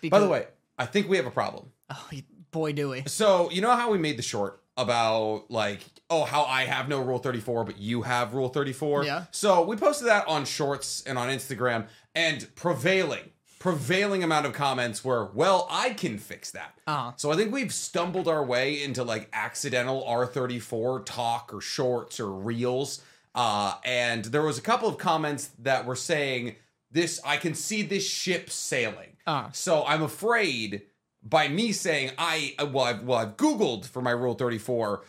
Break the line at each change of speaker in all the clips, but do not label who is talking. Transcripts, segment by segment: Because,
By the way, I think we have a problem.
oh boy, do we!
So you know how we made the short about like oh how I have no rule 34 but you have rule 34.
Yeah.
So we posted that on shorts and on Instagram and prevailing prevailing amount of comments were well I can fix that.
Uh-huh.
So I think we've stumbled our way into like accidental R34 talk or shorts or reels. Uh, and there was a couple of comments that were saying this I can see this ship sailing.
Uh.
So I'm afraid by me saying I uh, well I've, well I've googled for my rule 34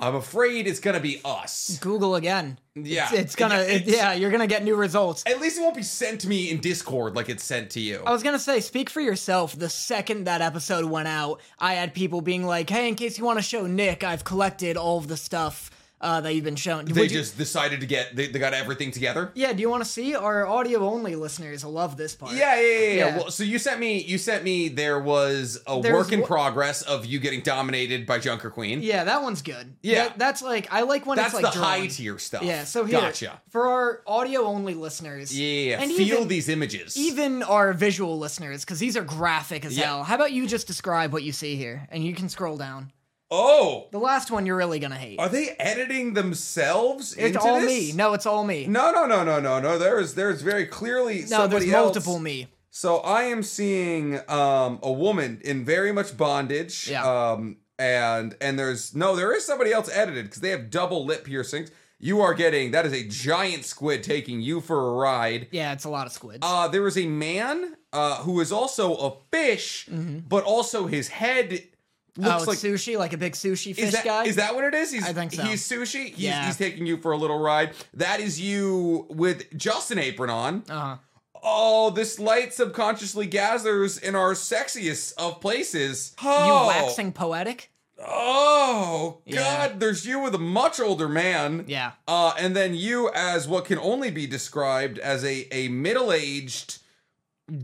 I'm afraid it's going to be us.
Google again.
Yeah.
it's, it's gonna. it- yeah, you're gonna get new results.
At least it won't be sent to me in Discord like it's sent to you.
I was gonna say, speak for yourself. The second that episode went out, I had people being like, "Hey, in case you want to show Nick, I've collected all of the stuff uh, that you've been shown."
they
Would you-
just decided to get they, they got everything together.
yeah, do you want to see? Our audio only listeners will love this part.
Yeah, yeah, yeah, yeah.
Yeah.
Well, so you sent me, you sent me. There was a
There
work
was
in
wo-
progress of you getting dominated by Junker Queen.
yeah, that onene's good.
Yeah.
That- that's like I like when
That's
it's like
the
drawn.
high tier stuff.
Yeah, so here
gotcha.
for our audio only listeners.
Yeah, yeah, yeah.
and
feel
even,
these images.
even our visual listeners, because these are graphic as
Yeah.
hell. How about you just describe what you see here, and you can scroll down.
oh,
The last one you're really gonna hate.
are they editing themselves?
it's
into
all
this?
me. No, it's all me.
No, no, no, no, no, no. There's, there's very clearly
No, there's
somebody
multiple
else.
me.
So I am seeing um, a woman in very much bondage.
Yeah.
Um, and and there's no, there is somebody else edited because they have double lip piercings. You are getting that is a giant squid taking you for a ride.
Yeah, it's a lot of squids.
Uh, there is a man uh, who is also a fish, but also his head
Mm-hmm. oh,
looks
it's
like.
sushi, like a big sushi fish
Is that,
guy.
is that what it is? He's,
I think so.
He's sushi. He's,
Yeah.
he's taking you for a little ride. That is you with just an apron on.
uh-huh.
Oh, this light subconsciously gathers in our sexiest of places.
You
Oh,
waxing poetic?
Oh, God.
Yeah.
There's you with a much older man.
Yeah.
Uh, and then you as what can only be described as a, a middle aged,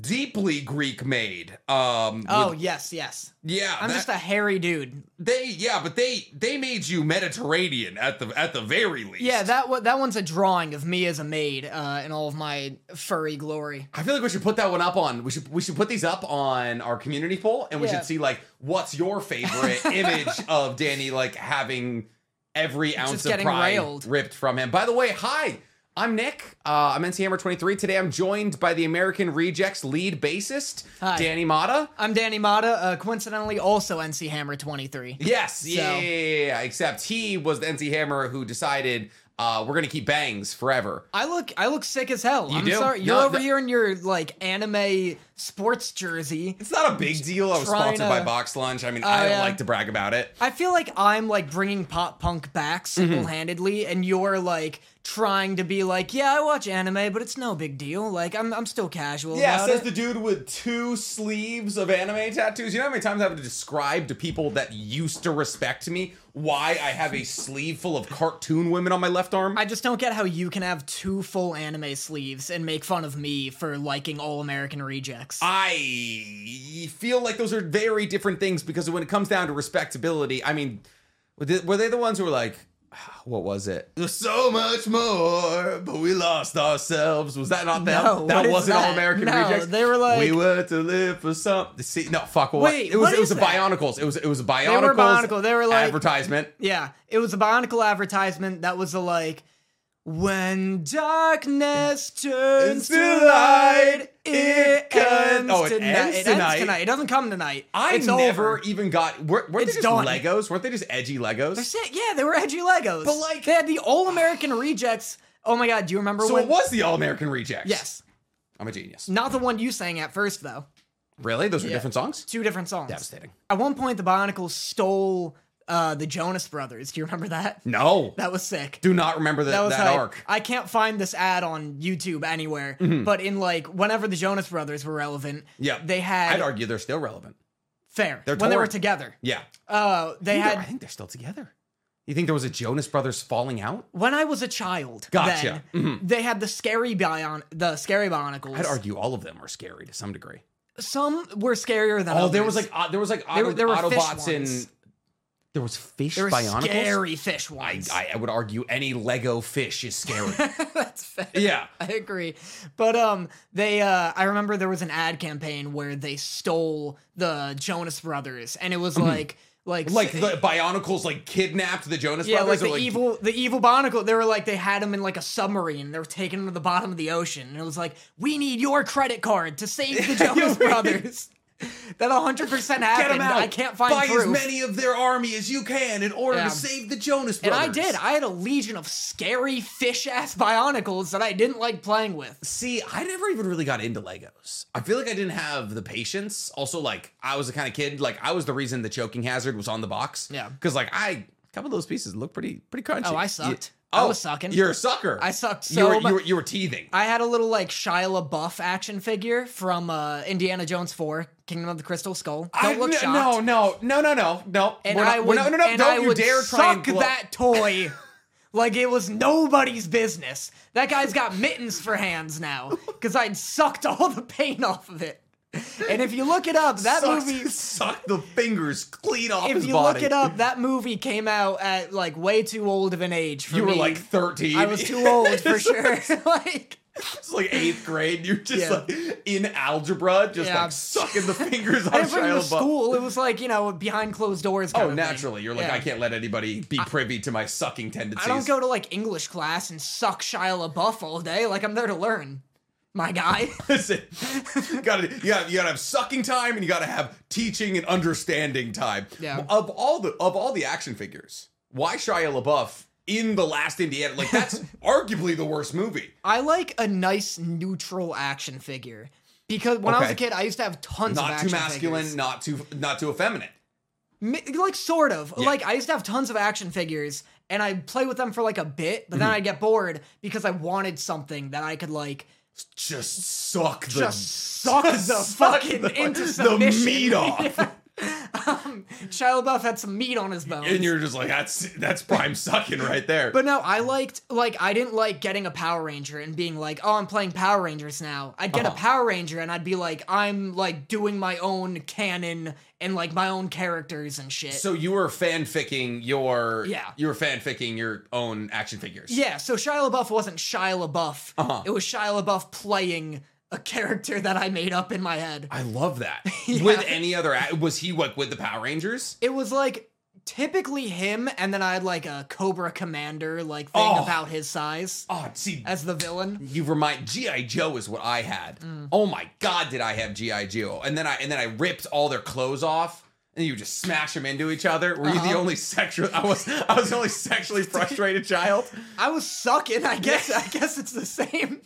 deeply Greek maid. Um,
Oh
with-
yes, yes.
yeah.
I'm
that-
just a hairy dude.
they, yeah, but they they made you Mediterranean at the at the very least.
Yeah, that wa- that one's a drawing of me as a maid uh, in all of my furry glory.
I feel like we should put that one up on. We should we should put these up on our community poll, and we
Yeah.
should see like what's your favorite image of Danny like having every ounce of
getting
pride
railed.
ripped from him. By the way, hi, I'm Nick. Uh, I'm NC Hammer 23. Today, I'm joined by the American Rejects lead bassist
Hi.
Danny Mata.
I'm Danny Mata, uh, coincidentally also NC Hammer 23.
Yes, yeah, yeah, yeah, yeah, Except he was the NC Hammer who decided uh, we're gonna keep bangs forever.
I look I look sick as hell. I'm
do?
sorry. You're
No,
over
the-
here in your like anime sports jersey.
It's not a big deal. I was
Trying
sponsored by
to- Oh,
Box Lunch. I mean, I don't
yeah.
like to brag about it.
I feel like I'm like bringing pop punk back
Mm-hmm.
single-handedly and you're like trying to be like, "Yeah, I watch anime, but it's no big deal. Like I'm I'm still casual
Yeah,
about
says
it."
the dude with two sleeves of anime tattoos. You know how many times I have to describe to people that used to respect me why I have a sleeve full of cartoon women on my left arm?
I just don't get how you can have two full anime sleeves and make fun of me for liking All American Rejects.
I feel like those are very different things because when it comes down to respectability, I mean, were they- were they the ones who were like, what was it? There's so much more, but we lost ourselves. Was that not them?
No, what
that
is
wasn't
that?
all American
No,
Rejects.
they were like-
we were to live for something. See, no, fuck. What?
Wait,
it was
what
it was
is
a
that?
Bionicles. It was it was a Bionicles.
were Bionicle. They were like-
advertisement.
Yeah, it was a Bionicle advertisement that was a like, when darkness turns to light, it ends,
Oh, it
tonight.
ends
it
tonight?
ends tonight. It doesn't come tonight.
I
it's
never
Over.
even got. Weren't, weren't they
It's
just
done.
Legos? Weren't they just edgy Legos?
Shit, yeah, they were edgy Legos.
But, like-
they had the All American Rejects. Oh my God, do you remember
so
when?
it was the All American Rejects.
Yes,
I'm a genius.
not the one you sang at first though.
Really? Those are different songs?
Two different songs.
Devastating.
At one point, the Bionicles stole uh, the Jonas Brothers. Do you remember that?
No.
That was sick.
Do not remember the,
that
that,
was hype.
arc. Mm-hmm.
I can't find this ad on YouTube anywhere, but in like whenever the Jonas Brothers were relevant,
Yeah.
they had
I'd argue they're still relevant.
fair
they're
when they were
touring.
together.
Yeah.
Uh, they
I think they're- I
had
think they're still together. You think there was a Jonas Brothers falling out?
when I was a child.
Gotcha. Mm-hmm.
Then, They had the scary bion, the scary bionicles.
I'd argue all of them are scary to some degree.
Some were scarier than
Oh,
others.
there was like uh, there was like
were-
auto,
there were fish
Autobots
ones.
in There was fish
There were
bionicles.
scary fish
I,
ones.
I I would argue any Lego fish is scary.
That's fair.
yeah.
I agree. But um they uh I remember there was an ad campaign where they stole the Jonas brothers and it was like like
Mm-hmm. Like the Bionicles like kidnapped the Jonas
yeah, like
brothers
the
or,
evil, the evil Bonicle. They were like they had him in like a submarine. They were taking him to the bottom of the ocean, and it was like, "We need your credit card to save the Jonas Brothers." That 100 percent
Get
happened.
them out.
I can't find
Buy
proof.
as many of their army as you can in order
Yeah.
to save the Jonas
and I
brothers.
did. I had a legion of scary fish ass Bionicles that I didn't like playing with.
See, I never even really got into Legos. I feel like I didn't have the patience. Also, like I was the kind of kid, like I was the reason the choking hazard was on the box.
Yeah.
Because like I a couple of those pieces look pretty pretty crunchy.
Oh, I
You-
sucked. I was sucking.
You're a sucker.
I sucked
you
so
were,
mu-
you were you were teething.
I had a little like Shia LaBeouf action figure from uh, Indiana Jones 4, Kingdom of the Crystal Skull. Don't look
I,
shocked.
no, no, no, no, no, no.
And
We're
I
not-
would,
no, no, no,
and
don't
I
you
would
dare
suck
try and blow.
that toy like it was nobody's business. That guy's got mittens for hands now because I'd sucked all the paint off of it. And if you look it up, that
Sucks-
movie.
suck the fingers clean off
If
his
you
body.
look it up, that movie came out at like way too old of an age for
you were
me.
like 13.
I was too old for sure. like,
It's like eighth grade. You're just
Yeah.
like in algebra, just
Yeah.
like sucking the fingers
I
off
didn't bring it to
Shia LaBeouf.
school. It was like you know behind closed doors. Kind
Oh,
of
naturally.
Thing.
You're like,
Yeah.
I can't let anybody be privy to my sucking tendencies.
I don't go to like English class and suck Shia LaBeouf all day. Like I'm there to learn, my guy.
Listen, you gotta, you gotta, you gotta have sucking time, and you gotta have teaching and understanding time.
Yeah.
Of all the of all the action figures, why Shia LaBeouf in the last Indiana? Like that's arguably the worst movie.
I like a nice neutral action figure because when I was
Okay.
a kid, I used to have tons of
Not
action
too masculine,
figures.
not too not too effeminate.
Mi- like sort of
Yeah.
like I used to have tons of action figures, and I'd play with them for like a bit, but then
Mm-hmm.
I'd get bored because I wanted something that I could like
Just suck the
just suck the
suck
fucking
the-
into
the
submission.
meat off.
um, Shia LaBeouf had some meat on his bones.
and you're just like that's that's prime sucking right there.
But no, I liked like I didn't like getting a Power Ranger and being like, "Oh, I'm playing Power Rangers now." I'd get
Uh-huh.
a Power Ranger and I'd be like, "I'm like doing my own canon and like my own characters and shit."
so you were fanficking your
Yeah.
you were fanficking your own action figures.
yeah, so Shia LaBeouf wasn't Shia LaBeouf.
Uh-huh.
It was Shia LaBeouf playing a character that I made up in my head.
I love that. With any other, a- was he like with the Power Rangers?
It was like typically him, and then I had like a Cobra Commander like thing
Oh.
about his size
Oh, see,
as the villain.
you remind GI Joe is what I had.
Mm.
Oh my God, did I have GI Joe? And then I and then I ripped all their clothes off. And you just smash them into each other. Were you
Uh-huh.
the only sexual? I was. I was the only sexually frustrated child.
I was sucking. I guess. I guess it's the same.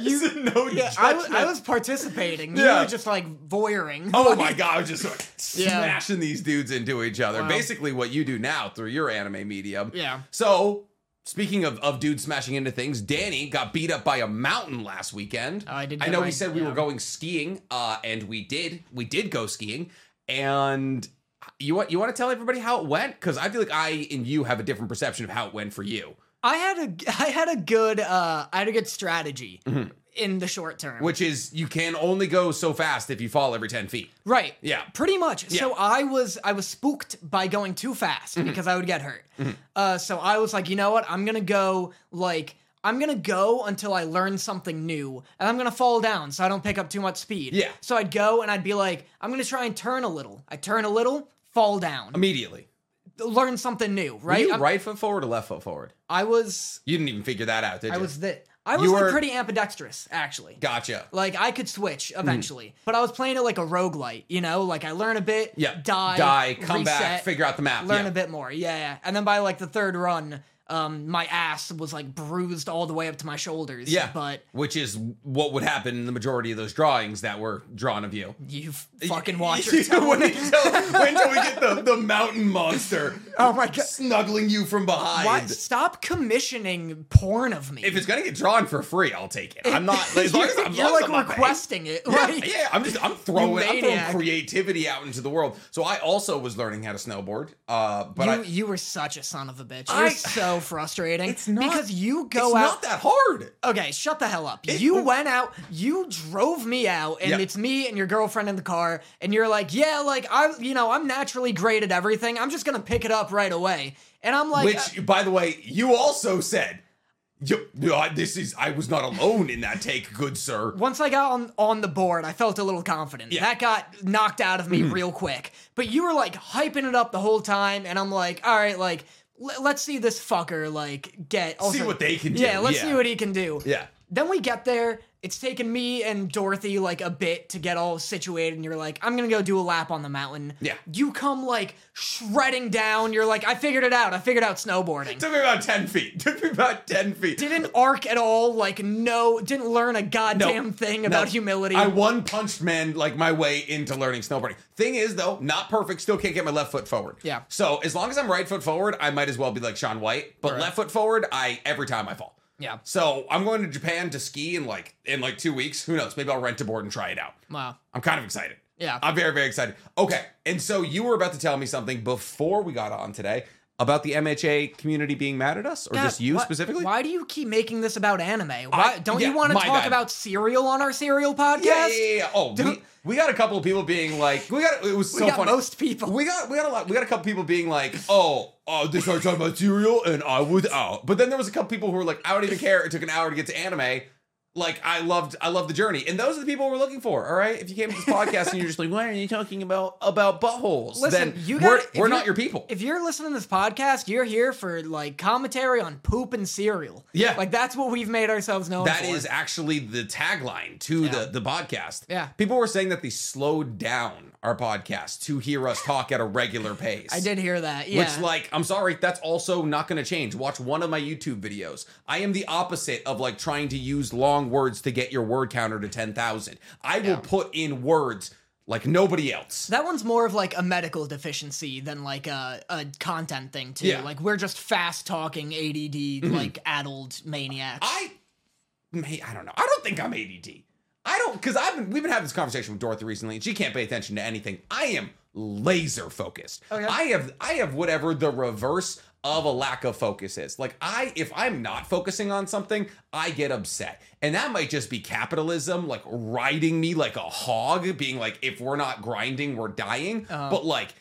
You no
Yeah, I was, I was participating. You
Yeah.
were just like voyeuring.
Oh my god, I was just like
Yeah.
smashing these dudes into each other.
Wow.
Basically what you do now through your anime medium.
Yeah.
So, speaking of, of dudes smashing into things, Danny got beat up by a mountain last weekend.
Oh, I did
I
get
know
my-
we said we were
yeah.
going skiing, uh, and we did. We did go skiing. And you want you want to tell everybody how it went? Because I feel like I and you have a different perception of how it went for you.
I had a I had a good uh I had a good strategy
Mm-hmm.
in the short term.
Which is you can only go so fast if you fall every 10 feet.
right.
Yeah.
Pretty much. So
Yeah. Mm-hmm.
I was I was spooked by going too fast because I would get hurt. Uh so I was like, you know what? I'm gonna go like I'm gonna go until I learn something new, and I'm gonna fall down so I don't pick up too much speed.
Yeah.
So I'd go and I'd be like, I'm gonna try and turn a little. I turn a little, fall down,
Immediately.
learn something new.
Were
Right.
you
I'm-
right foot forward or left foot forward?
I was
You didn't even figure that out, did you?
I was that I was
You
like
were-
pretty ambidextrous actually.
Gotcha.
Like I could switch
Hmm.
eventually, but I was playing it like a roguelite, you know, like I learn a bit,
Yeah.
die,
Die, come back,
reset,
figure out the map.
learn
yeah.
a bit more. Yeah, yeah. And then by like the third run, um my ass was like bruised all the way up to my shoulders.
Yeah.
But
Which is what would happen in the majority of those drawings that were drawn of you.
you f- fucking watch
Wait
it.
till, wait till we get the, the mountain monster
Oh my god.
snuggling you from behind.
Why, stop commissioning porn of me.
If it's gonna get drawn for free, I'll take it. I'm not as long as I'm, as
You're
long as
like
I'm not paying.
requesting it. Like,
yeah, I'm just I'm throwing, I'm throwing
maniac.
creativity out into the world. So I also was learning how to snowboard. Uh but
you,
I
you were such a son of a bitch. You're
I-
so so frustrating.
It's not-
because you
It's
go out.
not that hard.
Okay, shut the hell up. you went out, you drove me out, and
Yeah.
it's me and your girlfriend in the car, and you're like, yeah, like I, you know, I'm naturally great at everything. I'm just gonna pick it up right away. And I'm like, uh,
Which, by the way, you also said. You, you- I- this is. I was not alone in that take, good sir.
once I got on on the board, I felt a little confident.
Yeah. Mm-hmm.
That got knocked out of me real quick. But you were like hyping it up the whole time, and I'm like, all right, like l- let's see this fucker like get also-
what they can do,
Yeah, let's
yeah.
see what he can do.
Yeah.
Then we get there. It's taken me and Dorothy like a bit to get all situated, and you're like, I'm gonna go do a lap on the mountain.
Yeah.
You come like shredding down. You're like, I figured it out. I figured out snowboarding.
Took me about ten feet. Took me about ten feet.
didn't arc at all. Like, no, didn't learn a goddamn thing
No.
about humility.
I one punched man like my way into learning snowboarding. Thing is though, not perfect, still can't get my left foot forward.
Yeah.
So as long as I'm right foot forward, I might as well be like Sean White. But
Right.
left foot forward, I every time I fall.
Yeah.
So I'm going to Japan to ski in like in like two weeks. Who knows? Maybe I'll rent a board and try it out.
Wow.
I'm kind of excited.
Yeah.
I'm very, very excited. Okay. And so you were about to tell me something before we got on today about the MHA community being mad at us or
God,
just you
why-
specifically?
Why do you keep making this about anime? Why don't
yeah,
you want to
my
talk
bad.
about cereal on our cereal podcast?
Yeah, yeah, yeah, yeah. Oh, we,
Don't-
we got a couple of people being like, we got it was so
We got
funny.
most people.
We got we got a lot. We got a couple people being like, oh, uh, they started talking about cereal and I was out. But then there was a couple people who were like, I don't even care. It took an hour to get to anime. Like I loved, I loved the journey, and those are the people we're looking for. All right, if you came to this podcast and you're just like, why are you talking about about buttholes?
Listen,
then
you
we're,
gotta- if
we're
you're-
not your people.
If you're listening to this podcast, you're here for like commentary on poop and cereal.
Yeah.
like that's what we've made ourselves known.
That
for.
is actually the tagline to
Yeah.
the, the podcast.
Yeah.
People were saying that they slowed down our podcast to hear us talk at a regular pace.
I did hear that. Yeah,
Which, like, I'm sorry, that's also not going to change. Watch one of my YouTube videos. I am the opposite of like trying to use long words to get your word counter to 10,000. I will
Yeah.
put in words like nobody else.
that one's more of like a medical deficiency than like a, a content thing too.
Yeah. Mm-hmm.
Like we're just fast talking ADD like addled maniacs.
I may I don't know. I don't think I'm ADD. I don't because I've been we've been having this conversation with Dorothy recently, and she can't pay attention to anything. I am laser focused.
Oh, yeah?
I have I have whatever the reverse of a lack of focus is. Like I if I'm not focusing on something, I get upset. And that might just be capitalism like riding me like a hog, being like, if we're not grinding, we're dying. But like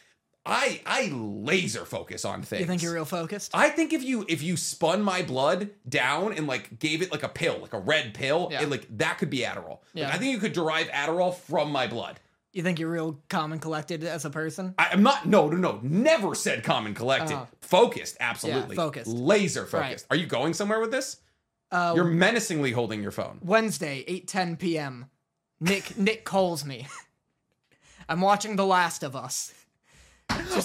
I I laser focus on things.
Uh-huh. you think you're real focused?
I think if you if you spun my blood down and like gave it like a pill, like a red pill,
Yeah.
it, like that could be Adderall. Like,
Yeah.
I think you could derive Adderall from my blood.
you think you're real calm and collected as a person?
I, am not. No, no, no. Never said calm and collected.
Uh-huh.
Focused, absolutely.
focused.
Laser focused. Are you going somewhere with this?
Uh,
You're menacingly holding your phone.
Wednesday, eight ten p.m. Nick Nick calls me. I'm watching The Last of Us.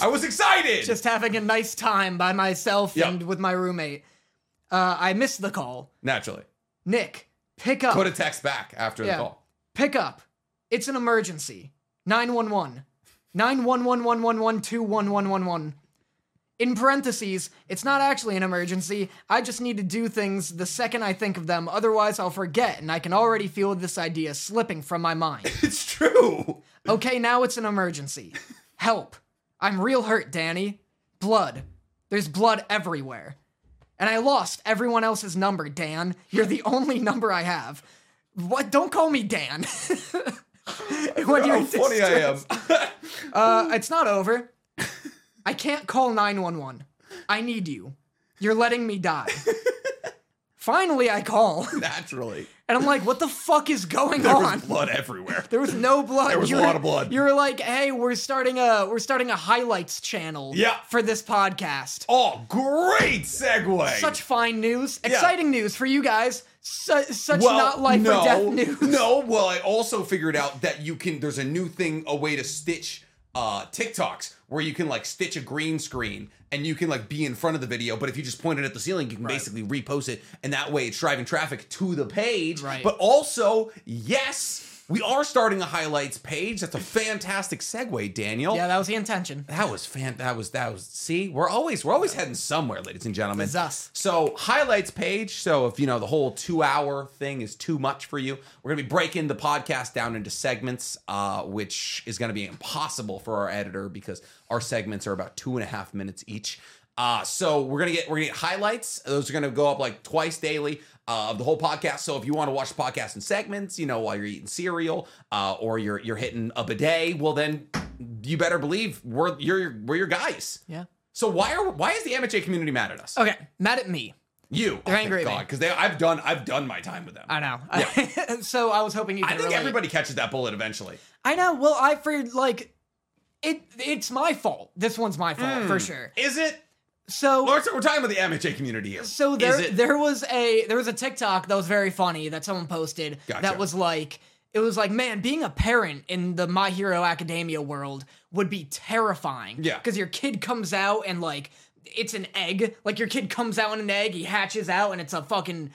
I was excited.
just having a nice time by myself
Yeah.
and with my roommate. Uh, I missed the call.
Naturally,
Nick, pick up.
put a text back after
Yeah.
the call.
pick up. It's an emergency. 911. 9111111211111. In parentheses, it's not actually an emergency. I just need to do things the second I think of them, otherwise I'll forget, and I can already feel this idea slipping from my mind.
It's true.
Okay, now it's an emergency. Help. I'm real hurt, Danny. Blood. There's blood everywhere. And I lost everyone else's number, Dan. You're the only number I have. What? Don't call me Dan. when
How
you're
funny I am.
Uh, it's not over. I can't call 911. I need you. You're letting me die. Finally, I call. And
Naturally,
I'm like, what the fuck is going
there
on?
was blood everywhere.
There was no blood.
There was a
You were-
lot of blood.
You were like, "Hey, we're starting a we're starting a highlights channel
Yeah.
for this podcast."
Oh, great segue.
Such fine news, exciting news for you guys. Su- such not life
no,
or death news.
No, well, I also figured out that you can. There's a new thing, a way to stitch uh TikToks where you can like stitch a green screen and you can like be in front of the video, but if you just point it at the ceiling, you can basically repost it, and that way it's driving traffic to the page.
Right.
But also, yes, we are starting a highlights page. That's a fantastic segue, Daniel.
Yeah, that was the intention.
That was fan. That was that was. See, we're always we're always heading somewhere, ladies and gentlemen.
It's us.
So highlights page. So if you know the whole two hour thing is too much for you, we're gonna be breaking the podcast down into segments, uh, which is gonna be impossible for our editor because our segments are about two and a half minutes each. Uh, so we're gonna get we're gonna get highlights. Those are gonna go up like twice daily uh, of the whole podcast. So if you want to watch the podcast in segments, you know, while you're eating cereal uh, or you're you're hitting a bidet, well then you better believe we're you're we're your guys.
Yeah.
So why are why is the MHA community mad at us?
Okay, mad at me.
You,
They're angry at me.
because they I've done I've done my time with them.
I know. so I was hoping you. Could
I think
relate.
everybody catches that bullet eventually.
I know. Well, I for like, it. It's my fault. This one's my fault
Hmm.
for sure.
Is it?
So
Or we're talking about the MHA community here.
So
Is
there
it?
there was a there was a TikTok that was very funny that someone posted
Gotcha.
that was like it was like man being a parent in the My Hero Academia world would be terrifying.
Yeah.
Cuz your kid comes out and like it's an egg. Like your kid comes out in an egg, he hatches out and it's a fucking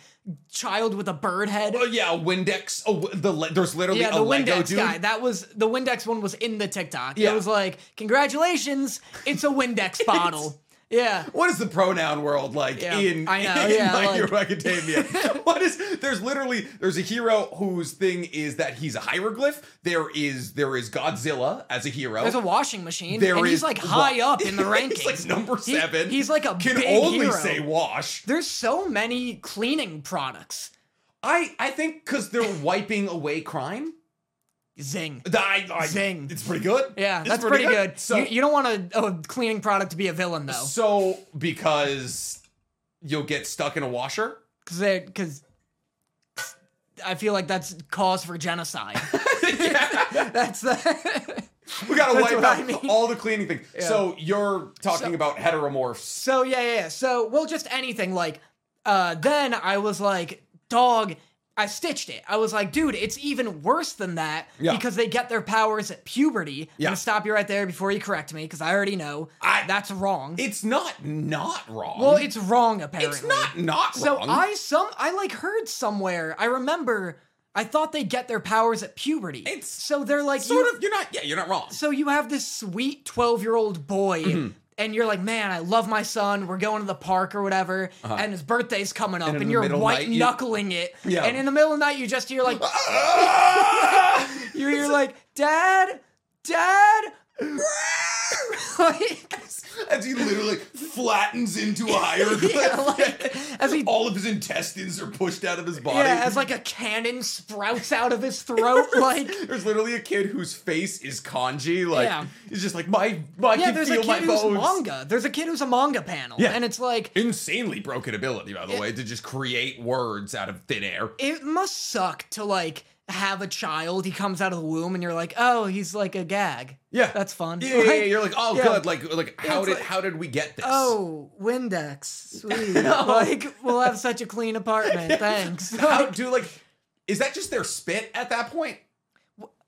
child with a bird head.
Oh yeah, a Windex. Oh, the le- there's literally
Yeah,
a
the
Lego
Windex
dude.
guy. That was the Windex one was in the TikTok.
Yeah.
It was like, "Congratulations, it's a Windex bottle." Yeah.
What is the pronoun world like
Yeah,
in,
I know,
in
yeah,
My
like-
Hero Academia? what is there's literally there's a hero whose thing is that he's a hieroglyph. There is there is Godzilla as a hero.
There's a washing machine,
There
and
is
he's like high
wa-
up in the rankings.
he's like number
He-
seven.
he's like a
can
big
only
hero.
say wash.
There's so many cleaning products.
I I think because they're wiping away crime.
Zing.
I, I,
Zing.
It's pretty good.
Yeah,
It's
that's pretty, good.
So
you, you don't want a, a cleaning product to be a villain though,
so because you'll get stuck in a washer.
because because I feel like that's cause for genocide. that's the.
We gotta
That's
wipe
what
out
I mean.
all the cleaning things. So you're talking
So-
about heteromorphs.
So yeah, yeah, yeah. So well, just anything like. Uh, then I was like, dog. I stitched it. I was like, dude, it's even worse than that
Yeah.
because they get their powers at puberty. I'm
Yeah.
gonna stop you right there before you correct me because I already know
I-
that's wrong.
It's not not wrong.
well, it's wrong apparently.
it's not not
So
wrong.
I some I like heard somewhere. I remember. I thought they get their powers at puberty.
It's
so they're like
sort
you-
of. You're not. Yeah, you're not wrong.
so you have this sweet 12 year old boy
Mm-hmm.
and you're like man i love my son we're going to the park or whatever and his birthday's coming up
Uh-huh. in
and,
the
you're
middle of
white
night, you-
knuckling it
Yeah.
and in the middle of the night you just hear like
Ah!
you hear like dad dad like,
As he literally flattens into a hieroglyph,
yeah, like as he
all of his intestines are pushed out of his body.
yeah as like a cannon sprouts out of his throat like
there's literally a kid whose face is kanji. Like
Yeah.
it's just like my, my I
yeah
can
there's a
feel
kid
my
who's
bones.
manga there's a kid who's a manga panel
Yeah.
and it's like
Insanely broken ability, by the
It-
way, to just create words out of thin air.
it must suck to like have a child. He comes out of the womb, and you're like, oh, he's like a gag.
Yeah.
that's fun.
Yeah, yeah, yeah,
Like,
you're like, oh,
Yeah.
good. Like, like how
It's
did
like-
how did we get this?
Oh, Windex, sweet. Like we'll have such a clean apartment. Thanks.
how
Like,
do like, is that just their spit at that point?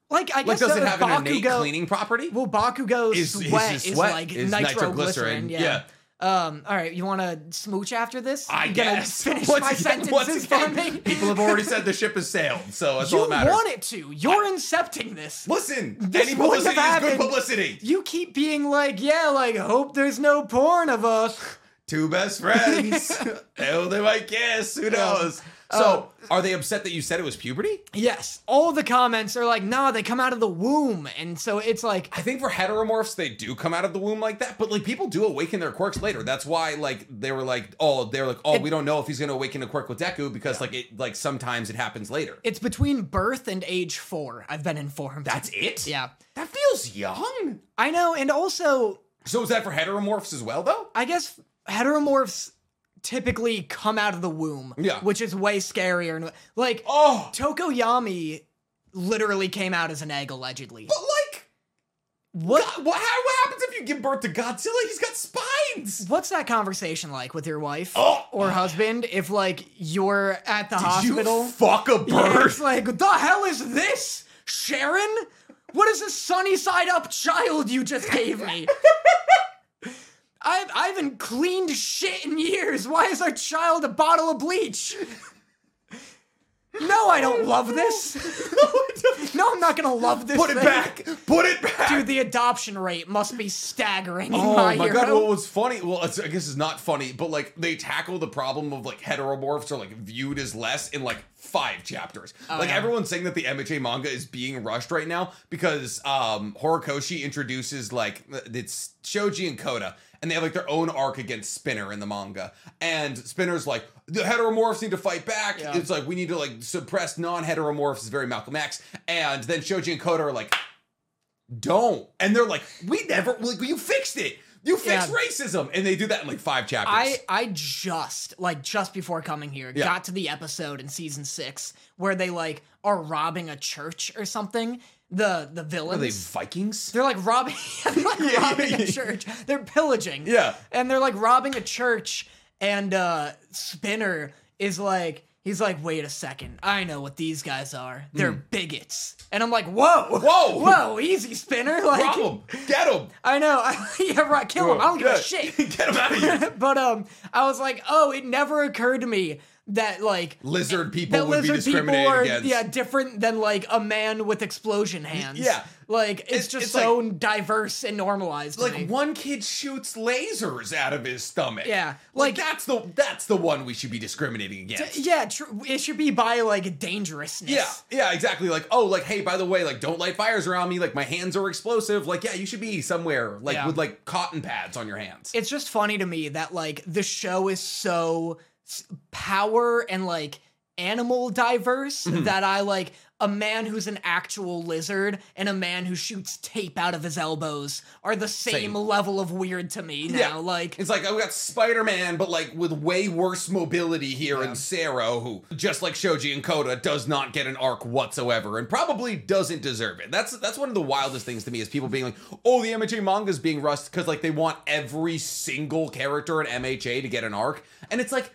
like, I
Like,
guess
does
so
it
if
have an innate
Bakugo,
cleaning property?
Well, Bakugo's
Is- is
sweat
his
is
sweat
like
is nitroglycerin,
nitroglycerin. Yeah. Um. All right. You want to smooch after this?
I
you gonna
guess.
Finish
Once
my
again-
sentences
once
for
again,
me.
People have already said the ship has sailed, so that's
you
all that matters.
want it to. You're incepting this.
Listen,
This
any
wouldn't
publicity is
have
good
happened.
publicity.
You keep being like, yeah, like hope there's no porn of us.
Two best friends. oh, they might kiss. Who knows?
Uh,
So, are they upset that you said it was puberty?
Yes, all the comments are like, nah, they come out of the womb, and so it's like,
I think for heteromorphs, they do come out of the womb like that, but like people do awaken their quirks later. That's why like they were like, oh, they were like, oh, we don't know if he's gonna awaken a quirk with Deku because like it like sometimes it happens later.
it's between birth and age four. I've been informed.
That's it.
yeah,
that feels young.
I know, and also,
So is that for heteromorphs as well though?
I guess heteromorphs typically come out of the womb,
Yeah.
which is way scarier. And like,
Oh,
Tokoyami literally came out as an egg allegedly.
but like,
What?
God, what, how, what happens if you give birth to Godzilla? He's got spines.
What's that conversation like with your wife
Oh.
or husband if like you're at the
You
hospital?
fuck a
Yeah,
bird.
it's like, the hell is this, Sharon? What is this sunny side up child you just gave me? I, I haven't cleaned shit in years. Why is our child a bottle of bleach?
Oh,
No, I don't love this. No, I'm not gonna love this.
Put it
thing.
back. Put it back.
Dude, the adoption rate must be staggering. in
Oh
my,
my,
hero.
god! What was funny? Well, it's, I guess it's not funny, but like they tackle the problem of like heteromorphs are like viewed as less in like five chapters. like
Oh, yeah.
everyone's saying that the MHA manga is being rushed right now because um Horikoshi introduces like it's Shoji and Koda, and they have like their own arc against Spinner in the manga, and Spinner's like the heteromorphs need to fight back.
Yeah.
It's like we need to like suppress non-heteromorphs. Is very Malcolm X, and then Shoji and Koda are like don't. And they're like, we never, like, you fixed it. You fixed
Yeah.
racism. And they do that in like five chapters.
I I just like just before coming here
Yeah.
got to the episode in season six where they like are robbing a church or something. The the
Are they
villains.
Vikings?
they- are like robbing, they're like
Yeah,
robbing
yeah.
a church. They're pillaging.
Yeah.
and they're like robbing a church and uh spinner is like he's like wait a second i know what these guys are they're bigots and i'm like whoa
Hmm. Whoa!
whoa easy spinner like
Rob 'em. Get them.
i know yeah right kill him Oh, i don't give a shit
Get them out of here.
but um i was like oh it never occurred to me that like
Lizard people
that
would be
lizard people
discriminated
are
against.
yeah different than like a man with explosion hands
yeah.
like it's,
It's-
just
it's
so diverse and normalized to me.
Like one kid shoots lasers out of his stomach.
Yeah, like-
Like, that's the that's the one we should be discriminating against.
Yeah, tr- it should be by like dangerousness.
Yeah, yeah, exactly. Like, oh, like, hey, by the way, like, don't light fires around me. Like, my hands are explosive. Like, yeah, you should be somewhere like
Yeah.
with like cotton pads on your hands.
It's just funny to me that like the show is so s- power and like animal diverse
Mm-hmm.
that I like a man who's an actual lizard and a man who shoots tape out of his elbows are the same,
Same.
level of weird to me now.
Yeah.
Like
It's like I've got Spider Man, but like with way worse mobility here in Sarah, who just like Shoji and Koda does not get an arc whatsoever and probably doesn't deserve it. That's that's one of the wildest things to me is people being like, oh, the MHA manga's being rushed because like they want every single character in MHA to get an arc, and it's like,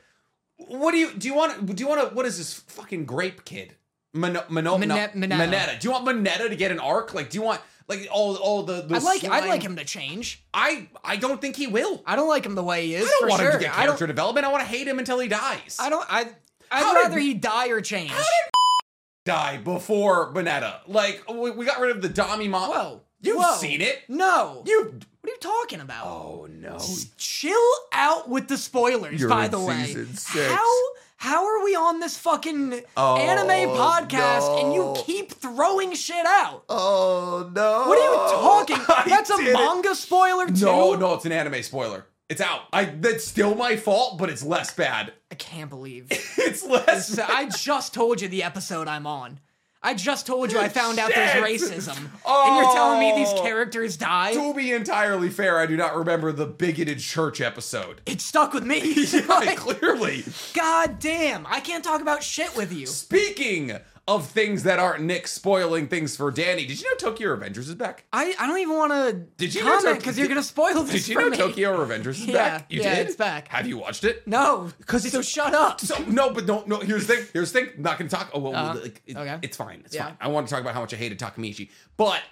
what do you do? You want do you want to what is this fucking grape kid? Mano, Mano,
Minet-
no,
Mineta.
Mineta. Do you want Mineta to get an arc? Like, do you want like all all the? the
I like I
slime-
like him to change.
I I don't think he will.
I don't like him the way he is.
I don't
for
want
sure.
him to get
I don't.
character development. I want to hate him until he dies.
I don't. I. I'd
How did-
rather he die or change.
die before Bonetta. Like we, we got rid of the Dami mom.
Whoa.
you've
Whoa.
seen it.
no.
You.
what are you talking about?
Oh no.
chill out with the spoilers
You're
by
in
the way
season six.
how how are we on this fucking
Oh,
anime podcast and
no.
you keep throwing shit out
Oh no.
what are you talking
Oh, I
that's a
did it.
manga spoiler too
No, no, it's an anime spoiler. It's out. I. That's still my fault, but it's less bad.
i can't believe
It's less.
so i just told you the episode i'm on i just told you i found out there's
Shit.
racism and you're telling me these
Oh.
characters die
To be entirely fair, I do not remember the bigoted church episode.
it stuck with me
Yeah,
Like,
clearly.
god damn i can't talk about shit with you
Speaking of things that aren't Nick spoiling things for Danny, did you know Tokyo Avengers is back?
I, I don't even want
Did
to
you know
comment
Tok-
because you're
did-
gonna spoil this
Did you
for
know
me.
Tokyo Avengers is
Yeah,
back? You
yeah,
did?
it's back.
Have you watched it?
No, because
it's-
so shut up.
So no, but no, no. Here's the thing. Here's the thing. I'm not gonna talk. Oh well,
Uh,
like, it-
okay.
it's fine. It's
Yeah.
fine. I want to talk about how much I hated Takamichi, but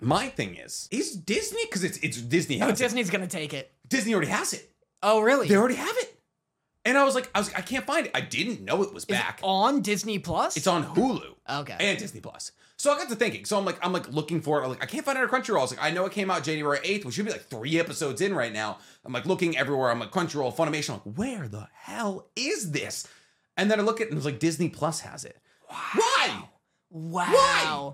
my thing is, is Disney because it's it's Disney.
Oh,
Has it.
Disney's gonna take it.
Disney already has it.
Oh, really?
They already have it. And I was like, I was like, I can't find it. I didn't know it was
Is it
back.
on Disney Plus.
it's on Hulu.
Okay.
and Disney Plus. So I got to thinking. So I'm like, I'm like looking for it. I'm like, I can't find it on Crunchyroll. I was like, I know it came out January 8th, which should be like three episodes in right now. I'm like looking everywhere. I'm like Crunchyroll, Funimation. I'm like, where the hell is this? And then I look at it and it was like Disney Plus has it. Why?
wow.
Why?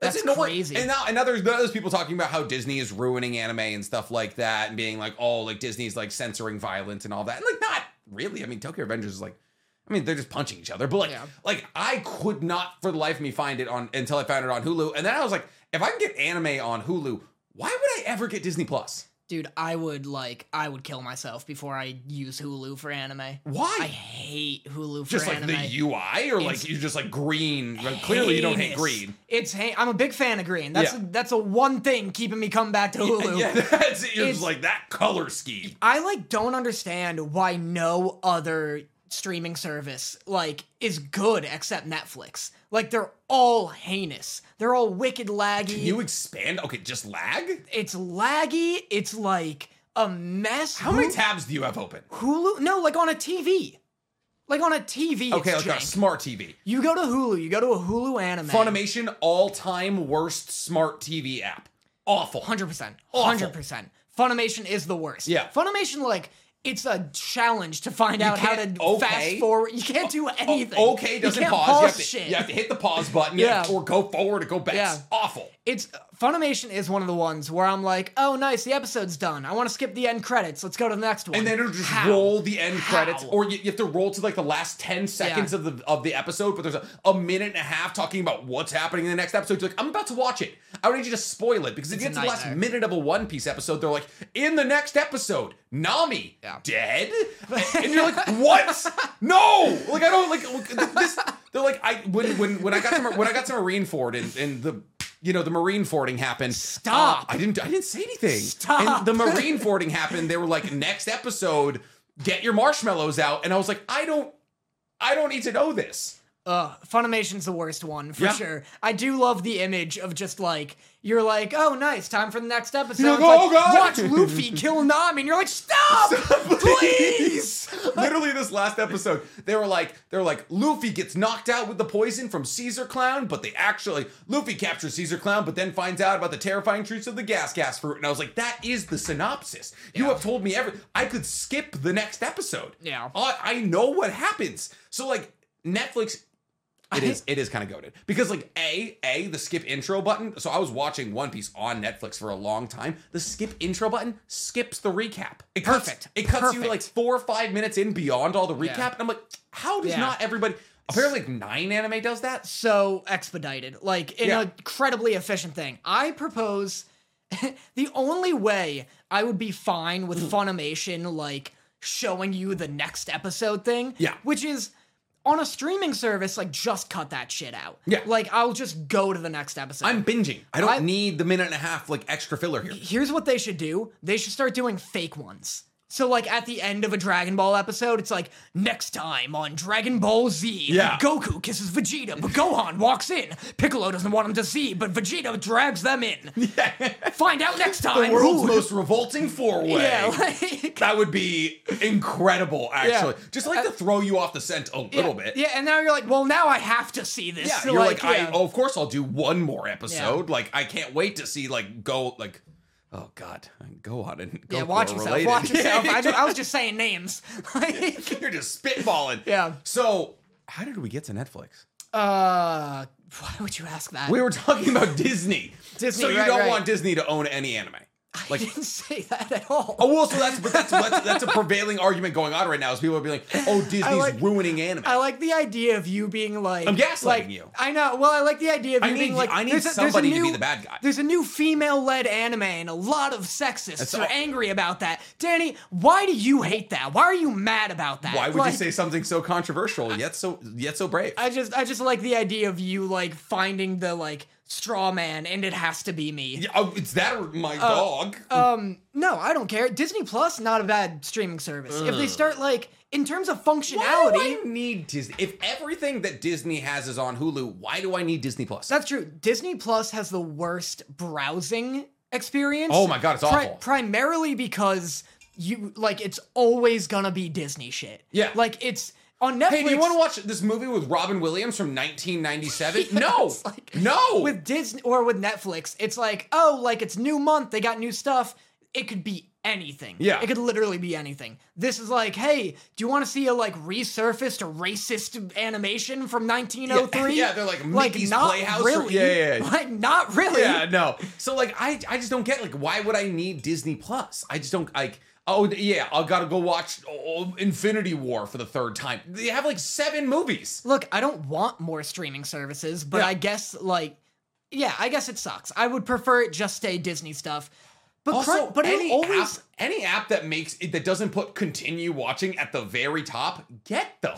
That's,
annoying.
crazy.
And now, and now there's, now there's people talking about how Disney is ruining anime and stuff like that, and being like, oh, like Disney's like censoring violence and all that. And like, not really. I mean, Tokyo Avengers is like, I mean, they're just punching each other. But like,
Yeah.
like I could not for the life of me find it on until I found it on Hulu. And then I was like, if I can get anime on Hulu, why would I ever get Disney Plus?
Dude, I would like I would kill myself before I use Hulu for anime.
Why?
I hate Hulu for
just like
anime.
the UI, or like
It's
you just like green. Like, clearly, you don't hate
Heinous.
green.
It's ha- I'm a big fan of green. That's
Yeah.
that's a one thing keeping me coming back to Hulu.
Yeah, that's it. You're
It's-
just like that color scheme.
I like don't understand why no other streaming service like is good except Netflix. Like they're all heinous. They're all wicked laggy.
Can you expand? Okay, just lag.
it's laggy. It's like a mess.
How many tabs do you have open?
Hulu? No, like on a TV. like on a TV.
Okay,
it's
like a
jank.
smart TV.
you go to Hulu. You go to a Hulu anime.
Funimation all time worst smart TV app. Awful.
Hundred percent.
Awful.
Hundred percent. Funimation is the worst.
Yeah.
Funimation like it's a challenge to find out how to
can't- okay.
fast forward. You can't do anything.
O- Oh, okay, doesn't
you can't
pause.
pause
you, have to,
shit.
you have to hit the pause button, yeah,
Yeah.
or go forward or go back.
Yeah.
It's awful.
it's Funimation is one of the ones where I'm like, oh nice, the episode's done. I want to skip the end credits. Let's go to the next one.
And then it'll just
How?
roll the end
How?
credits, or you, you have to roll to like the last ten seconds of the of the episode. But there's a, a minute and a half talking about what's happening in the next episode. It's like I'm about to watch it. I would need you to spoil it because if you
It's
get
a
to the last
nightmare.
minute of a One Piece episode, they're like, in the next episode, Nami
Yeah.
dead, and you're like, what? No, like I don't like look, this. They're like, I when when when I got to Mar- when I got to Marine Ford and and the. You know the marine fording happened.
Stop.
Uh, I didn't. I didn't say anything.
Stop.
And the marine fording happened. They were like, next episode, get your marshmallows out. And I was like, I don't, I don't need to know this.
Ugh, Funimation's the worst one for
Yeah.
sure. I do love the image of just like you're like, oh nice, time for the next episode.
You're
It's
like,
like,
"Oh, God."
Watch Luffy kill Nami, and you're like, stop, please.
Literally, this last episode, they were like, they were like, Luffy gets knocked out with the poison from Caesar Clown, but they actually Luffy captures Caesar Clown, but then finds out about the terrifying truths of the gas gas fruit. And I was like, that is the synopsis. You have told me every. I could skip the next episode.
Yeah.
I, I know what happens. So like Netflix It is. It is kind of goaded because like a a the skip intro button. So I was watching One Piece on Netflix for a long time. The skip intro button skips the recap. It cuts-
Perfect.
it cuts you
Perfect.
like four or five minutes in beyond all the recap,
Yeah.
and I'm like, how does
Yeah.
not everybody? Apparently, like nine anime does that.
so expedited, like in
Yeah.
an incredibly efficient thing. I propose the only way I would be fine with
Mm.
Funimation like showing you the next episode thing,
Yeah.
which is on a streaming service, like just cut that shit out.
Yeah.
like I'll just go to the next episode.
I'm binging. I don't
I-
need the minute and a half like extra filler here.
Here's what they should do. They should start doing fake ones. So like at the end of a Dragon Ball episode, it's like next time on Dragon Ball Z,
Yeah.
Goku kisses Vegeta, but Gohan walks in. Piccolo doesn't want him to see, but Vegeta drags them in. Find out next time.
The world's
who-
most revolting four way.
yeah, like,
that would be incredible. Actually, just like to throw you off the scent a little bit.
Uh, yeah, and now you're like, well, now I have to see this.
Yeah,
So,
you're like,
yeah.
I oh, of course I'll do one more episode. Like I can't wait to see like go like oh god, go on and go
yeah, watch
for
yourself,
related.
watch yourself. I, ju- I was just saying names. Like,
You're just spitballing.
Yeah.
So how did we get to Netflix?
uh, why would you ask that?
We were talking about Disney.
Disney,
So you
right,
don't
right.
want Disney to own any anime.
I didn't say that at all.
Oh well, so that's but that's that's, that's a prevailing argument going on right now is people are being like, oh, Disney's
like-
ruining anime.
I like the idea of you being like I'm
gaslighting
like,
you.
I know. Well, I like the idea of
I
you
need-
being like
I need
there's a, there's a
somebody to be
new-
the bad guy.
There's a new female-led anime, and a lot of sexists
That's
are
all-
angry about that. Danny, why do you hate that? Why are you mad about that?
Why would
Like,
you say something so controversial yet so yet so brave?
I just I just like the idea of you like finding the like straw man, and it has to be me.
Yeah, oh, it's that or my dog.
Um, no, I don't care. Disney Plus, not a bad streaming service. If they start like in terms of
Why
functionality.
do I need Disney? If everything that Disney has is on Hulu, why do I need Disney Plus?
That's true. Disney Plus has the worst browsing experience.
Oh my God, it's awful.
Primarily because you like it's always gonna be Disney shit.
Yeah.
Like it's on Netflix.
hey, do you want to watch this movie with Robin Williams from 1997? no,
It's like-
no.
with Disney or with Netflix? It's like oh, like it's new month. They got new stuff. It could be anything.
Yeah.
It could literally be anything. This is like, hey, do you want to see a like resurfaced racist animation from 1903?
Yeah, they're like, Mickey's
not
Playhouse or-
really.
Yeah, yeah, yeah.
Like not really.
yeah, no. So like, I I just don't get like, why would I need Disney Plus? I just don't like. Oh yeah, I gotta go watch oh, Infinity War for the third time. They have like seven movies.
look, I don't want more streaming services, but
Yeah.
I guess like yeah, I guess it sucks. I would prefer it just stay Disney stuff. But
Also,
cri- but
any
it always
app, any app that makes that doesn't put continue watching at the very top, get them.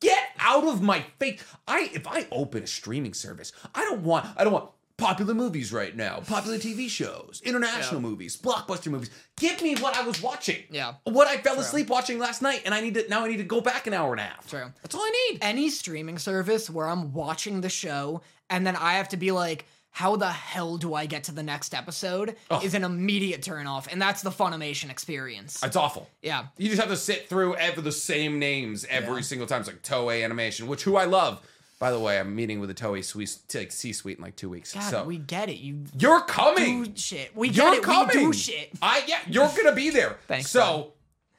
get out of my face. I if I open a streaming service, I don't want I don't want popular movies right now, popular TV shows, international movies, blockbuster movies. Give me what I was watching.
Yeah.
What I fell asleep watching last night and I need to now I need to go back an hour and a half.
True.
That's all I need.
any streaming service where I'm watching the show and then I have to be like, how the hell do I get to the next episode is an immediate turnoff, and that's the Funimation experience.
It's awful.
yeah.
You just have to sit through ever the same names every single time. It's like Toei Animation, which who I love. By the way, I'm meeting with a Toei sui- t- like C suite in like two weeks.
God,
so
we get it. You
you're coming.
do shit. We
You're
get it.
coming.
We do shit.
I yeah, you're gonna be there.
Thanks,
So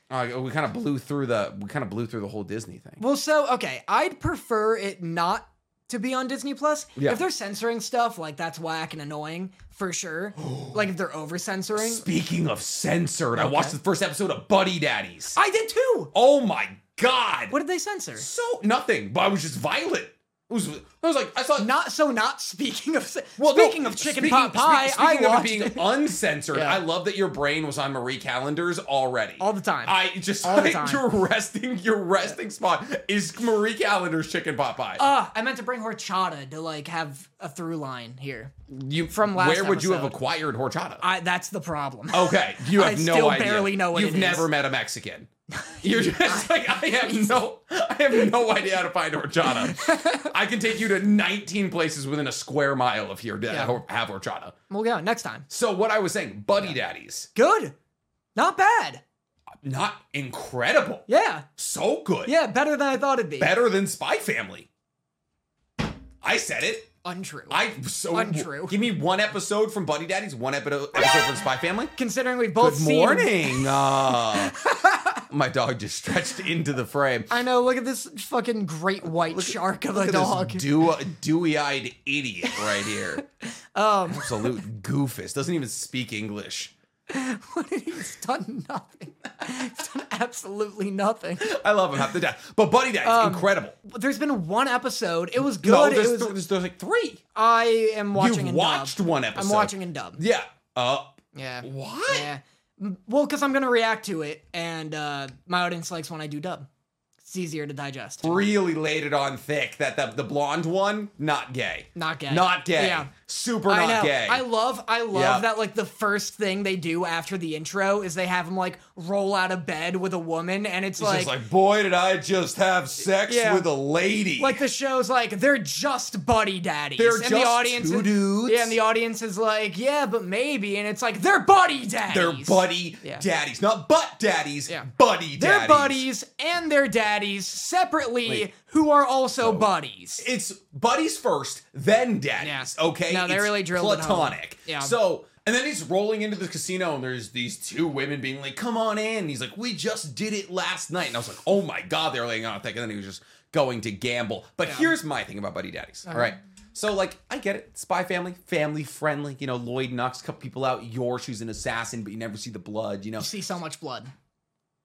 uh, we kind of blew through the we kind of blew through the whole Disney thing.
Well, so okay, I'd prefer it not to be on Disney Plus.
Yeah.
If they're censoring stuff, like that's whack and annoying for sure. like if they're over censoring,
Speaking of censored, I watched the first episode of Buddy Daddies.
I did too.
oh my god!
What did they censor?
So nothing, but I was just violent. It was I was like I thought.
Not so. Not speaking of. ce-
well, no,
speaking of chicken
speaking-
pot pie,
spe- Speaking
I
of it
watched
being uncensored,
Yeah.
I love that your brain was on Marie Callender's already
all the time.
I just
All the
like,
time.
your resting your resting spot is Marie Callender's chicken pot pie.
Ah, I meant to bring horchata to like have a through line here.
you
from last
Where would you have
episode.
acquired horchata?
I that's the problem.
Okay, you
I
have no
still
idea.
barely know what
You've
it is.
never met a Mexican. You're just like I have no, I have no idea how to find horchata. I can take you to 19 places within a square mile of here to
Yeah.
ho- have horchata.
We'll go next time.
So what I was saying, Buddy Daddies,
Good, not bad.
not incredible,
Yeah,
so good,
yeah, better than I thought it'd be.
better than Spy Family. I said it.
Untrue.
I so
Untrue.
Give me one episode from Buddy Daddies, one episode episode from Spy Family.
Considering we both
Good
seen-
morning. Uh, my dog just stretched into the frame.
I know. Look at this fucking great white shark of a
Look
dog.
at this dew- dewy-eyed idiot right here.
Um,
Absolute goofus. Doesn't even speak English.
he's done nothing. he's done absolutely nothing.
I love him half to death. But Buddy Daddy's incredible.
There's been one episode. It was
No,
good.
there's,
Um, it was.
th- there's, there's like three.
I am watching.
You've
in
watched
dub.
one episode.
I'm watching in dub.
Yeah. Uh,
Yeah.
what?
Yeah. M- Well, because I'm gonna react to it, and uh, my audience likes when I do dub. It's easier to digest.
Really laid it on thick that the, the blonde one, not gay.
Not gay.
Not gay.
Yeah.
Super
I
not
know.
gay.
I love. I love
Yeah.
that. Like the first thing they do after the intro is they have him like roll out of bed with a woman, and it's
It's
like,
just like, boy, did I just have sex
Yeah.
with a lady.
like the show's like they're just buddy daddies.
They're
and the
just
audience
two
is,
dudes.
Yeah, and the audience is like, yeah, but maybe, and it's like they're buddy
They're
daddies.
buddy
Yeah.
daddies, not butt daddies.
Yeah.
Buddy daddies.
They're buddies and they're daddies separately,
Wait.
who are also buddies.
It's buddies first, then daddies.
Yeah.
Okay.
No, they
It's
really drilled it home.
platonic.
Yeah.
So. And then he's rolling into the casino, and there's these two women being like, "Come on in." And he's like, "We just did it last night," and I was like, "Oh my god, they're laying on thick." And then he was just going to gamble. But
Yeah. Uh-huh.
here's my thing about buddy daddies. All right, so like I get it, spy family, family friendly. You know, Lloyd knocks a couple people out. Yorsh, who's an assassin, but you never see the blood. You know,
see so much blood.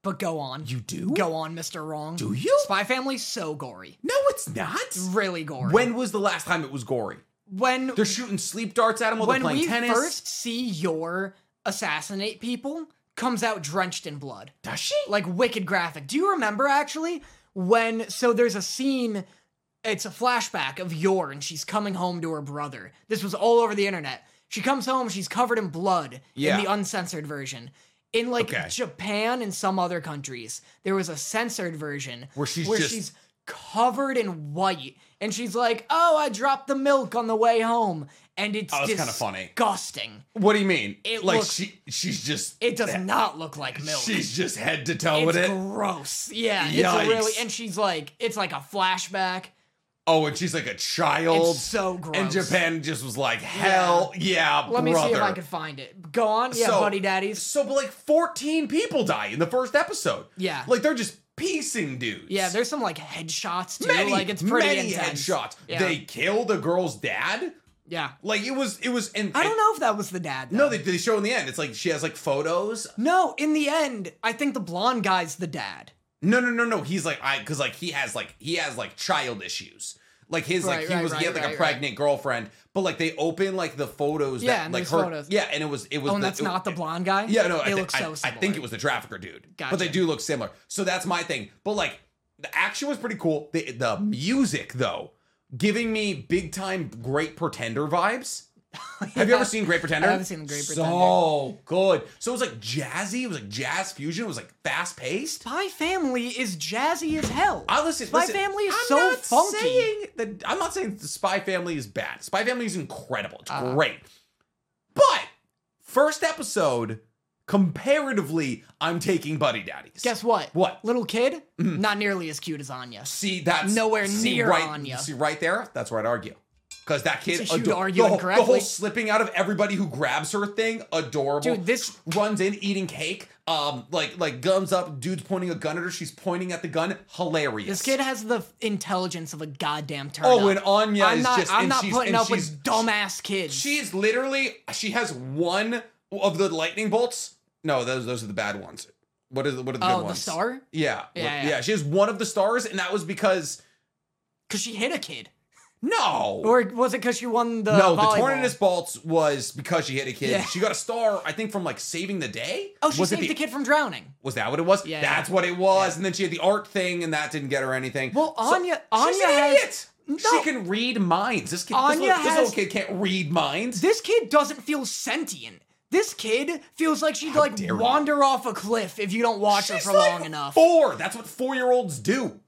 But go on.
you do
Go on, Mr. Wrong.
Do you?
Spy Family so gory.
No, it's not.
Really gory.
When was the last time it was gory?
when
They're shooting sleep darts at him while
when
they're playing
we
tennis.
first see your assassinate people comes out drenched in blood.
Does she?
Like wicked graphic. Do you remember actually when so there's a scene it's a flashback of Yor and she's coming home to her brother. This was all over the internet. She comes home, she's covered in blood
Yeah.
in the uncensored version. In like
Okay.
Japan and some other countries, there was a censored version
Where she's
where
just-
she's covered in white and she's like, "Oh, I dropped the milk on the way home." And it's
Oh, that's kinda funny.
disgusting.
What do you mean?
It
like
looks-
she she's just
It does not look like milk.
she's just head to toe
it's
with it.
gross. Yeah,
Yikes.
it's really and she's like it's like a flashback.
oh, and she's like a child.
It's so gross.
and Japan just was like, hell yeah,
Let
brother.
me see if I can find it. Go on, yeah,
So-
buddy daddies.
So, but like, fourteen people die in the first episode.
Yeah.
like they're just piecing dudes.
Yeah, there's some like headshots too.
many,
like it's pretty
many
intense.
headshots.
Yeah.
They kill the girl's dad.
yeah.
Like it was, it was. And
I don't know if that was the dad.
No,
though.
they, they show in the end. It's like she has like photos
no. In the end, I think the blonde guy's the dad.
No, no, no, no. He's like I because like he has like he has like child issues. Like his like
Right,
he
right,
was he
right,
had like a
right, right.
pregnant girlfriend, but like they open like the photos
Yeah,
that
and
like
there's
her
photos.
yeah, and it was it was
Oh, and that's
it-
not the blonde guy.
yeah no
they
I, thi-
look so
I, I
similar.
think it was the trafficker dude, but they
Gotcha.
do look similar. So that's my thing. But like the action was pretty cool. The the music though, giving me big time great pretender vibes. Have you ever seen Great Pretender?
I haven't seen The Great
So good. So it was like jazzy. It was like jazz fusion. It was like fast paced.
Spy Family is jazzy as hell.
I listen.
Spy
listen,
Family is
I'm
so
not
funky.
Saying that, I'm not saying the Spy Family is bad. Spy Family is incredible. It's
Uh-huh.
great. But first episode, comparatively, I'm taking Buddy Daddies.
Guess what? Mm-hmm.
What?
Little kid, not nearly as cute as Anya.
See, that's
Nowhere
see
near
right,
Anya.
See, right there, that's where I'd argue. Because that kid,
It's a huge
ador-
arguing
the, whole, the
correctly.
whole slipping out of everybody who grabs her thing, adorable.
Dude, this-
runs in eating cake, um, like like gums up. Dude's pointing a gun at her. She's pointing at the gun. Hilarious.
This kid has the f- intelligence of a goddamn turn.
Oh,
up.
and Anya
I'm
is
not.
just.
I'm
and
not
she's,
putting
and
up
she's-
with dumbass kids.
She's literally. She has one of the lightning bolts. No, those those are the bad ones. What are the what are the
oh,
good
the
ones?
star,
Yeah,
Yeah,
yeah,
yeah.
yeah. She has one of the stars, and that was because
because she hit a kid,
no.
or was it because she won the
no,
volleyball?
the Tornadus Bolts was because she hit a kid.
Yeah.
She got a star, I think, from like saving the day.
Oh, she
was it
saved the kid from drowning.
Was that what it was?
Yeah.
That's what it was. And then she had the art thing, and that didn't get her anything.
Well,
So-
Anya-
she's
Anya
an
has-
idiot. She
No.
can read minds. This kid, this,
Anya
little, this
has-
little kid can't read minds.
This kid doesn't feel sentient. This kid feels like she'd like
dare you.
wander off a cliff if you don't watch her
She's
for
like
long enough.
Four. That's what four-year-olds do.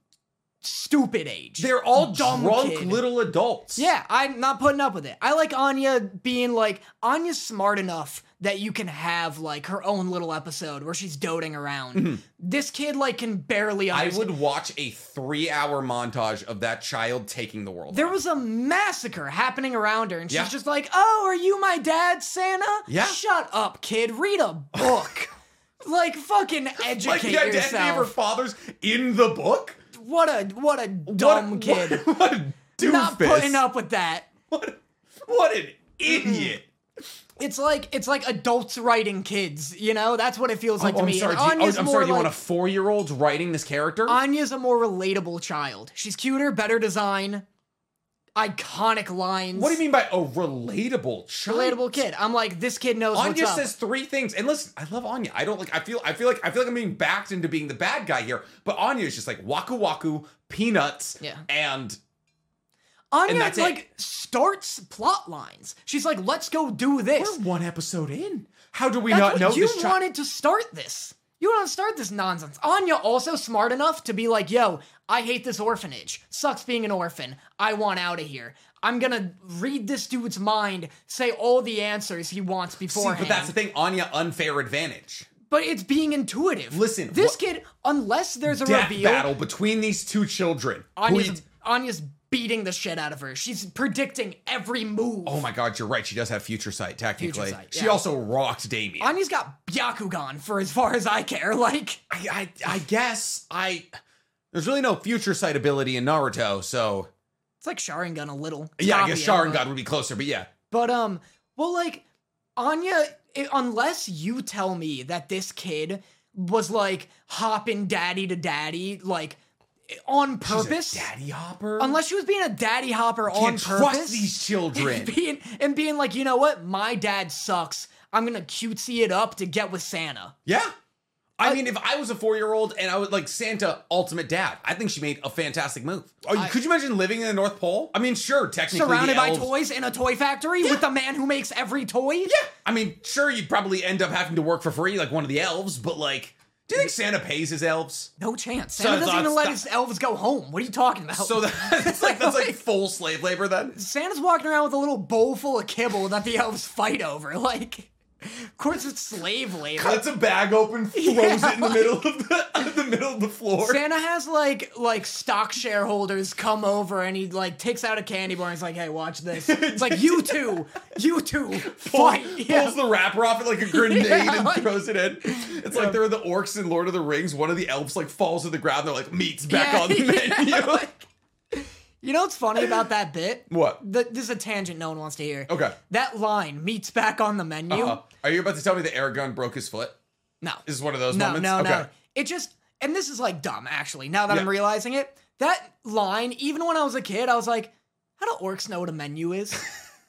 Stupid age.
They're all
Dumb
drunk
kid.
little adults.
Yeah, I'm not putting up with it. I like Anya being like Anya's smart enough that you can have like her own little episode where she's doting around. This kid like can barely
Mm-hmm. I
understand.
would watch a three-hour montage of that child taking the world.
there was a massacre happening around her, and she's
Yeah.
just like, "Oh, are you my dad, Santa?
Yeah.
Shut up, kid. Read a book. like, fucking educate
like the identity of her
yourself.
father's in the book.
What a what a dumb
what,
kid.
What, what a doofus.
Not putting up with that.
What, what an idiot.
It's like it's like adults writing kids. You know, that's what it feels like
Oh,
to
I'm
me.
sorry.
And
do you-
Anya's
oh, I'm
more
sorry. You want a
like-
four-year-old writing this character?
Anya's a more relatable child. She's cuter, better design, iconic lines.
what do you mean by a relatable child?
Relatable kid. I'm like, this kid knows
Anya
what's up.
says three things, and listen, I love Anya. I don't like. I feel. I feel like. I feel like I'm being backed into being the bad guy here. But Anya is just like waku waku peanuts.
Yeah.
And
Anya
and that's it.
like starts plot lines. She's like, let's go do this.
we're one episode in. How do we
That's
not
what
know
you
this child?
wanted to start this. You want to start this nonsense. Anya also smart enough to be like, yo, I hate this orphanage. Sucks being an orphan. I want out of here. I'm gonna read this dude's mind, say all the answers he wants
See,
beforehand.
but that's the thing. Anya unfair advantage.
but it's being intuitive.
Listen,
this
wha-
kid, unless there's a
Death
reveal,
battle between these two children. Who you-
Anya's, Anya's beating the shit out of her. She's predicting every move.
Oh my god, you're right. She does have future sight, technically.
sight,
She
yeah.
also rocked Damien. I,
Anya's got Byakugan for as far as I care. Like,
I I guess I there's really no future sight ability in Naruto, so
it's like Sharingan a little. It's
yeah, I guess
Naruto, but-
Sharingan would be closer, but yeah.
But, um, well, like, Anya, i unless you tell me that this kid was like hopping daddy to daddy, like, on
She's a
purpose.
daddy hopper.
Unless she was being a daddy hopper
you
on
can't
purpose.
trust these children.
being and being like, you know what, my dad sucks. I'm gonna cutesy it up to get with Santa.
yeah. I, mean, if I was a four-year-old and I was like Santa, ultimate dad, I think she made a fantastic move. Are you-
I-
could you imagine living in the North Pole? I mean, sure, technically,
Surrounded
the
by
elves-
toys in a toy factory with the man who makes every toy. Yeah.
I mean, sure, you'd probably end up having to work for free, like one of the elves, but like, do you think Santa pays his elves?
No chance. Santa doesn't
that's-
even let
that-
his elves go home. What are you talking about?
So that's like that's like full slave labor then.
Santa's walking around with a little bowl full of kibble that the elves fight over. Like, of course it's slave labor.
Cuts a bag open, throws
Yeah,
it in the middle of the, the middle of the floor.
Santa has like like stock shareholders come over and he like takes out a candy bar and he's like, hey, watch this. It's like you two, you two,
Pull-
fight. Yeah.
Pulls the wrapper off it like a grenade
Yeah,
and
like-
throws it in. It's like they're the orcs in Lord of the Rings. One of the elves like falls to the ground. They're like meat's back
Yeah,
on the
yeah,
menu.
like- you know what's funny about that bit?
What?
The, this is a tangent no one wants to hear.
Okay.
That line, meat's back on the menu.
Uh, are you about to tell me that Aragon broke his foot?
No.
This is one of those
No,
moments.
no,
okay.
no. It just, and this is like dumb, actually, now that I'm
Yeah.
realizing it. That line, even when I was a kid, I was like, how do orcs know what a menu is?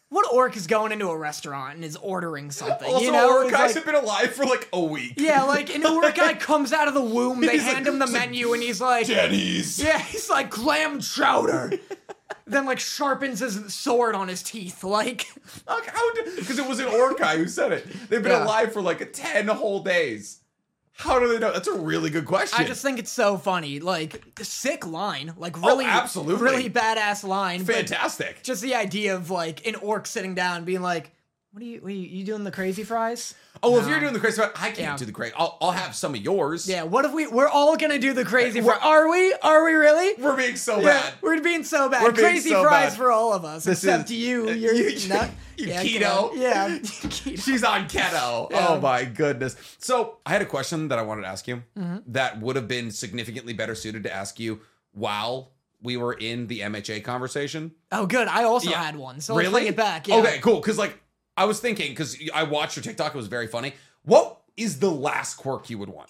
what orc is going into a restaurant and is ordering something?
Also,
you know?
our
It's
guys
like-
have been alive for like a week.
yeah, like an Urukai comes out of the womb, they
He's
hand
like-
him the
he's like,
menu, and he's like,
Denny's.
Yeah, he's like clam chowder. then like sharpens his sword on his teeth. Like
Like, how? Because it was an Orkai who said it. They've been
Yeah.
alive for like ten whole days. How do they know? That's a really good question.
I just think it's so funny. Like sick line. Like really
Oh, absolutely.
really badass line. but
fantastic.
Just the idea of like an orc sitting down and being like, What are you what are you, you doing the crazy fries?
oh, well, if you're doing the crazy, fry, I can't
Yeah.
do the crazy. I'll, I'll have some of yours.
Yeah, what if we we're all gonna do the crazy fries? Are we? Are we really?
we're being so
Yeah,
bad.
we're being so bad.
We're being
crazy
so
fries
bad.
for all of us,
This
except
is-
you.
uh,
You're
you-
nut.
you
yeah,
keto.
come on. Yeah, keto.
She's on keto.
Yeah.
Oh my goodness. So I had a question that I wanted to ask you
Mm-hmm.
that would have been significantly better suited to ask you while we were in the MHA conversation.
Oh, good. I also
Yeah.
had one, so let's bring it back. Yeah.
Okay, cool. Because like I was thinking, because I watched your TikTok, it was very funny. What is the last quirk you would want?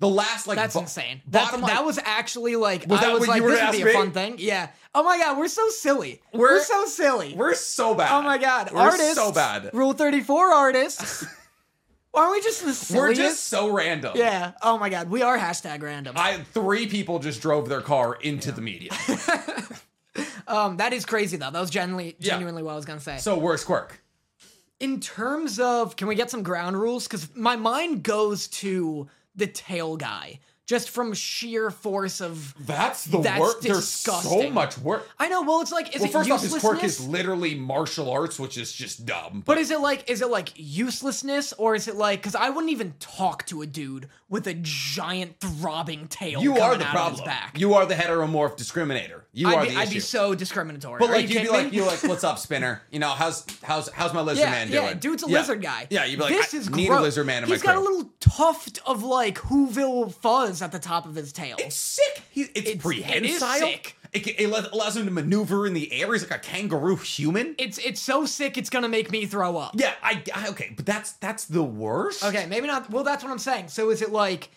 The last like
That's
bo-
insane. That's,
bottom line-
that was actually like
Was that
I was
what
like,
you were
this
gonna
would be a
ask me?
fun thing. Yeah. Oh my god, we're so silly. We're,
We're-
so silly.
We're so bad.
oh my god,
we're
artists.
so bad.
Rule thirty four artists. Aren't we just the
We're
silliest?
just so random.
yeah. Oh my god, we are hashtag random.
I three people just drove their car into the media.
um, that is crazy though. That was genuinely
Yeah.
genuinely what I was gonna say.
so worst quirk.
in terms of can we get some ground rules because my mind goes to the tail guy just from sheer force of
That's the
That's
worst. There's so
disgusting.
much work.
i know well it's like is
Well,
it
first off, his
uselessness
quirk is literally martial arts, which is just dumb.
but is it like is it like uselessness or is it like because i wouldn't even talk to a dude with a giant throbbing tail
you are
coming
the
out of his
problem.
back
You are the heteromorph discriminator. You are
I'd, be,
the
I'd be
issue.
so discriminatory
But
Are you
like you'd be
kidding
like,
me?
you're like, what's up, Spinner? You know, how's how's how's my lizard
yeah,
man doing?
yeah, dude's a
Yeah.
lizard guy.
Yeah, you'd be like,
this
I
is
need
gross.
a lizard man in
He's
my
got a little tuft of like Whoville fuzz at the top of his tail.
It's sick. He, it's,
It's-
prehensile.
it is sick.
It, can- it allows- allows him to maneuver in the air. He's like a kangaroo human.
it's it's so sick it's gonna make me throw up.
yeah, I, I okay, but that's that's the worst.
Okay, maybe not. Well, that's what I'm saying. So is it like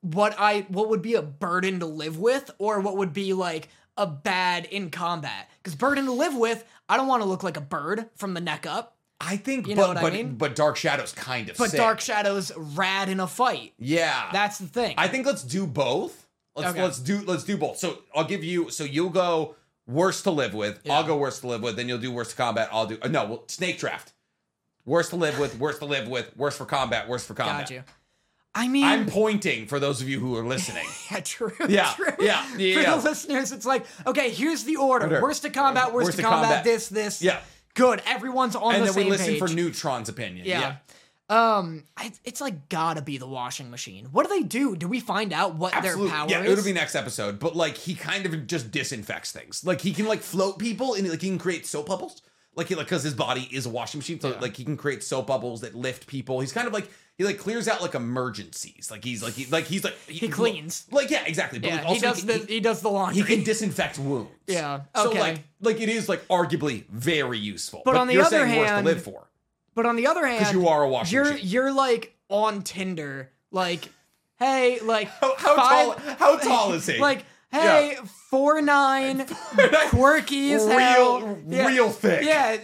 what I what would be a burden to live with, or what would be like a bad in combat? Because burden to live with, I don't want to look like a bird from the neck up.
I think,
You
but
know what I
but
mean?
but Dark Shadow's kind of
But
sick.
Dark Shadow's rad in a fight.
Yeah,
That's the thing.
I think let's do both. Let's
Okay.
let's do let's do both. So I'll give you. So you'll go worst to live with. I'll go worst to live with. Then you'll do worst to combat. I'll do uh, no well, snake draft. Worst to live with. Worst to live with. Worst for combat. Worst for combat.
Got you. I mean,
I'm pointing for those of you who are listening.
yeah, true.
Yeah,
true.
yeah, yeah,
For
yeah.
the listeners, it's like, okay, here's the order:
Order.
worst to combat, worst, to combat, this, this.
Yeah.
Good. Everyone's on
and
the
then we
same
listen
page.
for Neutron's opinion. Yeah.
Yeah. Um, I, it's like gotta be the washing machine. What do they do? Do we find out what
Absolutely.
their power
Yeah,
is?
it'll be next episode. But like he kind of just disinfects things. Like he can like float people and like he can create soap bubbles. Like he like because his body is a washing machine, so like he can create soap bubbles that lift people. He's kind of like he like clears out like emergencies. Like he's like he like he's like
He cleans.
Like yeah, exactly. But
yeah,
like,
he
also
does
can-
the
he-
he does the laundry.
he can disinfect wounds.
Yeah,
So
okay.
like like it is like arguably very useful. But,
on the
you're
other
saying worse to
hand-
live for.
but on the other hand,
you are a washing
you're,
machine.
You're like on Tinder, like, hey, like
How, how
five,
tall how tall is he?
Like, hey, four nine, quirky as hell,
real
Yeah.
real thick.
yeah,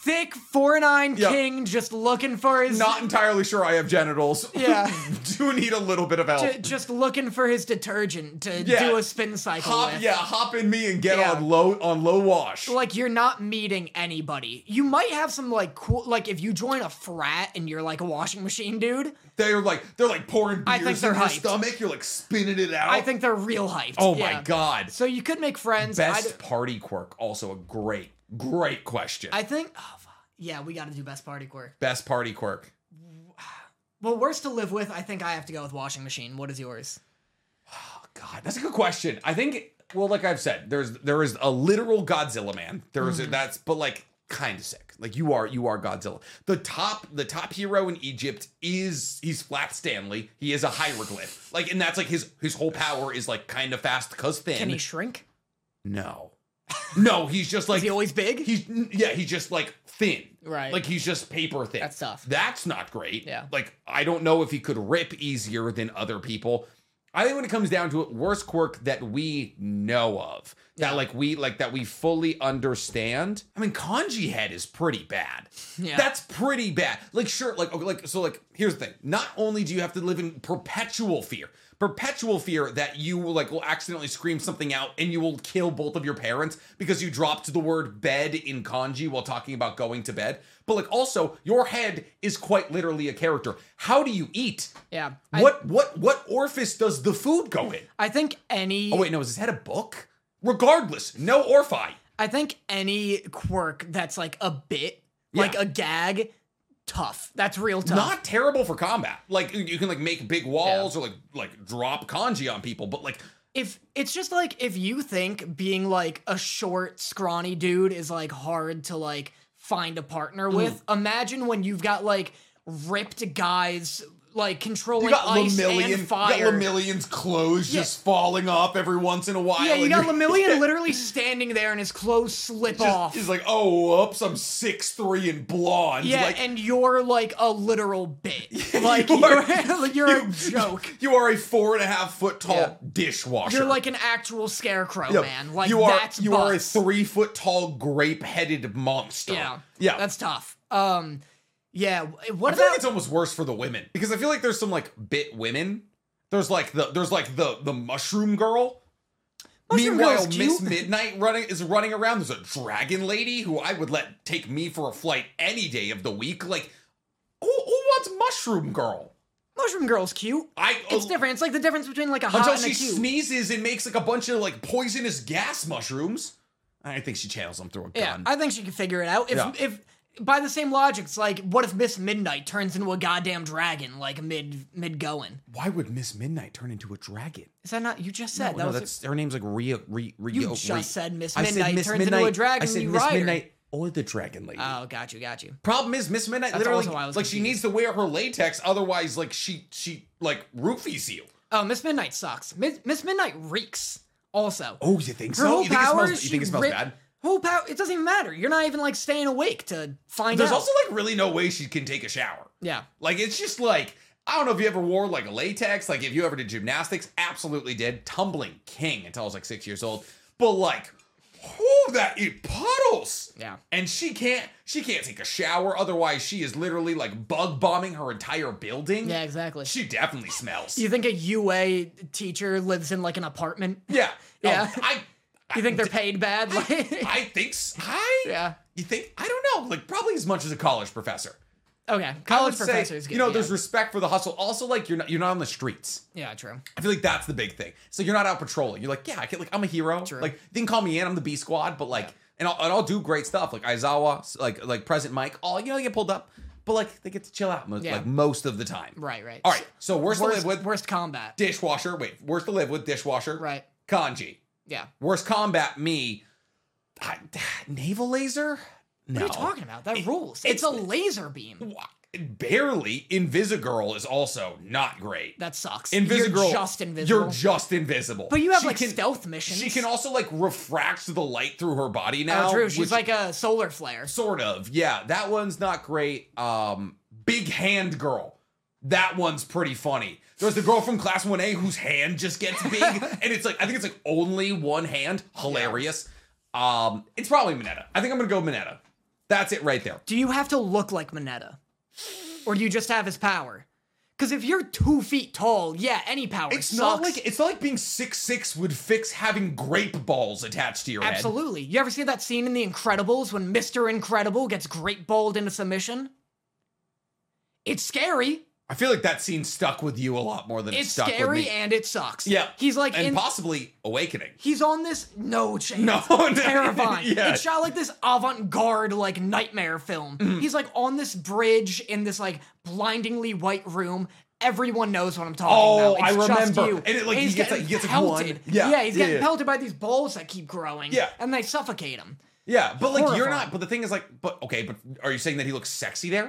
thick four nine
Yeah.
king, just looking for his
Not entirely sure I have genitals.
Yeah.
Do need a little bit of help.
ju- just looking for his detergent to
Yeah.
do a spin cycle
hop,
with.
yeah, hop in me and get
Yeah.
on low on low wash.
like you're not meeting anybody. You might have some like cool like if you join a frat and you're like a washing machine dude,
They're like they're like pouring
I
beers
think they're
in your
hyped.
stomach. You're like spinning it out.
I think they're real hyped.
Oh
Yeah.
my god!
So you could make friends.
Best
I'd-
party quirk. Also a great great question.
I think oh, fuck. yeah, we got to do best party quirk.
Best party quirk.
Well, worst to live with, I think I have to go with washing machine. What is yours?
Oh god, that's a good question. I think well, like I've said, there's there is a literal Godzilla man. There
Mm-hmm.
is a, that's but like kind of sick. Like you are you are Godzilla. The top the top hero in Egypt is he's flat Stanley. He is a hieroglyph. Like and that's like his his whole power is like kind of fast cuz thin.
Can he shrink?
no. No, he's just like
Is he always big?
he's yeah, he's just like thin.
Right.
Like he's just paper thin.
That's tough.
That's not great.
Yeah.
Like I don't know if he could rip easier than other people. I think when it comes down to it, worst quirk that we know of. That
Yeah.
like we like that we fully understand. I mean, kanji head is pretty bad.
Yeah.
That's pretty bad. Like sure, like okay, like so like here's the thing. Not only do you have to live in perpetual fear, perpetual fear that you will like will accidentally scream something out and you will kill both of your parents because you dropped the word bed in kanji while talking about going to bed. But like also your head is quite literally a character. How do you eat?
Yeah. I-
What what what orifice does the food go in?
I think any
Oh wait, no, is his head a book? Regardless, no orphi.
I think any quirk that's like a bit,
Yeah.
like a gag, tough. That's real tough.
Not terrible for combat. Like you can like make big walls or like like drop kanji on people, but like
if it's just like if you think being like a short, scrawny dude is like hard to like find a
Mm.
partner with, imagine when you've got like ripped guys like controlling
You got
ice
Lamillion,
and
you got
fire.
Lamillion's clothes
Yeah.
just falling off every once in a while.
yeah, you
and
got
you're
Lamillion literally standing there and his clothes slip
just-
off.
He's like, oh, whoops, I'm six three and blonde.
yeah,
like,
and you're like a literal bit. Like
you
you're,
are-
you're a joke.
you are a four and a half foot tall
Yeah.
dishwasher.
You're like an actual scarecrow,
Yeah.
man. Like
you are
that's
you are a
butts.
three foot tall grape headed monster.
yeah,
yeah.
that's tough. Um, yeah. w- eh, What
I feel like
about
it's almost worse for the women because I feel like there's some like bit women. There's like the there's like the the mushroom girl.
Mushroom
Meanwhile,
girl's
Miss
cute.
Midnight running is running around. There's a dragon lady who I would let take me for a flight any day of the week. Like, who, who wants mushroom girl?
Mushroom Girl's cute?
I uh,
It's different. It's like the difference between like a hot
Oh. until
and a
she
cute.
sneezes and makes like a bunch of like poisonous gas mushrooms. I think she channels them through a
yeah,
gun.
I think she could figure it out. If
Yeah.
if by the same logic, it's like what if Miss Midnight turns into a goddamn dragon like mid mid going?
Why would Miss Midnight turn into a dragon? Oh,
Is that not you just said that
no,
was
that's her name's like Ria. Ria, Ria
you just said Miss Midnight turns into a dragon.
I said
you
Miss
ride her.
Midnight or the Dragon Lady.
Oh, got you, got you.
Problem is, Miss Midnight literally
also why I was
like she needs to wear her latex, otherwise, like she she like roofies you.
Oh, Miss Midnight sucks. Miss, Miss Midnight reeks. Also,
Oh, you think
Her whole
you think it
powers.
smells, you think it
she
smells
rip-
bad?
Whole power. It doesn't even matter. You're not even like staying awake to find
There's
out.
also like really no way she can take a shower.
yeah.
Like it's just like I don't know if you ever wore like latex. Like if you ever did gymnastics, absolutely did. Tumbling king until I was like six years old. But like, whoo, that it puddles.
Yeah.
And she can't she can't take a shower. Otherwise, she is literally like bug bombing her entire building.
Yeah. Exactly.
She definitely smells.
you think a UA teacher lives in like an apartment?
yeah.
Yeah.
Oh, I
You think they're paid bad? Like,
I think s- I
Yeah.
You think I don't know. Like probably as much as a college professor.
okay.
I
College
would say,
professors. Good,
you know,
yeah.
there's respect for the hustle. Also, like you're not you're not on the streets.
yeah. True.
I feel like that's the big thing. So you're not out patrolling. You're like, yeah, I can, like I'm a hero.
True.
Like you can call me in. I'm the B squad, but like, and, I'll, and I'll do great stuff. Like Aizawa, s- like like President Mike. All you know, they get pulled up, but like they get to chill out mo-
Yeah.
like most of the time.
Right. Right.
All right. So worst,
Worst,
to live with
worst combat.
dishwasher. Wait, worst to live with dishwasher.
Right.
Kanji.
Yeah.
Worst combat me. I, naval laser. No.
What are you talking about? That rules.
it's-
It's, a laser beam.
Barely. Invisigirl is also not great.
That sucks.
Invisigirl.
You're just invisible.
You're just invisible.
but you have
She
like
can-
stealth missions.
She can also like refract the light through her body now.
Oh, true. She's
which-
like a solar flare.
sort of. Yeah, that one's not great. Um, Big Hand Girl. That one's pretty funny. There's the girl from Class 1A whose hand just gets big, and it's like I think it's like only one hand. Hilarious. Um, it's probably Minetta. I think I'm gonna go Minetta. That's it right there.
Do you have to look like Mineta? Or do you just have his power? Because if you're two feet tall, yeah, any power
It's
sucks.
not like it's not like being six six would fix having grape balls attached to your head.
Absolutely. You ever see that scene in The Incredibles when Mr. Incredible gets great balled into submission? It's scary.
I feel like that scene stuck with you a lot more than it
It's
stuck with
scary
me.
and it sucks.
yeah,
He's like
and
in,
possibly awakening.
he's on this no chance.
No, no,
terrifying.
yeah.
It's shot like this avant-garde like nightmare film.
Mm-hmm.
He's like on this bridge in this like blindingly white room. Everyone knows what I'm talking
Oh,
about. It's
I
just
remember.
you.
And it, like, he
he's
gets,
getting
like- he gets, like, one-
pelted.
Yeah,
he's
yeah,
getting
yeah.
pelted by these balls that keep growing.
Yeah.
and they suffocate him.
Yeah, but like you're
Horrifying.
not. But the thing is, like, but okay, but are you saying that he looks sexy there?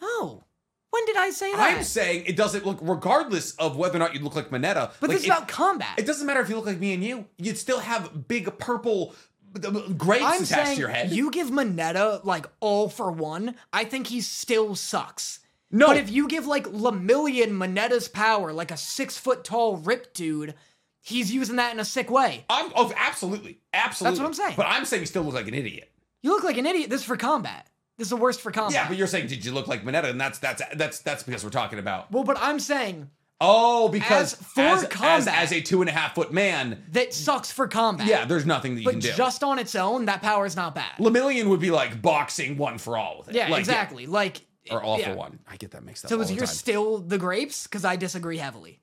No, Oh, when did I say that?
I'm saying it doesn't look, regardless of whether or not you look like Mineta.
but
like,
this is
it,
about combat.
It doesn't matter if you look like me and you. You'd still have big purple uh, grapes
I'm
attached
saying
to your head.
you give Mineta like all for one. I think he still sucks.
No.
but if you give like Lamillion Mineta's power, like a six foot tall ripped dude, he's using that in a sick way.
I'm oh, absolutely, absolutely.
I'm saying.
But I'm saying you still look like an idiot.
You look like an idiot. This is for combat. This is the worst for combat.
Yeah, but you're saying did you look like Mineta? And that's that's that's that's because we're talking about.
well, but I'm saying
Oh, because
As for
as,
combat-
as a two and a half foot man,
That sucks for combat.
yeah, there's nothing that you
But
can do.
just on its own, that power is not bad.
Lemillion would be like boxing one for all with it.
yeah,
Like,
exactly. Like
Or all
yeah.
for one. I get that mixed up.
So
all
is
the
yours
time.
still the grapes? Because I disagree heavily.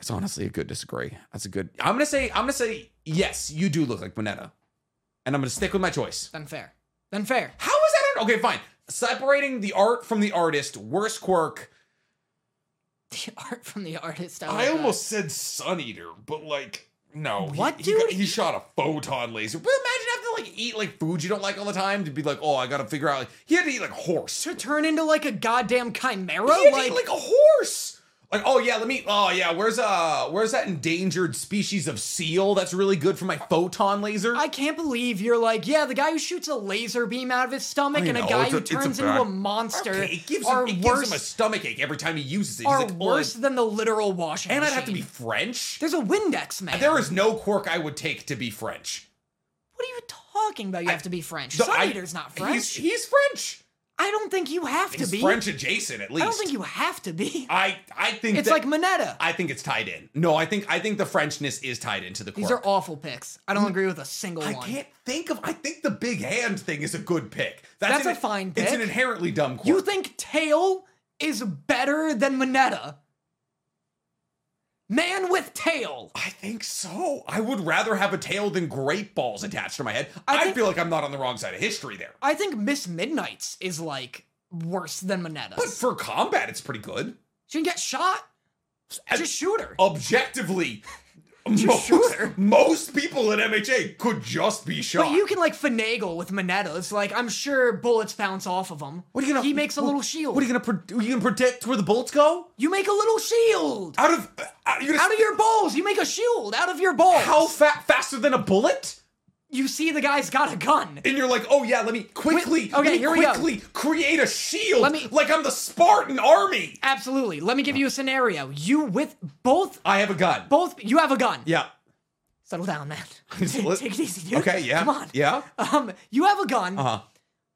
It's honestly a good disagree. That's a good. I'm gonna say. I'm gonna say yes. You do look like Moneta, and I'm gonna stick with my choice.
Then fair. Then fair.
How is that? An, okay, fine. Separating the art from the artist. Worst quirk.
The art from the artist.
I
like that.
almost said Sun Eater, but like no. he-
What,
he,
dude?
got- He, shot a photon laser. But imagine having to like eat like food you don't like all the time to be like, oh, I gotta figure out. Like, he had to eat like horse.
to turn into like a goddamn chimera.
He had to
Like,
eat like a horse. Like, oh yeah, let me. Oh yeah, where's uh, where's that endangered species of seal that's really good for my photon laser?
I can't believe you're like, yeah, the guy who shoots a laser beam out of his stomach
I
and a
know,
guy
it's a-
who
it's a
turns
bad-
into a monster
Okay, it gives,
are
him, it
worse
gives him a stomachache every time he uses it. He's
are
like, "Oh,
worse than the literal washing.
and I'd have to be
machine.
French.
There's a Windex man.
There is no quirk I would take to be French.
what are you talking about? You have to be French.
So I-
Sun Eater's not French.
He's, he's French.
I don't think you have to
He's
be.
French adjacent at least.
I don't think you have to be.
I I think
It's
that-
like Mineta.
I think it's tied in. No, I think I think the Frenchness is tied into the quirk.
These are awful picks. I don't agree with a single
Mm, I
one.
can't think of. I think the big hand thing is a good pick.
That's
an-
a fine
It's an
pick.
inherently dumb quirk.
You think tail is better than Mineta? Man with tail.
I think so. I would rather have a tail than grape balls attached to my head. I,
I think-
feel like I'm not on the wrong side of history there.
I think Miss Midnight's is like worse than
But
Mineta's.
for combat, it's pretty good.
She can get shot. Just shoot
Oh,
her.
Objectively, most,
shooter.
most people in MHA could just be shot.
But you can like finagle with Mineta. It's like I'm sure bullets bounce off of him.
what are you gonna?
He makes a
what-
little shield.
What are you gonna? Pre- are you gonna predict where the bullets go?
You make a little shield
Out of uh, out, you're gonna,
out of your balls. You make a shield out of your balls.
how fa- faster than a bullet?
you see the guy's got a gun.
And you're like, oh yeah, let me quickly,
okay,
let me
here we go.
quickly create a shield,
Let me-
like I'm the Spartan army.
Absolutely. Let me give you a scenario. You with both
I have a gun.
both you have a gun.
yeah.
Settle down, man.
Just
take,
let-
take it easy, dude.
Okay, yeah.
Come on.
Yeah.
Um, you have a gun.
Uh-huh.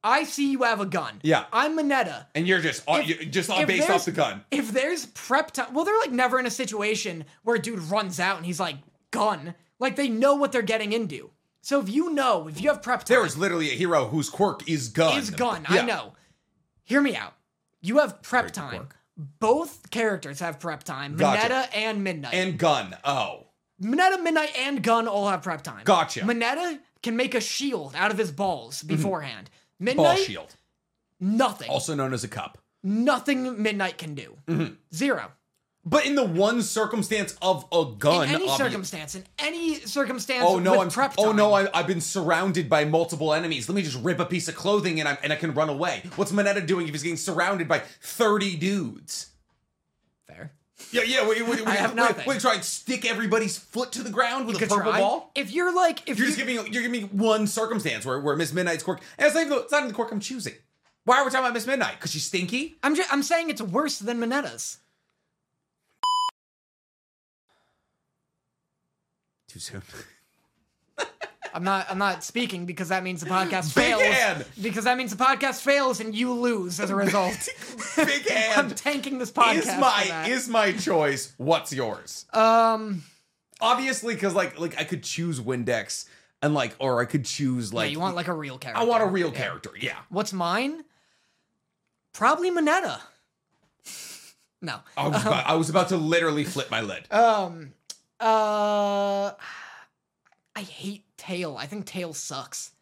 I see you have a gun.
Yeah.
I'm Mineta.
And you're just you're just
if
based off
there's-
the gun.
If there's prep time, well, they're like never in a situation where a dude runs out and he's like gun. Like they know what they're getting into. So if you know, if you have prep time,
There is literally a hero whose quirk is gun.
is gun.
Yeah.
I know. Hear me out. You have prep time.
work.
Both characters have prep time.
Gotcha.
Mineta and Midnight.
And gun. Oh.
Mineta, Midnight, and Gun all have prep time.
Gotcha. Mm-hmm.
Mineta can make a shield out of his balls beforehand.
Ball
Midnight,
shield.
nothing.
Also known as a cup.
Nothing Midnight can do.
Mm-hmm.
Zero.
But in the one circumstance of a gun,
in any
obvi-
circumstance, in any circumstance.
Oh no,
with
I'm
prep
Oh
time.
no, I, I've been surrounded by multiple enemies. Let me just rip a piece of clothing and I and I can run away. What's Mineta doing if he's getting surrounded by thirty dudes?
Fair.
Yeah, yeah. We, we, we,
I have
we-
nothing.
we try and stick everybody's foot to the ground with a
Could
purple
try.
ball.
If you're like, if
You're
you
just giving you're giving me one circumstance where, where Miss Midnight's quirk, and it's not even, it's not even the quirk I'm choosing. Why are we talking about Miss Midnight? Because she's stinky.
I'm just, I'm saying it's worse than Mineta's.
Too soon.
I'm not. I'm not speaking because that means the podcast
Big
fails.
hand.
Because that means the podcast fails and you lose as a result.
Big
I'm
hand
tanking this podcast.
is
for
my
that.
is my choice. What's yours?
um.
Obviously, because like like I could choose Windex and like or I could choose
yeah,
like
you want like a real character.
I want a real character. Yeah.
What's mine? Probably Mineta. no.
I was, about, I was about to literally flip my lid.
Um. Uh. I hate Tail. I think Tail sucks.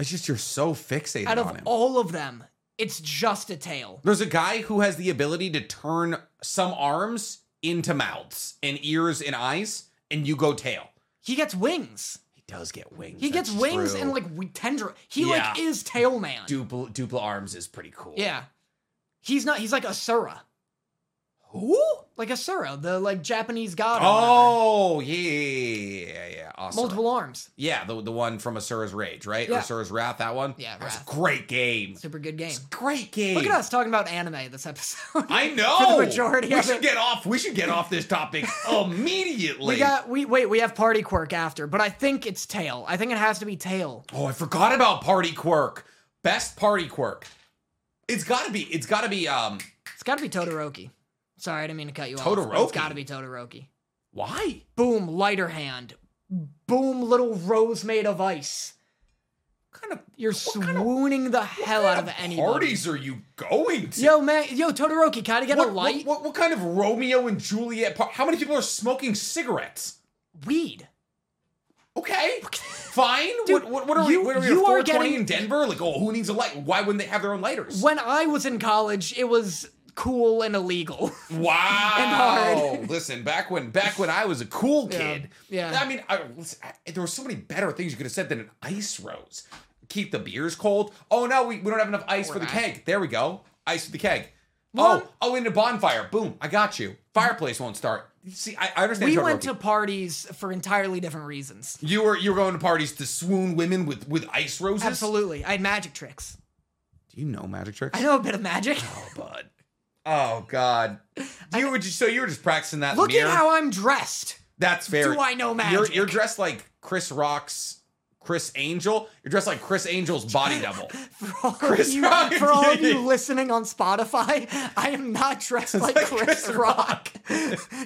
It's just you're so fixated
Out
on
of
him.
all of them, it's just a tail.
There's a guy who has the ability to turn some arms into mouths and ears and eyes, and you go tail.
He gets wings.
He does get wings.
He gets
that's
wings
true.
and like we tendril. He like
Yeah.
is Tail Man.
Dupla, dupla arms is pretty cool.
Yeah. He's not. He's like Asura.
Who?
Like Asura, the like Japanese god. or whatever.
Oh yeah, yeah, yeah, yeah. Asura.
multiple arms.
Yeah, the the one from Asura's Rage, right? Or
Yeah.
Asura's Wrath. That one.
Yeah,
That's
Wrath.
a great game.
Super good game.
Great game.
Look at us talking about anime this episode.
I know.
For the majority
we
of
should
it.
get off. We should get off this topic immediately.
we got we wait we have party quirk after, but I think it's tail. I think it has to be tail.
Oh, I forgot about party quirk. Best party quirk. It's gotta be. It's gotta be. Um,
It's got to be Todoroki. Sorry, I didn't mean to cut you off.
Todoroki?
It's got to be Todoroki.
Why?
Boom, lighter hand. Boom, little rose made of ice.
What kind of
You're swooning the hell out of anybody.
parties are you going to?
Yo, man, yo, Todoroki, can I get
what,
a light?
What, what, what kind of Romeo and Juliet? Par- How many people are smoking cigarettes?
Weed.
Okay, fine.
Dude,
what, what, what are
you-
we? What are we
you
at
are
420
getting-
in Denver? Like, oh, who needs a light? Why wouldn't they have their own lighters?
When I was in college, it was cool and illegal.
Wow.
hard.
Listen, back when back when I was a cool kid.
Yeah.
I mean, I, listen, I- there were so many better things you could have said than an ice rose. Keep the beers cold. Oh no, we, we don't have enough ice for the
that.
keg. There we go. Ice for the keg.
Well-
oh, oh, in a bonfire. Boom. I got you. Fireplace won't start. See, I, I understand.
we
Todoroki.
went to parties for entirely different reasons.
You were you were going to parties to swoon women with with ice roses.
Absolutely. I had magic tricks.
Do you know magic tricks?
I know a bit of magic.
Oh, bud. Oh God. You were just so you were just practicing that.
Look
mirror?
at how I'm dressed.
That's fair.
Do I know
You're,
magic?
you're dressed like Chris Rock's Chris Angel. You're dressed like Chris Angel's body double.
For all,
Chris
of, you,
Rock.
for all of you listening on Spotify, I am not dressed like,
like
Chris,
Chris
Rock.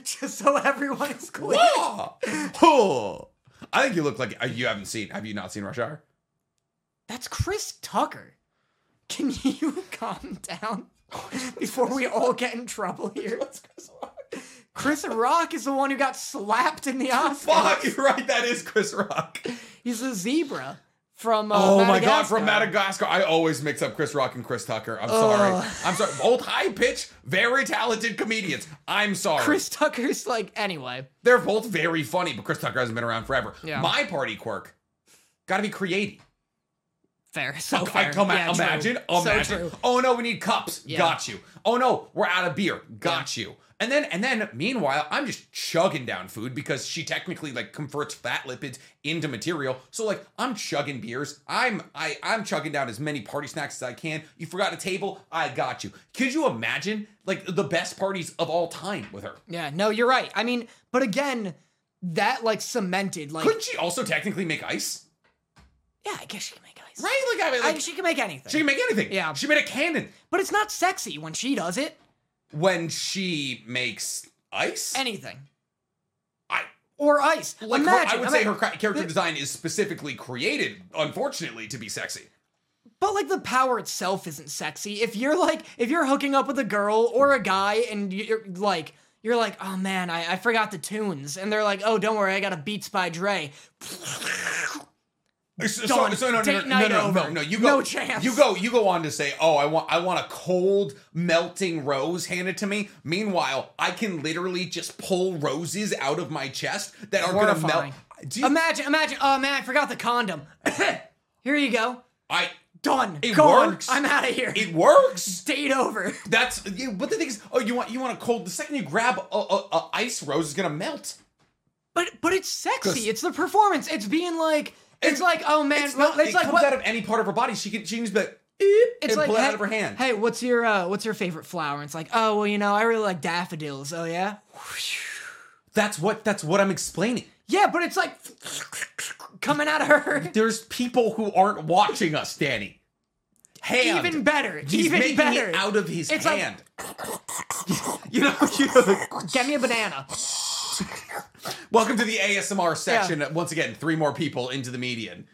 Just so everyone is clear.
Ah! Oh. I think you look like uh, you haven't seen. Have you not seen Rush Hour?
That's Chris Tucker. Can you calm down before we all get in trouble here? Chris Rock is the one who got slapped in the Oscar.
Fuck, you're right. That is Chris Rock.
He's a zebra from uh,
Oh my god, from
Madagascar.
Madagascar. I always mix up Chris Rock and Chris Tucker. I'm sorry.
Ugh.
I'm sorry. Both high pitched, very talented comedians. I'm sorry.
Chris Tucker's like anyway.
They're both very funny, but Chris Tucker hasn't been around forever.
Yeah.
My party quirk. Gotta be creative.
Fair, so
I
fair.
Oh, come
Yeah,
at,
true.
imagine,
So
imagine.
true.
Oh no, we need cups. Got you. Oh no, we're out of beer. Got you. And then and then meanwhile, I'm just chugging down food because she technically like converts fat lipids into material. So like I'm chugging beers. I'm I I'm chugging down as many party snacks as I can. You forgot a table, I got you. Could you imagine like the best parties of all time with her?
Yeah, no, you're right. I mean, but again, that like cemented like
Couldn't she also technically make ice?
yeah, I guess she can make ice.
Right? Like I mean
I,
like, she,
she can make anything.
can make anything.
Yeah.
She made a cannon
but it's not sexy when she does it.
when she makes ice.
Anything.
I
Or ice.
Like her-
imagine,
I would
ima-
say her cra- character design is specifically created, unfortunately, to be sexy.
But like the power itself isn't sexy. If you're like, if you're hooking up with a girl or a guy and you're like, you're like, oh man, I, I forgot the tunes. And they're like, oh, don't worry, I got a Beats by Dre.
So,
Done.
so- so no, no,
Date
no, no,
night
no, no,
over.
no, you go,
No chance.
you go, you go on to say, oh, I want, I want a cold melting rose handed to me. Meanwhile, I can literally just pull roses out of my chest that are going to melt.
Horrifying.
Do you,
Imagine, imagine, oh man, I forgot the condom. here you go.
I,
Done.
It
Gone.
works.
I'm out of here.
it works.
Date over.
That's, yeah, but the thing is, oh, you want, you want a cold. The second you grab a, a, a ice rose, is going to melt.
But but it's
'Cause-
sexy. It's the performance. It's being like it's,
It's-
like oh man,
It's not.
it's
it
like
comes
what
out of any part of her body. She can, she can just be like, "Eep,"
it's
and
like
pull it
hey,
out of her hand.
Hey, what's your uh, what's your favorite flower? And it's like oh well, you know, I really like daffodils. Oh yeah,
That's what that's what I'm explaining.
yeah, but it's like coming out of her.
There's people who aren't watching us, Danny. Hand.
Even better.
He's
even
making
better.
it out of his
It's like-
hand. you know, you know-
Get me a banana.
Welcome to the ASMR section. Once again, three more people into the median.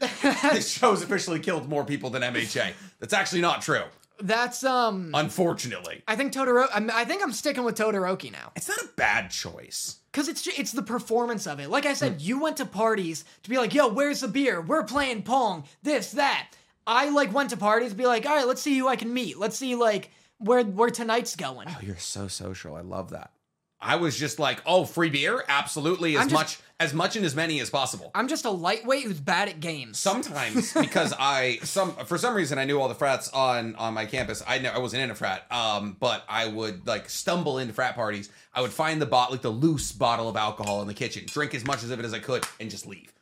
this show's officially killed more people than MHA. That's actually not true,
That's um.
unfortunately.
I think Todoroki. I'm, I think I'm sticking with Todoroki now
It's not a bad choice.
because it's ju- it's the performance of it. Like I
Mm.
said, you went to parties to be like, "Yo, where's the beer? We're playing pong. This that." I like went to parties to be like, "All right, let's see who I can meet. Let's see like where where tonight's going."
Oh, you're so social. I love that. I was just like, oh, free beer? Absolutely, as
I'm just-
much as much and as many as possible.
I'm just a lightweight who's bad at games.
sometimes because I some for some reason I knew all the frats on on my campus. I know I wasn't in a frat, um, but I would like stumble into frat parties. I would find the bot like the loose bottle of alcohol in the kitchen, drink as much of it as I could, and just leave.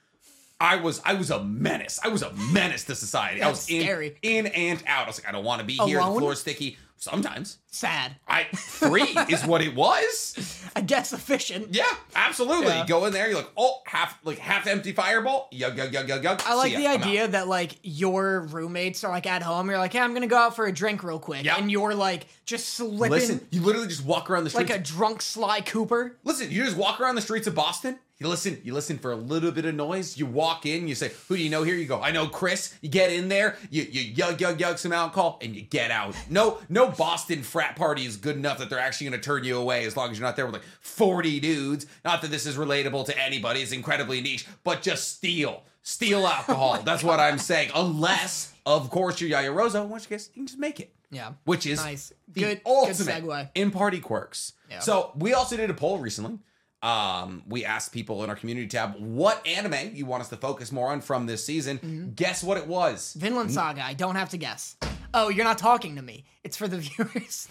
I was I was a menace. I was a menace to society. I
That's
was in,
scary.
in and out. I was like, I don't want to be here. The
Alone?
floor's sticky. Sometimes.
Sad.
I free is what it was.
I guess efficient.
Yeah, absolutely.
Yeah.
Go in there, you're like, oh, half like half empty fireball. Yug yug yug yug yug.
I like
See
the
ya, I'm out.
idea that like your roommates are like at home. You're like, hey, I'm gonna go out for a drink real quick,
Yeah.
and you're like just slipping
Listen, you literally just walk around the streets.
like a drunk Sly Cooper.
listen, you just walk around the streets of Boston. You listen, you listen for a little bit of noise. You walk in, you say, "Who do you know here?" You go, "I know Chris." You get in there, you you yug yug yug some alcohol, and you get out. No, no Boston frat party is good enough that they're actually going to turn you away as long as you're not there with like forty dudes. Not that this is relatable to anybody; it's incredibly niche. But just steal, steal alcohol. That's what I'm saying. Unless, of course, you're Yaya Rosa, in which case you can just make it
Yeah.
which is
Nice.
the
Good- good
ultimate
segue.
in party quirks.
Yeah.
So we also did a poll recently. Um, we asked people in our community tab what anime you want us to focus more on from this season.
Mm-hmm.
Guess what it was?
Vinland Saga. I don't have to guess. Oh, you're not talking to me. It's for the viewers.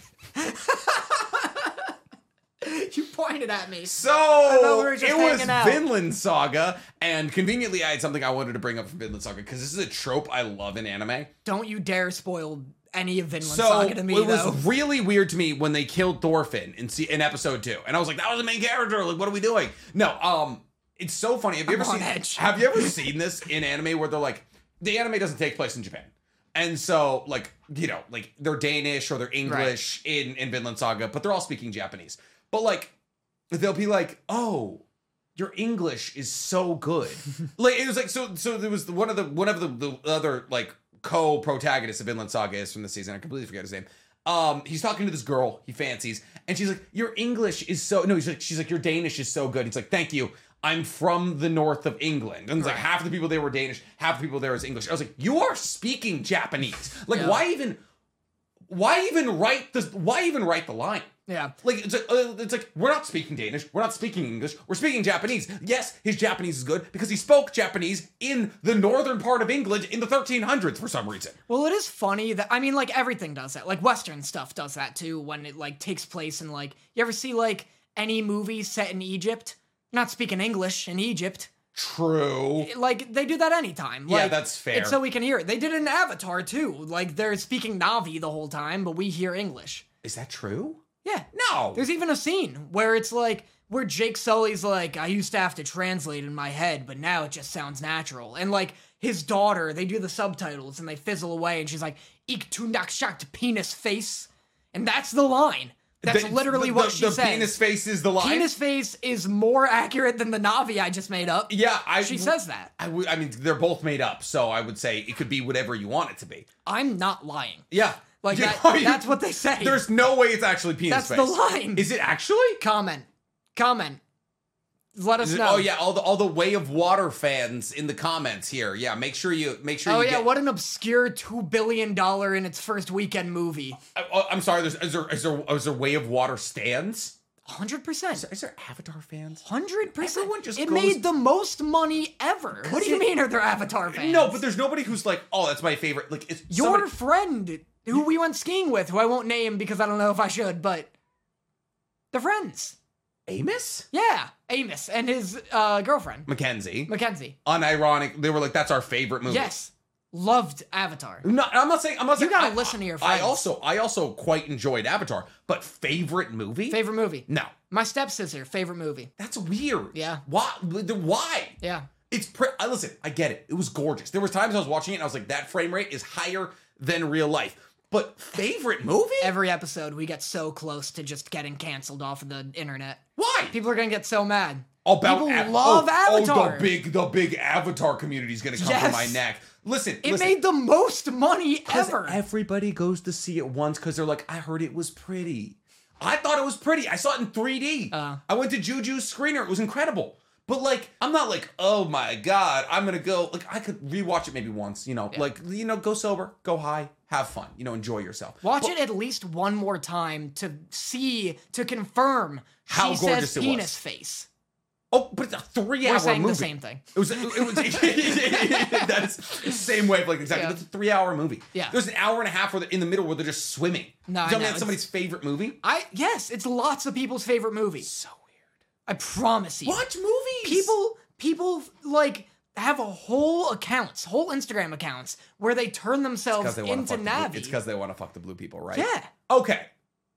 you pointed at me. thought
So
we were just
it was
hanging out.
Vinland Saga, and conveniently I had something I wanted to bring up from Vinland Saga because this is a trope I love in anime.
Don't you dare spoil any of Vinland
So
Saga to me,
it was
though.
really weird to me when they killed Thorfinn in se- in episode two, and I was like, "That was the main character. Like, what are we doing?" No, um, it's so funny. Have you
I'm
ever
on
seen?
edge.
Have you ever seen this in anime where they're like, the anime doesn't take place in Japan, and so like you know like they're Danish or they're English in in Vinland Saga, but they're all speaking Japanese. But like they'll be like, "Oh, your English is so good." like it was like so. So there was one of the one of the, the other like co-protagonists of Inland Saga is from the season. I completely forgot his name. Um, he's talking to this girl he fancies, and she's like, "Your English is so no." He's like, "She's like, your Danish is so good." He's like, "Thank you." I'm from the north of England. And it's like
Right.
half the people there were Danish, half the people there was English. I was like, you are speaking Japanese. Like,
Yeah.
why even why even write the why even write the line?
yeah.
Like it's like, uh, it's like we're not speaking Danish, we're not speaking English, we're speaking Japanese. Yes, his Japanese is good because he spoke Japanese in the northern part of England in the 1300s for some reason.
Well, it is funny that I mean, like everything does that. Like Western stuff does that too. When it like takes place in like, you ever see like any movie set in Egypt? Not speaking English in Egypt.
True.
Like they do that anytime.
Yeah,
Like,
that's fair.
It's so we can hear it. They did it in Avatar too. Like they're speaking Navi the whole time, but we hear English.
Is that true?
Yeah.
No.
There's even a scene where it's like where Jake Sully's like, I used to have to translate in my head, but now it just sounds natural. And like his daughter, they do the subtitles and they fizzle away, and she's like, "Ik tu nakshat penis face," and that's the line. That's
The-
literally
the-
what
the,
she
the
says.
penis face is the line.
Penis face is more accurate than the Navi I just made up.
yeah, I
She says that.
I would- I mean they're both made up, so I would say it could be whatever you want it to be.
I'm not lying.
Yeah.
Like
Yeah,
that,
you-
that's what they say.
There's no way it's actually penis
that's
face.
the line.
Is it actually?
comment? Comment. Let us
Is it-
know.
Oh yeah, all the all the Way of Water fans in the comments here. Yeah, make sure you make sure.
Oh
you
yeah,
get,
what an obscure two billion dollar in its first weekend movie.
I, oh, I'm sorry. There's, is there is there is there Way of Water stands?
Hundred percent.
Is there Avatar fans?
Hundred percent.
Everyone just
it
goes-
made the most money ever. What do you
it-
mean? Are there Avatar fans?
No, but there's nobody who's like, oh, that's my favorite. Like it's
your
somebody-
friend who we went skiing with, who I won't name because I don't know if I should, but the friends.
Amos
Yeah, Amos and his uh, girlfriend
Mackenzie.
Mackenzie.
Unironic. They were like, that's our favorite movie.
Yes, loved Avatar.
No, I'm not saying. I'm not
You
saying.
gotta
I-
listen to your
I
friends.
also I also quite enjoyed Avatar, but favorite movie?
Favorite movie.
No,
My stepsister. Favorite movie.
that's weird.
Yeah.
Why? Why?
Yeah.
It's pre- I listen. I get it. It was gorgeous. There was times I was watching it and I was like, that frame rate is higher than real life. But favorite movie?
Every episode, we get so close to just getting canceled off of the internet.
Why?
People are gonna get so mad.
About
people
Av-
love
oh,
Avatar.
Oh, the big the big Avatar community is gonna come
Yes.
for my neck. Listen,
It
listen,
made the most money
'cause
ever.
Everybody goes to see it once because they're like, I heard it was pretty. I thought it was pretty. I saw it in 3D.
Uh.
I went to Juju's screener. It was incredible. But like, I'm not like, oh my god, I'm gonna go. Like, I could rewatch it maybe once. You know, like you know, go sober, go high, have fun. You know, enjoy yourself.
Watch it at least one more time to see to confirm
How
she
gorgeous
says
it was.
penis face.
Oh, but it's a three-hour
We're saying
movie.
the same thing.
It was. It was. that's the same way. Like exactly.
Yeah.
That's a three-hour movie.
Yeah.
There's an hour and a half where they're in the middle where they're just swimming.
No, I
Tell me
know,
that's somebody's favorite movie.
I yes, it's lots of people's favorite movie.
So weird.
I promise you.
Watch movies.
People people like have a whole accounts, whole Instagram accounts where they turn themselves
Because they want to
into
fuck. The
Navi.
blue, it's because they want to fuck the blue people, right?
yeah.
Okay,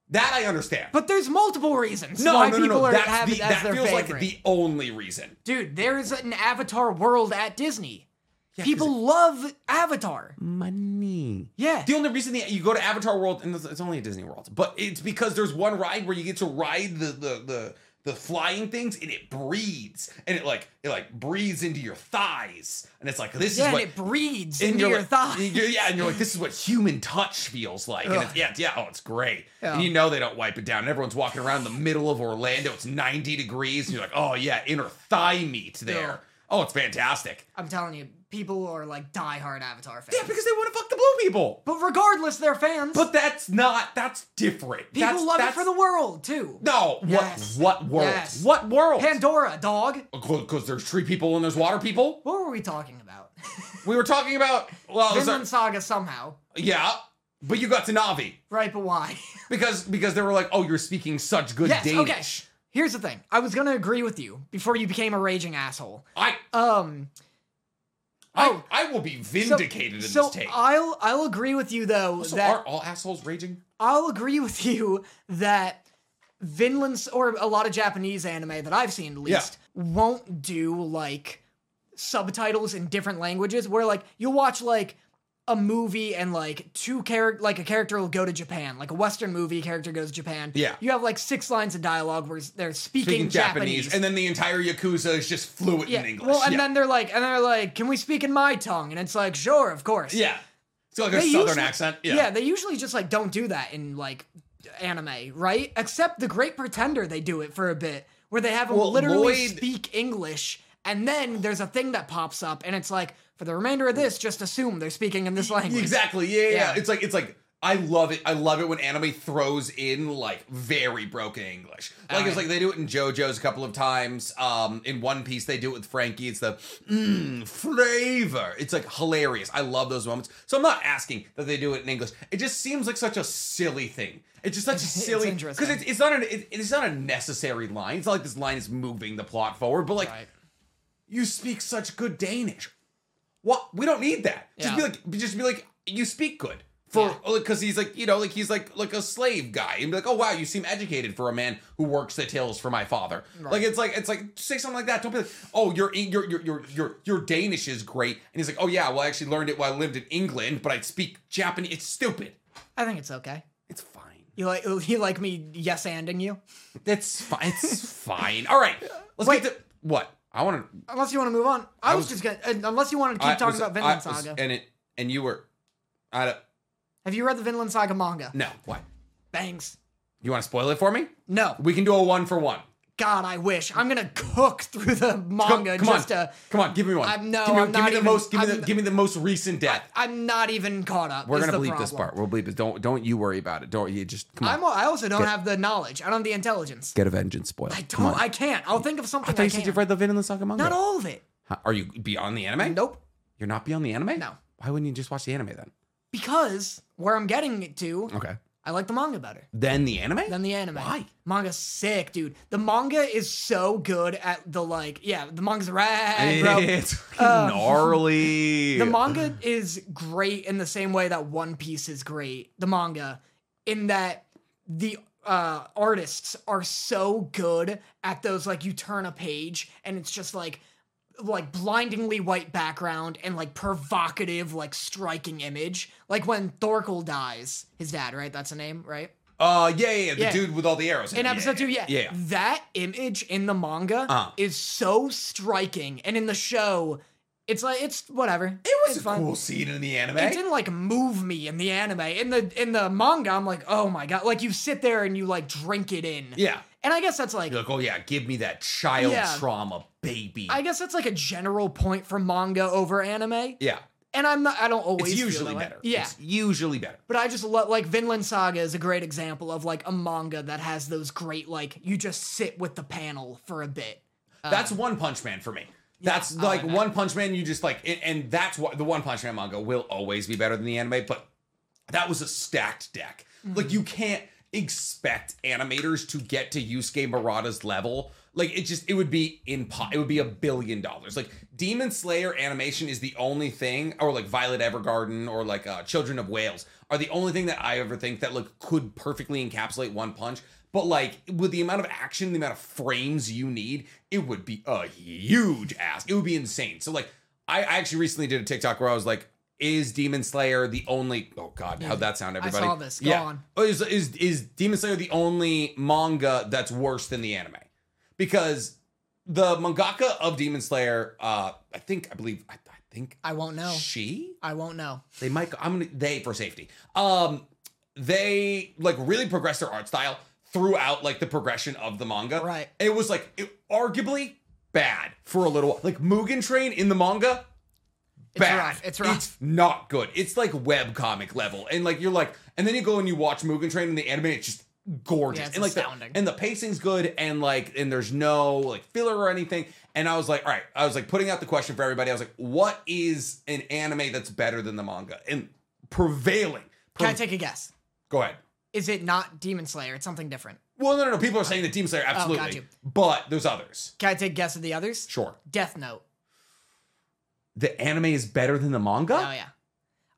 that I understand.
But there's multiple reasons
no,
why
no, no,
people
no.
are
That's
have
the,
it as
that
their
feels
favorite.
like the only reason.
Dude, there is an Avatar world at Disney.
'cause
people love Avatar.
Money.
Yeah.
The only reason that you go to Avatar World, and it's- it's only at Disney World, but it's because there's one ride where you get to ride the the the the flying things, and it breathes, and it like it like breathes into your thighs, and it's like this
yeah,
is
and
what
it breeds
and
into
you're
your
like-
thoughts.
you're- yeah, and you're like, this is what human touch feels like. And it's, yeah, yeah, oh, it's great.
Yeah.
And you know they don't wipe it down. And everyone's walking around in the middle of Orlando. It's 90 degrees. And you're like, oh, yeah, inner thigh meat there.
Yeah.
Oh, it's fantastic.
I'm telling you, people are like diehard Avatar fans.
Yeah, because they want to fuck the blue people.
but regardless, they're fans.
But that's not, that's different.
people
that's,
love
that's,
it for the world too.
No,
Yes.
what, what world?
Yes.
What world?
Pandora, dog.
Because there's tree people and there's water people.
What were we talking about?
We were talking about, well, it was
Vinland Saga somehow,
a- yeah, but you got to Navi.
right? But why?
Because because they were like, oh, you're speaking such good
yes.
Danish.
Okay. Here's the thing. I was gonna agree with you before you became a raging asshole.
I
Um.
I,
Oh.
I will be
so-
vindicated in
so
this take.
I'll I'll agree with you though
so
that
are all assholes raging?
I'll agree with you that Vinland s- or a lot of Japanese anime that I've seen at
Yeah.
least won't do like subtitles in different languages where like you'll watch like a movie and like two character like a character will go to Japan like a western movie character goes to Japan
Yeah.
you have like six lines of dialogue where s- they're speaking,
Speaking Japanese,
Japanese,
and then the entire yakuza is just fluent in English.
well and
yeah.
then they're like and they're like can we speak in my tongue and it's like sure of course
yeah, it's got like a
they
southern
usually-
accent. Yeah,
they usually just like don't do that in like anime, right? Except the Great Pretender, they do it for a bit, where they have them
Well,
literally
Lloyd-
speak English, and then there's a thing that pops up, and it's like for the remainder of this, just assume they're speaking in this language.
exactly. Yeah, yeah, yeah.
Yeah.
It's like it's like I love it. I love it when anime throws in like very broken English. Like
Oh,
it's
yeah.
like they do it in JoJo's a couple of times. Um, in One Piece they do it with Frankie. It's the mm, flavor. It's like hilarious. I love those moments. So I'm not asking that they do it in English. It just seems like such a silly thing. It's just such a silly because
interesting.
it's, it's not an it, it's not a necessary line. It's not like this line is moving the plot forward, but like
Right.
you speak such good Danish. What? We don't need that. Just
Yeah.
be like, just be like, you speak good for because he's like, you know, like he's like like a slave guy, and be like, oh wow, you seem educated for a man who works the tills for my father. Like it's like it's like say something like that. Don't be like, oh, your your your your your your Danish is great, and he's like, oh yeah, well I actually learned it while I lived in England, but I speak Japanese. It's stupid.
I think it's okay.
It's fine.
You like you like me yes anding you,
That's fine. It's fine. All right, let's
Wait.
get to what I want to.
unless you want to move on. I,
I
was,
was-
just gonna uh, unless you want to keep
Oh. I
talking
was-
about
I
Vinland
was-
Saga.
and it and you were. I don't.
have you read the Vinland Saga manga?
No, why?
Bangs.
You want to spoil it for me?
No,
We can do a one for one.
God, I wish. I'm gonna cook through the manga
come
just
on,
to
come on, give me one.
I'm- no,
give me,
I'm
give
not
me the
even-
most. Give me the,
I'm-
give me the most recent death.
I'm not even caught up.
We're
is
gonna
the
bleep this part.
problem.
We'll bleep it. Don't don't you worry about it. Don't you just come on.
I'm, I also don't have the knowledge. I don't have the intelligence.
get a vengeance spoil.
I
Come on.
don't. I can't. I'll think of
I
something.
thought
I,
you said
can.
you've read the Vinland Saga manga.
Not all of it.
Huh? Are you beyond the anime?
Nope.
You're not beyond the anime.
No.
Why wouldn't you just watch the anime then?
Because where I'm getting it to,
Okay.
I like the manga better
Then the anime.
than the anime.
Why?
Manga's sick, dude. The manga is so good at the like. Yeah, the manga's rad, bro. Uh,
It's gnarly.
The manga is great in the same way that One Piece is great. The manga, in that the uh, artists are so good at those like you turn a page and it's just like like blindingly white background and like provocative like striking image like when Thorkel dies his dad right that's the name right
uh, yeah, yeah, yeah, the
Yeah.
dude with all the arrows.
in episode two, yeah.
yeah, yeah.
That image in the manga
Uh.
is so striking. And in the show, it's like it's whatever.
It was
it's
a
fine.
cool scene in the anime.
It didn't like move me in the anime. In the in the manga, I'm like, oh my god. Like you sit there and you like drink it in.
Yeah.
And I guess that's like
You're like, oh yeah, give me that child
Yeah.
trauma, baby.
I guess that's like a general point for manga over anime.
yeah,
And I'm not I don't
it's
always feel that
usually
way.
better.
Yeah.
it's usually better.
But I just love like Vinland Saga is a great example of like a manga that has those great like you just sit with the panel for a bit.
That's
Um,
One Punch Man for me. That's
I like
like
that.
One Punch Man. You just like, and, and that's why the One Punch Man manga will always be better than the anime. But that was a stacked deck. Like you can't. expect animators to get to Yusuke Murata's level. Like it just it would be in it would be a billion dollars. Like Demon Slayer animation is the only thing, or like Violet Evergarden, or like uh, Children of Wales are the only thing that I ever think that like could perfectly encapsulate One Punch. But like with the amount of action, the amount of frames you need, it would be a huge ask. It would be insane. So like I, I actually recently did a TikTok where I was like, is Demon Slayer the only? Oh God, how'd that sound? Everybody,
saw this. Go on.
Oh, Is, is is Demon Slayer the only manga that's worse than the anime? Because the mangaka of Demon Slayer, uh, I think, I believe, I, I think
I won't know.
she
I won't know.
they might go- i'm gonna they for safety um they like really progressed their art style throughout like the progression of the manga
Right.
it was like it, arguably bad for a little while like mugen train in the manga
It's
bad.
rough. It's rough.
not good. It's like webcomic level. And like you're like, and then you go and you watch Mugen Train in the anime, it's just gorgeous.
Yeah, it's
and like the-
astounding.
and the pacing's good and like and there's no like filler or anything. And I was like, all right, I was like putting out the question for everybody. I was like, what is an anime that's better than the manga? And prevailing.
Can I
pre-
take a guess?
go ahead.
Is it not Demon Slayer? It's something different.
Well, no, no, no. People are saying that Demon Slayer,
Oh, got
absolutely.
you.
but there's others.
Can I take a guess at the others?
Sure.
Death Note.
The anime is better than the manga?
Oh yeah,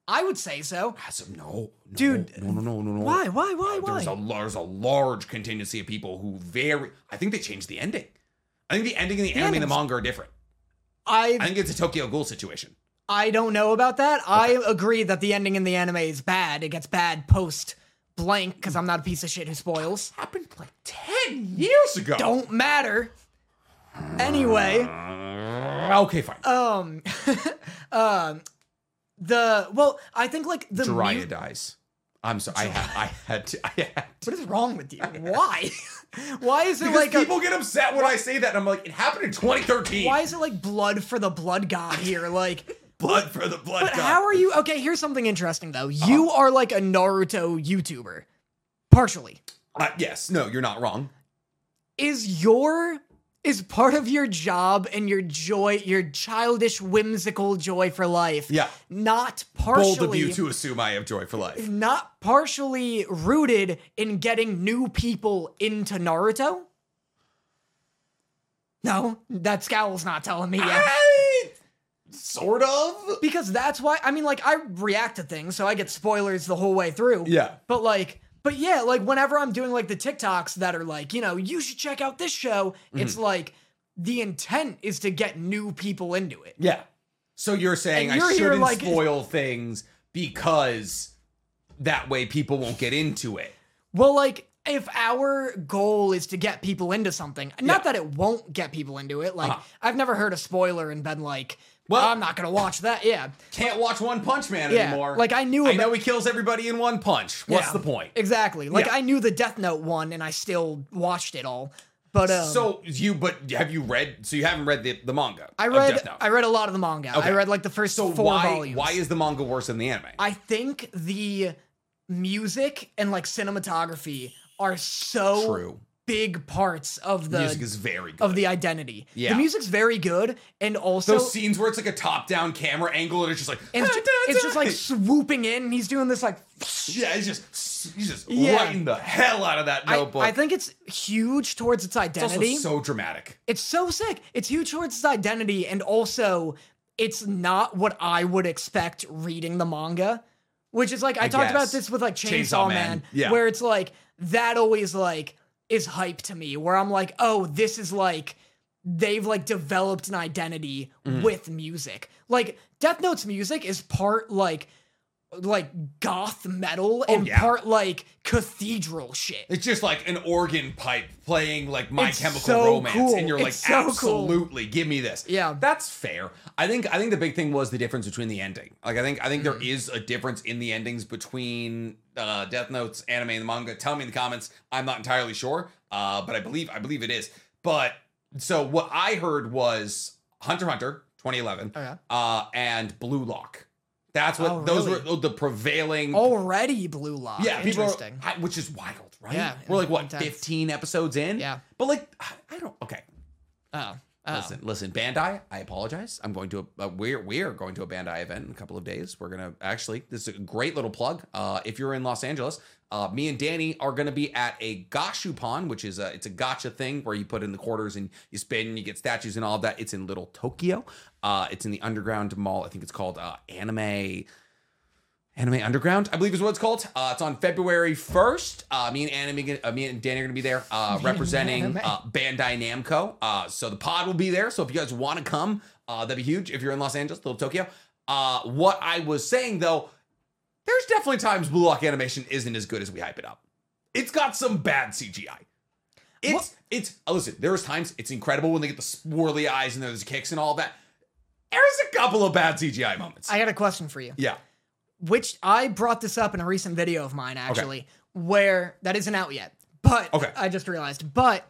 I would say so.
As of- no, no,
Dude,
no, no, no, no, no.
why, why, why,
Uh, There's
why?
a lar- there's a large contingency of people who very. I think they changed the ending. I think the ending in the, anime and the
ending's-
manga are different. I
I
think it's a Tokyo Ghoul situation.
I don't know about that. I agree that the ending in the anime is bad. It gets bad post blank because I'm not a piece of shit who spoils.
Happened like ten years ago.
Don't matter. Anyway.
Uh, okay, fine.
um um the well i think like the
Jiraiya
mu-
dies. I'm sorry. I had. I had. To, I had to.
what is wrong with you why why is it
Because
like uh, a,
people get upset when I say that, and I'm like, it happened in 2013.
why is it like blood for the blood god here like
blood for the blood?
but
god. Uh-huh.
how are you okay here's something interesting though you are like a naruto youtuber partially
Uh, yes. No, you're not wrong.
is your is part of your job and your joy your childish whimsical joy for life
Yeah.
not partially
Bold of you to assume I have joy for life.
not partially rooted in getting new people into Naruto? No, that scowl's not telling me
Ah!
yet.
I- sort of.
Because that's why I mean like I react to things, so I get spoilers the whole way through.
Yeah.
But like but yeah, like whenever I'm doing like the TikToks that are like, you know, you should check out this show,
Mm-hmm.
it's like the intent is to get new people into it.
Yeah. So you're saying
And you're
I
here
shouldn't
like-
spoil things because that way people won't get into it.
Well, like if our goal is to get people into something, not that it won't get people into it. Like
Uh-huh.
I've never heard a spoiler and been like, "Well,
Well-
I'm not gonna watch that." Yeah,
Can't watch One Punch Man
Yeah,
anymore.
like, I knew
I
about-
know he kills everybody in one punch. What's
Yeah.
the point?
Exactly. Like
Yeah.
I knew the Death Note one, and I still watched it all. But um,
so you, but have you read? So you haven't read the, the manga.
I
of
read
Death Note.
I read a lot of the manga. I
Okay.
read like the first
so
four
why
volumes.
why is the manga worse than the anime?
I think the music and like cinematography are so
True.
big parts of the
Music is very good.
of the identity.
Yeah.
The music's very good and also
Those scenes where it's like a top-down camera angle and it's just like
and it's,
"Ah,
ju-
da,
it's
da."
just like swooping in and he's doing this like
yeah, it's just he's just
Yeah.
lighting the hell out of that
I,
notebook.
I think it's huge towards its
it's
identity.
also so dramatic.
it's so sick. It's huge towards its identity, and also it's not what I would expect reading the manga. Which is like I, talked about
guess.
this with like Chainsaw,
Chainsaw
Man,
Man, yeah.
where it's like that always like is hype to me, where I'm like, oh, this is like they've like developed an identity
Mm-hmm.
with music. Like Death Note's music is part like like goth metal and
Oh, yeah.
part like cathedral shit.
It's just like an organ pipe playing like My
It's
Chemical
so
Romance,
cool.
and you're like,
It's so cool.
absolutely, give me this.
Yeah.
that's fair. I think I think the big thing was the difference between the ending. Like I think I think
Mm-hmm.
there is a difference in the endings between uh, Death Note's anime and the manga. Tell me in the comments. I'm not entirely sure, uh, but I believe I believe it is. But so what I heard was Hunter x Hunter 2011,
Okay.
uh, and Blue Lock. That's what
Oh,
those
really? Oh,
were the prevailing
Already Blue Lock.
yeah, people are-
interesting.
I- which is wild, right?
Yeah,
we're like what,
intense.
fifteen episodes in?
Yeah.
but like, I I don't. Okay,
Oh, oh.
listen, listen, Bandai. I apologize. I'm going to a, uh, we're we're going to a Bandai event in a couple of days. We're gonna actually. This is a great little plug. Uh, if you're in Los Angeles, Uh, me and Danny are going to be at a gashupon, which is a it's a gotcha thing where you put in the quarters and you spin, and you get statues and all that. It's in Little Tokyo. Uh, it's in the underground mall. I think it's called uh, Anime. Anime Underground, I believe is what it's called. Uh, it's on February 1st. Uh, me and anime, uh, me and Danny are going to be there uh, representing
Anime.
uh, Bandai Namco. Uh, so the pod will be there. So if you guys want to come, uh, that'd be huge. If you're in Los Angeles, Little Tokyo. Uh, what I was saying though, there's definitely times Blue Lock Animation isn't as good as we hype it up. It's got some bad CGI. It's
What-
it's uh, listen. There's times it's incredible when they get the swirly eyes and there's kicks and all that. There's a couple of bad CGI moments.
I got a question for you.
yeah.
Which I brought this up in a recent video of mine actually, where that isn't out yet. But
Okay.
I just realized. But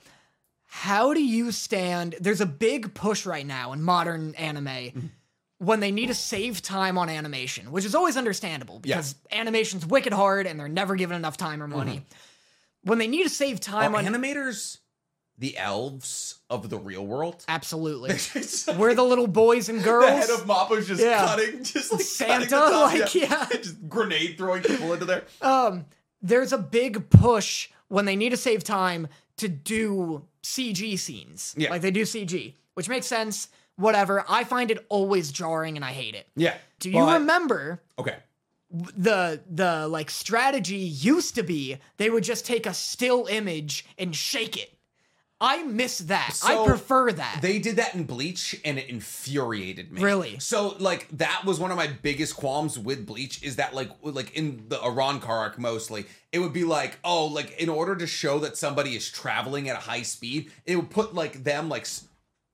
how do you stand? There's a big push right now in modern
Mm-hmm.
anime when they need to save time on animation, which is always understandable
Yeah.
because animation's wicked hard and they're never given enough time or money.
Mm-hmm.
When they need to save time
Are
on
animators the elves of the real world?
absolutely,
It's like
we're the little boys and girls.
the head of Mappa's just
Yeah.
cutting, just like
Santa,
cutting the top,
like, yeah.
just grenade throwing people into there.
um, there's a big push when they need to save time to do CG scenes.
Yeah.
Like they do CG, which makes sense. Whatever. I find it always jarring and I hate it.
Yeah.
Do
But-
you remember
Okay.
the the like strategy used to be they would just take a still image and shake it. I miss that.
So,
I prefer that.
They did that in Bleach and it infuriated me.
Really?
So like that was one of my biggest qualms with Bleach is that like like in the Iran car arc mostly, it would be like, oh, like in order to show that somebody is traveling at a high speed, it would put like them like s-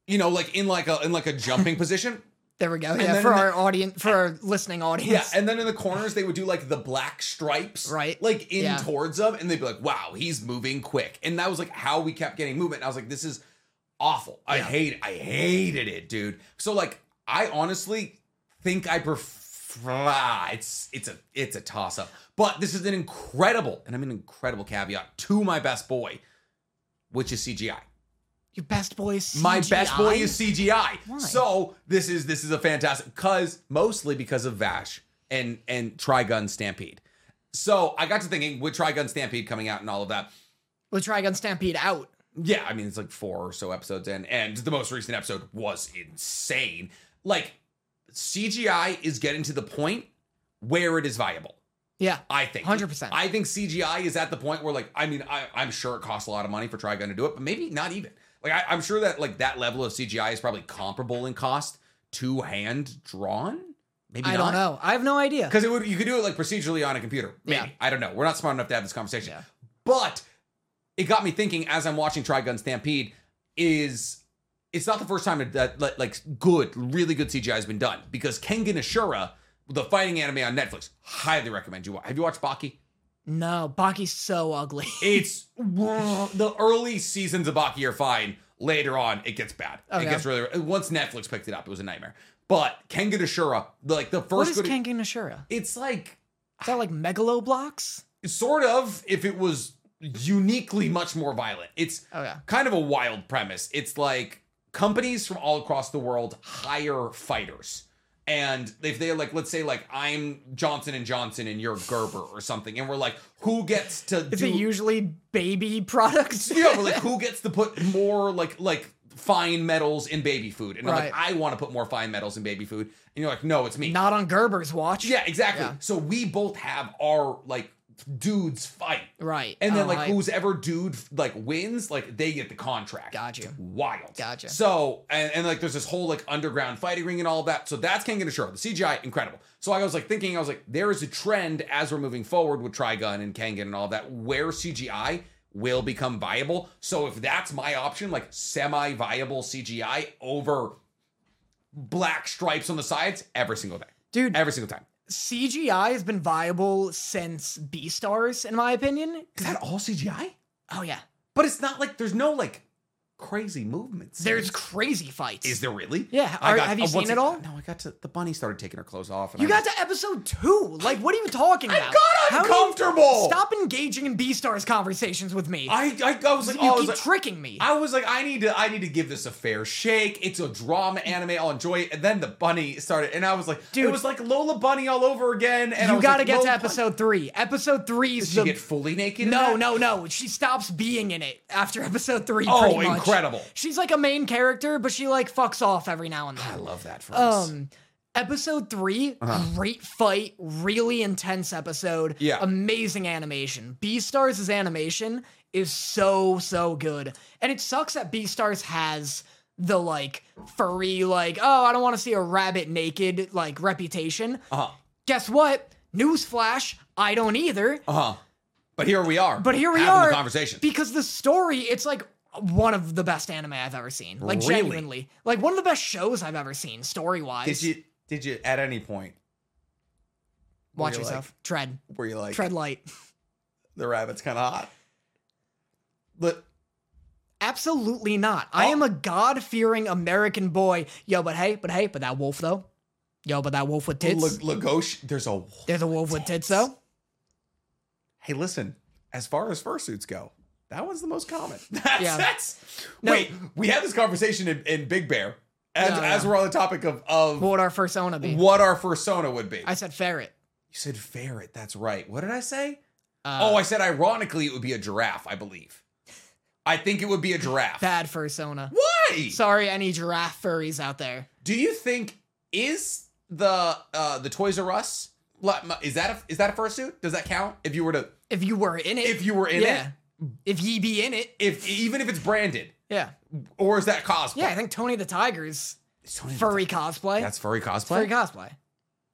you know, like in like a in like a jumping position.
there we go.
then
Yeah, for
in
our audience, for our listening
Yeah,
audience.
and then in the corners they would do like the black stripes,
Right.
Like in
Yeah.
towards them, and they'd be like, "Wow, he's moving quick." And that was like how we kept getting movement. And I was like, "This is awful. I
Yeah.
hate. I hated it, dude." So like, I honestly think I prefer. ah, It's it's a it's a toss up. But this is an incredible, and I'm an incredible caveat to my best boy, which is CGI.
Your best boy is
My best boy
CGI?
is CGI.
Why?
So this is this is a fantastic cause mostly because of Vash and and Trigun Stampede. So I got to thinking with Trigun Stampede coming out and all of that.
with Trigun Stampede out.
Yeah, I mean it's like four or so episodes in, and the most recent episode was insane. Like CGI is getting to the point where it is viable.
Yeah.
I think
100%.
I think CGI is at the point where, like, I mean, I, I'm sure it costs a lot of money for Trigun to do it, but maybe not even. Like, I, I'm sure that like that level of CGI is probably comparable in cost to hand drawn. Maybe
I
not.
don't know. I have no idea.
Because it would you could do it like procedurally on a computer. Maybe.
Yeah.
I don't know. We're not smart enough to have this conversation.
Yeah.
But it got me thinking as I'm watching Trigun Stampede is it's not the first time that that, like good, really good CGI has been done because Kengan Ashura, the fighting anime on Netflix, highly recommend you. wa- Have you watched Baki?
No, Baki's so ugly.
It's the early seasons of Baki are fine. Later on, it gets bad. It
Okay.
gets really once Netflix picked it up, it was a nightmare. But Kengan Ashura, like the
what
first
is
good,
Kengan Ashura?
it's like
Is that like megaloblocks?
sort of if it was uniquely much more violent. It's
Oh yeah.
kind of a wild premise. It's like companies from all across the world hire fighters. And if they like, let's say like I'm Johnson and Johnson and you're Gerber or something, and we're like, who gets to
Is
do
it usually baby products?
yeah, but like who gets to put more like like fine metals in baby food? And I'm like, I want to put more fine metals in baby food. And you're like, no, it's me.
Not on Gerber's watch.
yeah, exactly.
Yeah.
So we both have our like dudes fight.
Right.
And then
Oh,
like
I-
who's ever dude like wins, like they get the contract.
Got you.
It's Wild.
Gotcha.
So and, and like there's this whole like underground fighting ring and all that. So that's King of the Shore. The CGI, incredible. So I was like thinking, I was like, there is a trend as we're moving forward with Trigun and Kangan and all that, where CGI will become viable. So if that's my option, like semi-viable CGI over black stripes on the sides every single day.
Dude,
Every single time.
CGI has been viable since B stars, in my opinion.
Is that all CGI?
Oh yeah.
But it's not like there's no like crazy movements.
There's crazy fights.
Is there really?
Yeah,
I
are- have you
once
seen uh, it all?
No, I got to. The bunny started taking her clothes off. And
you
I
got to episode two. Like, what are you talking about?
got
How do you-
uncomfortable!
Stop engaging in B Stars conversations with me.
I, I, I was like,
you
oh, I was
keep
like,
tricking me.
I was like, I need to, I need to give this a fair shake. It's a drama anime. I'll enjoy it. And then the bunny started, and I was like,
Dude.
it was like Lola Bunny all over again. And I
you
was
gotta
like,
get
Lola
to
Bunny-
episode three. Episode three is
Did
the
she get fully naked? in
No,
that?
no, no. She stops being in it after episode three.
Oh,
pretty much.
incredible.
She's like a main character, but she like fucks off every now and then.
I love that for us.
Um, episode 3 great fight, really intense episode.
Uh-huh. Yeah.
amazing animation. B Stars' animation is so so good, and it sucks that B Stars has the like furry like oh I don't want to see a rabbit naked like reputation.
Uh
Guess what? Newsflash, I don't either.
huh. uh-huh. But here we are.
But here we
having
are.
The conversation.
Because the story, it's like one of the best anime I've ever seen. Like
Really?
genuinely. Like one of the best shows I've ever seen, story wise.
did you? Did you at any point
Watch
were you
yourself. Tread.
were you like
Tread light.
the rabbit's kind of hot? But
Absolutely not. I
Oh.
am a God fearing American boy. Yo, but hey, but hey, but that wolf though. Yo, but that wolf with tits.
Lagosh, there's a.
There's a wolf with tits though.
Hey, listen. As far as fursuits go, that one's the most common. That's,
Yeah.
that's
No.
wait. We had this conversation in, in Big Bear, as,
No, no.
as we're on the topic of of
What would our persona be?
what our fursona would be.
I said ferret.
you said ferret. That's right. What did I say?
Uh,
oh, I said ironically it would be a giraffe. I believe. I think it would be a giraffe.
bad fursona.
Why?
Sorry, any giraffe furries out there.
Do you think is the uh the Toys R Us li- m- is that a, is that a fursuit? Does that count? If you were to
If you were in it.
if you were in
yeah.
it,
If ye be in it.
if even if it's branded,
Yeah.
or is that cosplay?
Yeah, I think Tony the Tiger's
It's totally-
furry cosplay.
That's furry cosplay.
furry cosplay.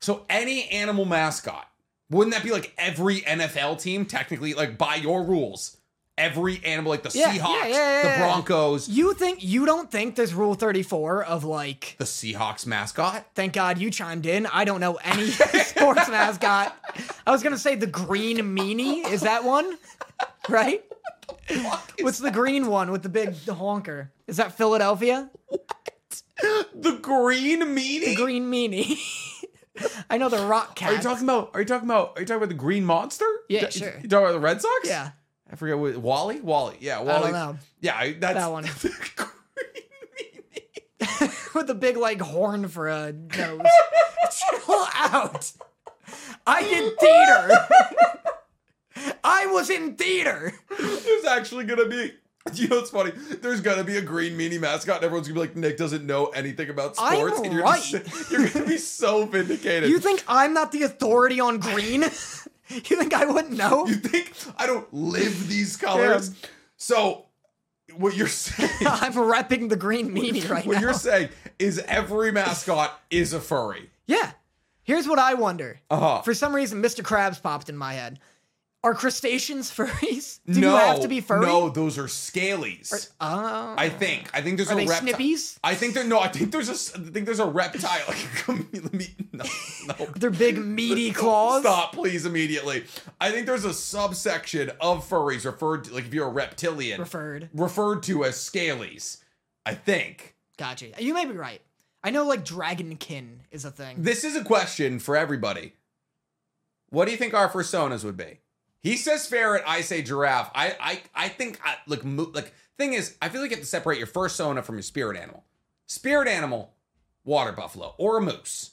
so any animal mascot wouldn't that be like every NFL team technically? Like by your rules, every animal like the
Yeah, yeah,
Seahawks,
yeah, yeah,
the
yeah.
Broncos,
You think you don't think there's Rule 34 of like
the Seahawks mascot.
thank God you chimed in. I don't know any sports mascot. I was gonna say the green meanie, is that one? Right? What's the green one with the big honker? Is that Philadelphia?
The green meanie.
Green meanie. I know the rock cat.
Are you talking about? Are you talking about? Are you talking about the Green Monster?
Yeah,
You-
sure.
You talking about the Red Sox?
Yeah.
I forget what Wally. Wally. Yeah, Wally.
know.
Yeah, I- that's
That one.
the Green Meanie.
with a big like horn for a nose. Chill out. I did theater. I was in theater.
There's actually gonna be. You know, it's funny. There's gonna be a Green Meanie mascot, and everyone's gonna be like, Nick doesn't know anything about
I'm
sports, and you're just, you're gonna be so vindicated.
You think I'm not the authority on green? you think I wouldn't know?
You think I don't live these colors? So, what you're saying?
I'm repping the green meanie right
What
now.
you're saying is every mascot is a furry.
Yeah. Here's what I wonder.
Uh-huh.
For some reason, Mr. Krabs popped in my head. Are crustaceans furries? Do
no,
you have to be furry?
No, those are scalies.
Uh,
I think. I think there's
are
a
they
reptile.
snippies?
I think there. No, I think there's a. s- I think there's a reptile. Like a chamele- me- no, no.
They're big meaty claws.
Stop, please, immediately. I think there's a subsection of furries referred to, like if you're a reptilian,
Referred.
referred to as scalies. I think
Gotcha. You may be right. I know like dragonkin is a thing.
this is a question for everybody. What do you think our personas would be? He says ferret. I say giraffe. I I I think I, like mo- like thing is I feel like you have to separate your fursona from your spirit animal. Spirit animal, water buffalo or a moose.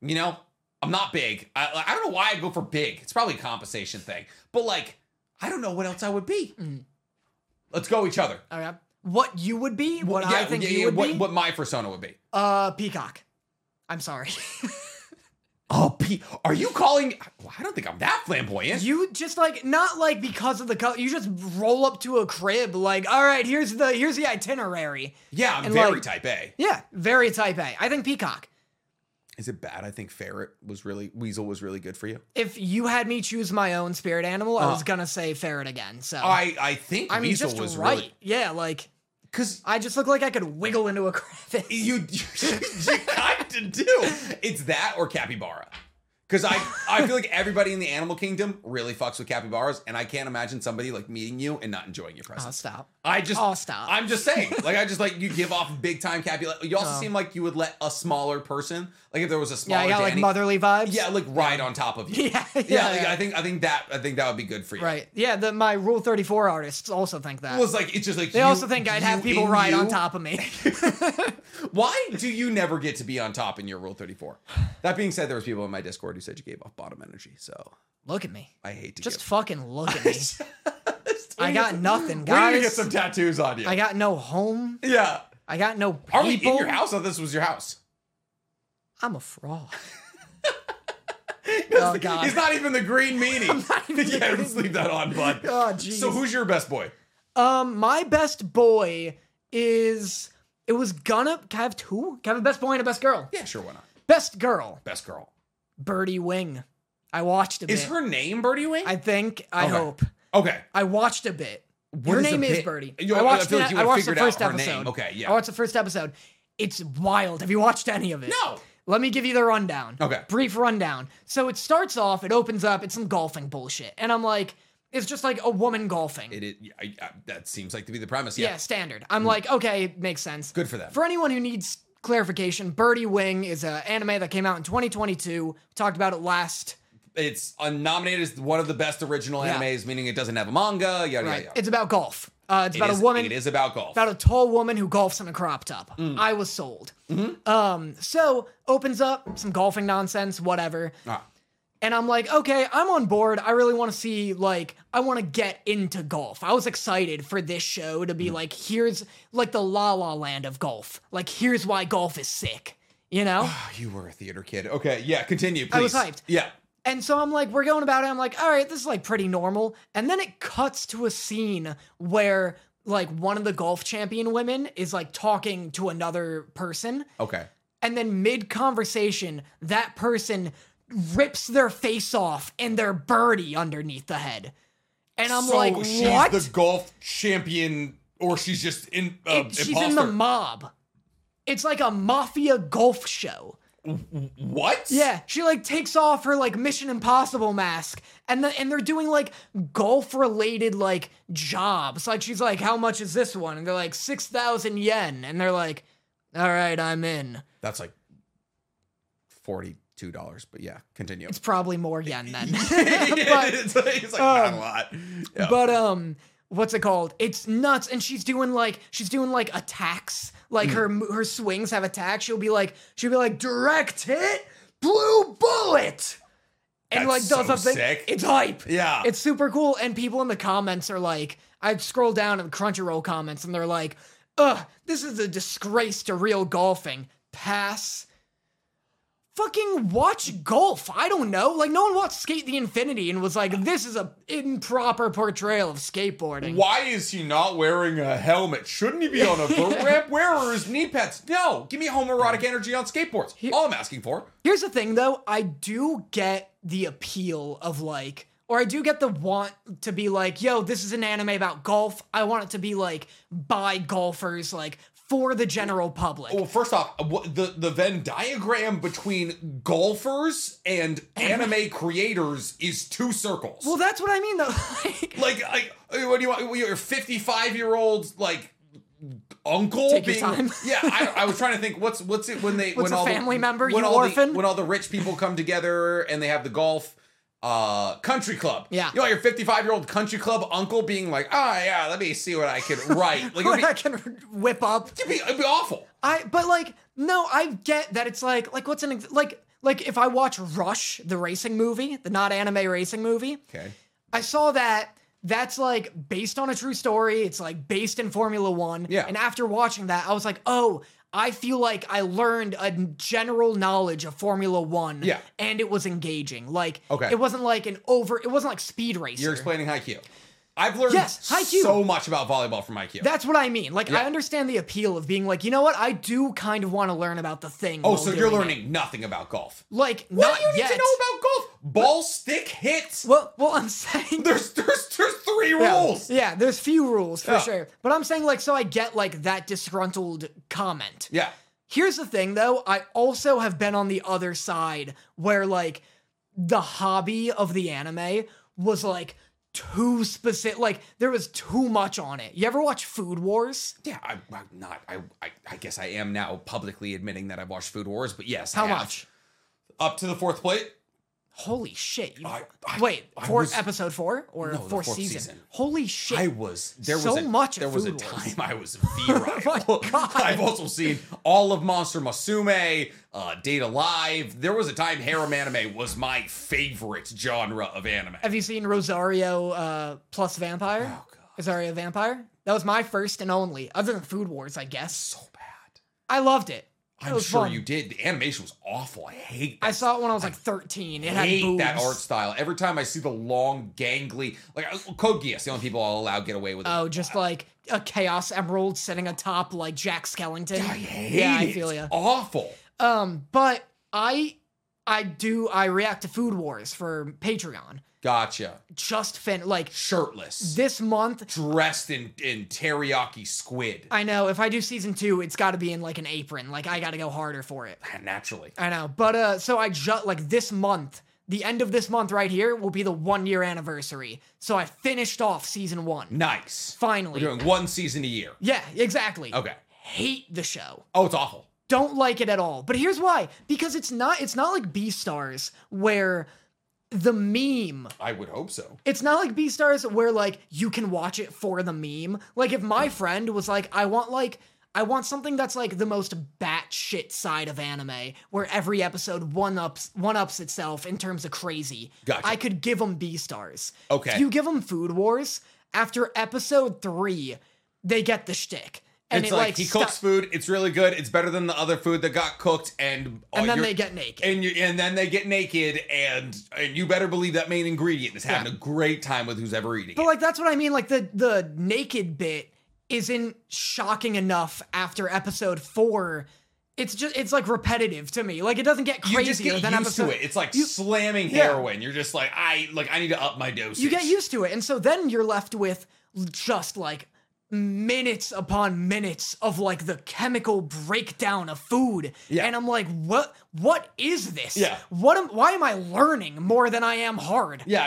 You know, I'm not big. I I- I don't know why I go for big. It's probably a compensation thing. But like I don't know what else I would be.
Mm.
Let's go each other.
Okay. Oh, What you would be? What I
Yeah,
think
yeah,
you
yeah,
would
what,
be?
what my persona would be.
Uh, peacock. I'm sorry.
Oh, Pete, are you calling? Well, I don't think I'm that flamboyant.
you just like not like because of the color. You just roll up to a crib like, all right, here's the here's the itinerary.
Yeah, I'm
And,
very
like-
type A.
Yeah, very type A. I think peacock.
Is it bad? I think ferret was really weasel was really good for you.
If you had me choose my own spirit animal, I was gonna say ferret again. So
Uh. I I think
I'm
weasel
just
was
right.
really
Yeah, like
because
I just look like I could wiggle into a crevice.
you you kind of do. It's that or capybara. Because I, I feel like everybody in the animal kingdom really fucks with capybaras, and I can't imagine somebody like meeting you and not enjoying your
I'll
presence.
Oh, stop.
I just,
I'll Oh, stop.
I'm just saying, like I just like you give off big time capybara. You also
Oh.
seem like you would let a smaller person, like if there was a
Yeah,
smaller,
I got like
Danny-
motherly vibes.
yeah, like ride on top of you.
Yeah, yeah,
yeah, like,
yeah.
I think, I think that, I think that would be good for you.
Right. Yeah, the, my Rule 34 artists also think that.
Well, it's like it's just like
they
you-
also think I'd have
you
people
in
ride on
you.
top of me.
Why do you never get to be on top in your Rule 34? That being said, there was people in my Discord who said you gave off bottom energy, so
look at me.
I hate to
Just
give-
fucking look at me. I got nothing,
We need to
guys.
get some tattoos on you.
I got no home.
yeah.
I got no people.
Are we in your house? Or this was your house?
I'm a fraud.
That's
Oh,
the-
God.
He's not even the green meanie. yeah, just leave that on, bud.
Oh, jeez.
so who's your best boy?
Um, my best boy is. It was gonna. Can I have two? Can I have a best boy and a best girl?
Yeah, sure, why not?
Best girl,
Best girl.
Birdie Wing. I watched a bit.
Is her name Birdie Wing?
I think. I
Okay.
hope.
okay.
I watched a bit.
What
her
is a
name is
bit?
Birdie.
You-
I watched.
I feel
the,
like you
I
would
watched the
figured
first
out her
episode.
name. Okay, yeah.
I watched Oh, the first episode. It's wild. Have you watched any of it?
No.
Let me give you the rundown.
Okay.
Brief rundown. So it starts off. It opens up. It's some golfing bullshit, and I'm like, it's just like a woman golfing.
It is, I, I, that seems like to be the premise.
yeah.
Yeah. Mm.
standard. I'm like, okay, makes sense.
Good for them.
For anyone who needs clarification, Birdie Wing is an anime that came out in 2022. We talked about it last.
it's uh, nominated as one of the best original
Yeah.
animes, meaning it doesn't have a manga.
Right.
Yada yada. yada.
It's about golf. Uh, it's
It
about
is-
a woman.
It is Mm. about golf.
about a tall woman who golfs in a crop top. I was sold.
Mm-hmm.
Um, so opens up some golfing nonsense, whatever.
Ah,
And I'm like, okay, I'm on board. I really want to see, like, I want to get into golf. I was excited for this show to be like, here's like the la la land of golf. Like, here's why golf is sick, you know?
oh, you were a theater kid. Okay, yeah. Continue. Please.
I was hyped.
Yeah.
And so I'm like, we're going about it. I'm like, all right, this is like pretty normal. And then it cuts to a scene where like one of the golf champion women is like talking to another person.
Okay.
And then mid conversation, that person rips their face off and their birdie underneath the head. And I'm
so
like,
she's
what?
the golf champion, or she's just in uh,
It- she's in the
imposter.
mob. It's like a mafia golf show.
what?
Yeah, she like takes off her like Mission Impossible mask, and the, and they're doing like golf related like jobs. Like she's like, "How much is this one?" And they're like, 6,000 yen," and they're like, "All right, I'm in."
That's like forty-two dollars. But yeah, continue.
It's probably more yen then.
it's like, it's like not a lot. Yeah.
um, But um, what's it called? It's nuts, and she's doing like she's doing like attacks.
Mm.
Like her her her swings have attacks. She'll be like she'll be like direct hit, blue bullet, and
That's
like does
so
something.
sick.
It's hype.
yeah.
It's super cool, and people in the comments are like, I scroll down in Crunchyroll comments, and they're like, "Ugh, this is a disgrace to real golfing." Pass. Fucking watch golf. I don't know. Like no one watched Skate the Infinity and was like, "This is a improper portrayal of skateboarding."
Why is he not wearing a helmet? Shouldn't he be on a boat ramp? Where are his knee pads? No, give me homoerotic energy on skateboards. All I'm asking for.
Here's the thing though, I do get the appeal of like or I do get the want to be like, yo, this is an anime about golf. I want it to be like by golfers, like for the general public.
Well, first off, what- the the Venn diagram between golfers and anime creators is two circles.
Well, that's what I mean though. like,
like, I, what do you want? Your 55 year old like uncle
Take your
being
time.
yeah I, I was trying to think what's what's it when they
What's
when
a
all
family
the,
member,
when
you
all
orphan?
the, when all the rich people come together and they have the golf uh country club
Yeah.
you know your 55 year old country club uncle being like ah yeah let me see what i can write like
what I
it'd
can whip up.
be, it'd be, it'd be awful
I but like no, I get that it's like like what's an ex- like like if I watch Rush, the racing movie, the not anime racing movie,
okay
I saw that that's like based on a true story. It's like based in Formula One.
Yeah.
And after watching that, I was like, oh, I feel like I learned a general knowledge of Formula One.
Yeah.
And it was engaging. Like,
Okay.
it wasn't like an over. It wasn't like Speed Racer.
You're explaining Haikyuu. I've learned
Yes, Haikyuu.
so much about volleyball from Haikyuu.
that's what I mean. Like,
Yeah.
I understand the appeal of being like, you know what? I do kind of want to learn about the thing.
oh,
while
so you're
doing it.
learning nothing about golf.
Like,
What
not
do you need
yet.
to know about golf? Ball, stick, hits.
well, well, I'm saying
There's there's there's three
Yeah.
rules.
Yeah, there's few rules for
Yeah.
sure. But I'm saying like so I get like that disgruntled comment.
Yeah.
Here's the thing though, I also have been on the other side where like the hobby of the anime was like too specific. Like there was too much on it. You ever watch Food Wars?
Yeah, I, I'm not. I, I I guess I am now publicly admitting that I've watched Food Wars, but yes. I
How
have.
much?
Up to the fourth plate.
Holy shit! You,
I- I-
wait,
I
for
was-
episode four or
No, the
fourth
fourth
season?
season.
Holy shit!
I was there
So
was a,
much at
there was a
Food Wars. Oh
time I was virile.
God.
I've also seen all of Monster Masume, uh, Data Live. There was a time harem anime was my favorite genre of anime.
Have you seen Rosario uh, plus Vampire?
Oh, God.
Rosario Vampire. That was my first and only, other than Food Wars, I guess.
so bad.
I loved it. it
I'm
was
sure
fun.
you did. The animation was awful. I hate. That.
I saw it when I was like 13. It had
hate
boobs.
that art style. Every time I see the long, gangly, like I- Code Geass, the only people I'll allow get away with it.
Oh, just like a Chaos Emerald sitting atop like Jack Skellington.
I hate
yeah, I
it.
feel
It's
ya.
Awful.
Um, but I, I do. I react to Food Wars for Patreon.
Gotcha.
Just fin like
Shirtless,
this month.
dressed in in teriyaki squid.
I know if I do season two, it's got to be in like an apron. Like I got to go harder for it.
Ah, Naturally.
I know, but uh, so I just like this month, the end of this month right here will be the one year anniversary. So I finished off season one
Nice.
finally.
We're doing one season a year.
yeah, exactly.
Okay.
Hate the show.
Oh, it's awful.
Don't like it at all. But here's why: because it's not it's not like B Stars where the meme
I would hope so.
it's not like Beastars where like you can watch it for the meme. Like if my friend was like, I want like I want something that's like the most batshit side of anime, where every episode one ups one ups itself in terms of crazy.
Gotcha.
I could give them Beastars.
Okay.
If you give them Food Wars after episode three, they get the shtick, and
it's
it
like,
like
he
stu-
cooks food. It's really good. It's better than the other food that got cooked, and oh,
and then
you're-
they get naked.
and you and then they get naked, and and you better believe that main ingredient is having a great time with who's ever eating.
But
it.
like that's what I mean. Like the the naked bit isn't shocking enough after episode four. It's just it's like repetitive to me. Like it doesn't get
you just
crazier
get used
than episode.
to it. It's like
You-
slamming
Yeah.
heroin. You're just like I like I need to up my dosage.
You get used to it, and so then you're left with just like minutes upon minutes of like the chemical breakdown of food.
Yeah.
And I'm like, what? What is this?
Yeah.
What am? Why am I learning more than I am hard?
Yeah,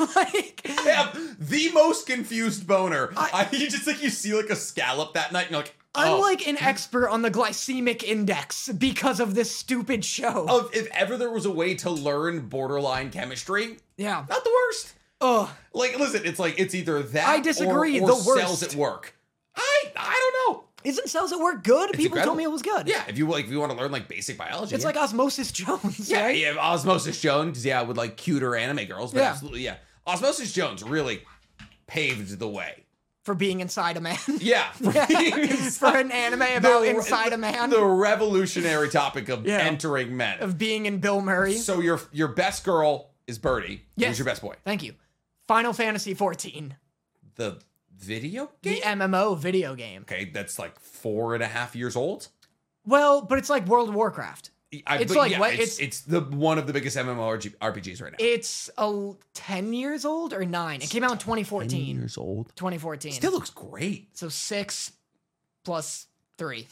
Like, like.
I have the most confused boner. I, you just like you see like a scallop that night, and you're like,
I'm
oh.
like an expert on the glycemic index because of this stupid show.
Of- if ever there was a way to learn borderline chemistry,
yeah.
not the worst.
Ugh.
Like, listen, it's like it's either that.
I disagree,
Or, or
the worst.
Cells at work. I I don't know.
Isn't Cells at Work good? People
incredible.
told me it was good.
Yeah, if you like, if you want to learn like basic biology,
It's like Osmosis Jones,
yeah,
right?
yeah. Osmosis Jones, yeah, with like cuter anime girls, but
Yeah.
absolutely, yeah. Osmosis Jones really paved the way.
For being inside a man.
Yeah,
For an anime about inside a man.
The revolutionary topic of
Yeah.
entering men.
of being in Bill Murray.
so your your best girl is Birdie.
Yes.
Who's your best boy?
Thank you. Final Fantasy XIV,
The video
the
game.
MMO video game.
okay, that's like four and a half years old.
Well, but it's like World of Warcraft.
I,
It's
it's
like,
yeah,
what-
it's,
it's-
it's the one of the biggest MMORPGs right now.
It's a 10 years old or 9. It came out in 2014.
years old.
2014.
Still looks great.
So six plus three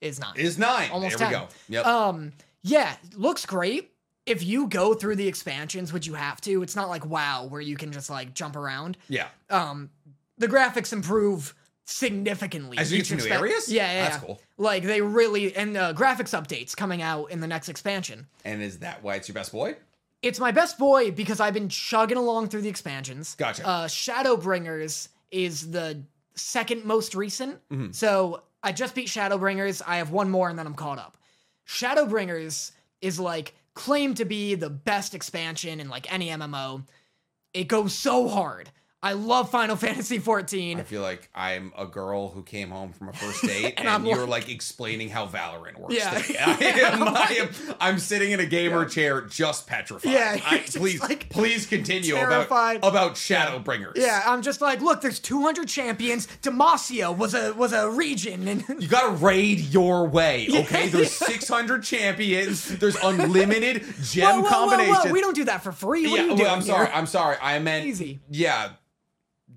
is nine.
Is nine.
Almost 10.
there we go. Yep.
um, yeah, looks great. If you go through the expansions, which you have to, it's not like WoW where you can just like jump around.
yeah.
Um, the graphics improve significantly.
As you get
each
to new
expan-
areas.
Yeah, yeah,
That's
yeah.
cool.
Like they really and uh, graphics updates coming out in the next expansion.
And is that why it's your best boy?
It's my best boy because I've been chugging along through the expansions.
Gotcha.
Uh, Shadowbringers is the second most recent.
Mm-hmm.
So I just beat Shadowbringers. I have one more and then I'm caught up. Shadowbringers is like claimed to be the best expansion in like any MMO. It goes so hard. I love Final Fantasy
I
14.
feel like I'm a girl who came home from a first date and,
I'm
you're like, explaining how Valorant works.
Yeah.
to me. I am, I am, I'm sitting in a gamer chair just petrified.
Yeah, you're
I-
just,
please,
like,
please continue about,
terrified.
about Shadowbringers.
Yeah, I'm just like, look, there's 200 champions. Demacia was a was a region and
You gotta raid your way, okay? There's 600 champions. There's unlimited
Whoa,
gem
whoa, whoa, whoa,
combinations.
We don't do that for free. What
yeah,
are you
well,
doing
I'm
here?
sorry. I'm sorry. I meant
Easy.
Yeah,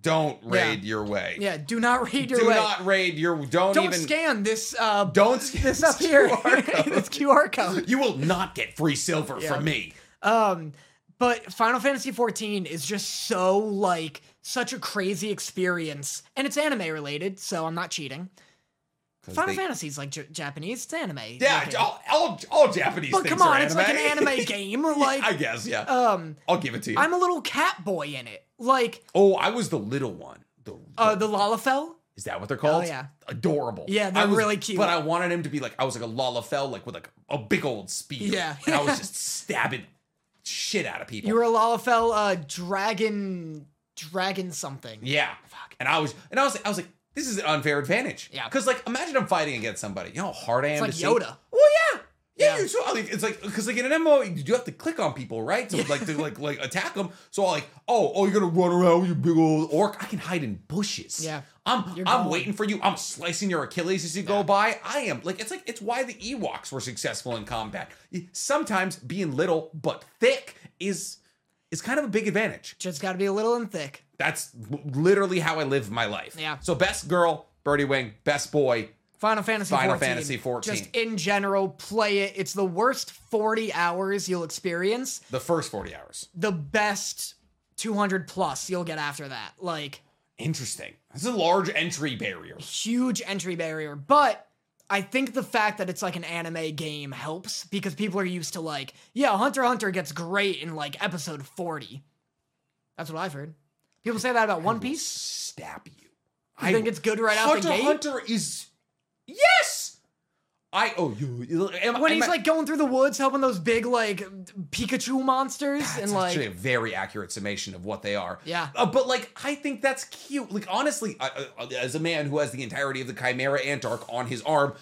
don't raid your way.
Yeah, do not read your
Do
way.
not raid your. Don't,
Don't
even.
scan this. Uh,
don't scan
this up here.
QR code.
this QR code.
You will not get free silver
Yeah.
from me.
Um, but Final Fantasy XIV is just so like such a crazy experience, and it's anime related, so I'm not cheating.
'Cause
Final
they-
Fantasy's like J- Japanese, it's anime.
Yeah,
Okay.
all, all, all Japanese
but
things
come on,
are anime.
it's like an anime game. Like,
I guess, yeah.
um,
I'll give it to you.
I'm a little cat boy in it. Like,
oh, I was the little one. The,
uh, the Lalafell.
is that what they're called?
yeah.
Adorable.
Yeah,
I
they're
was-
really cute.
But I wanted him to be like, I was like a Lalafell, like with like a big old spear.
Yeah.
And I was just stabbing shit out of people.
You were a Lalafell, uh, dragon, dragon something.
Yeah. And I was and I was I was like, this is an unfair advantage.
Yeah.
Because like imagine I'm fighting against somebody. You know how hard I am
like
to see?
Yoda.
Well yeah. Yeah,
Yeah.
you- so I like, it's like because like in an MMO you do have to click on people, right? To like to like like attack them. So I like, oh, oh, you're gonna run around with your big old orc. I can hide in bushes.
Yeah.
I'm
You're
I'm
gone.
waiting for you. I'm slicing your Achilles as you go by. I am like it's like it's why the Ewoks were successful in combat. Sometimes being little but thick is is kind of a big advantage.
Just got to be a little and thick.
That's w- literally how I live my life.
Yeah.
So best girl, Birdie Wing. Best boy.
Final Fantasy
Final
14.
Fantasy 14.
Just in general, play it. It's the worst 40 hours you'll experience,
The first forty hours.
the best 200 plus you'll get after that. Like,
Interesting. This is a large entry barrier.
huge entry barrier. But I think the fact that it's like an anime game helps because people are used to, like, yeah, Hunter x Hunter gets great in like episode 40. That's what I've heard. People say that about One Piece.
Stab you.
You think it's good right out
Hunter
the gate?
Hunter is. Yes. I oh you. you- Am,
when
am
he's
I-
like going through the woods helping those big like Pikachu monsters and
It's
like
actually a very accurate summation of what they are.
Yeah.
Uh, but like, I think that's cute. Like, honestly, I, I- as a man who has the entirety of the Chimera Antarch on his arm,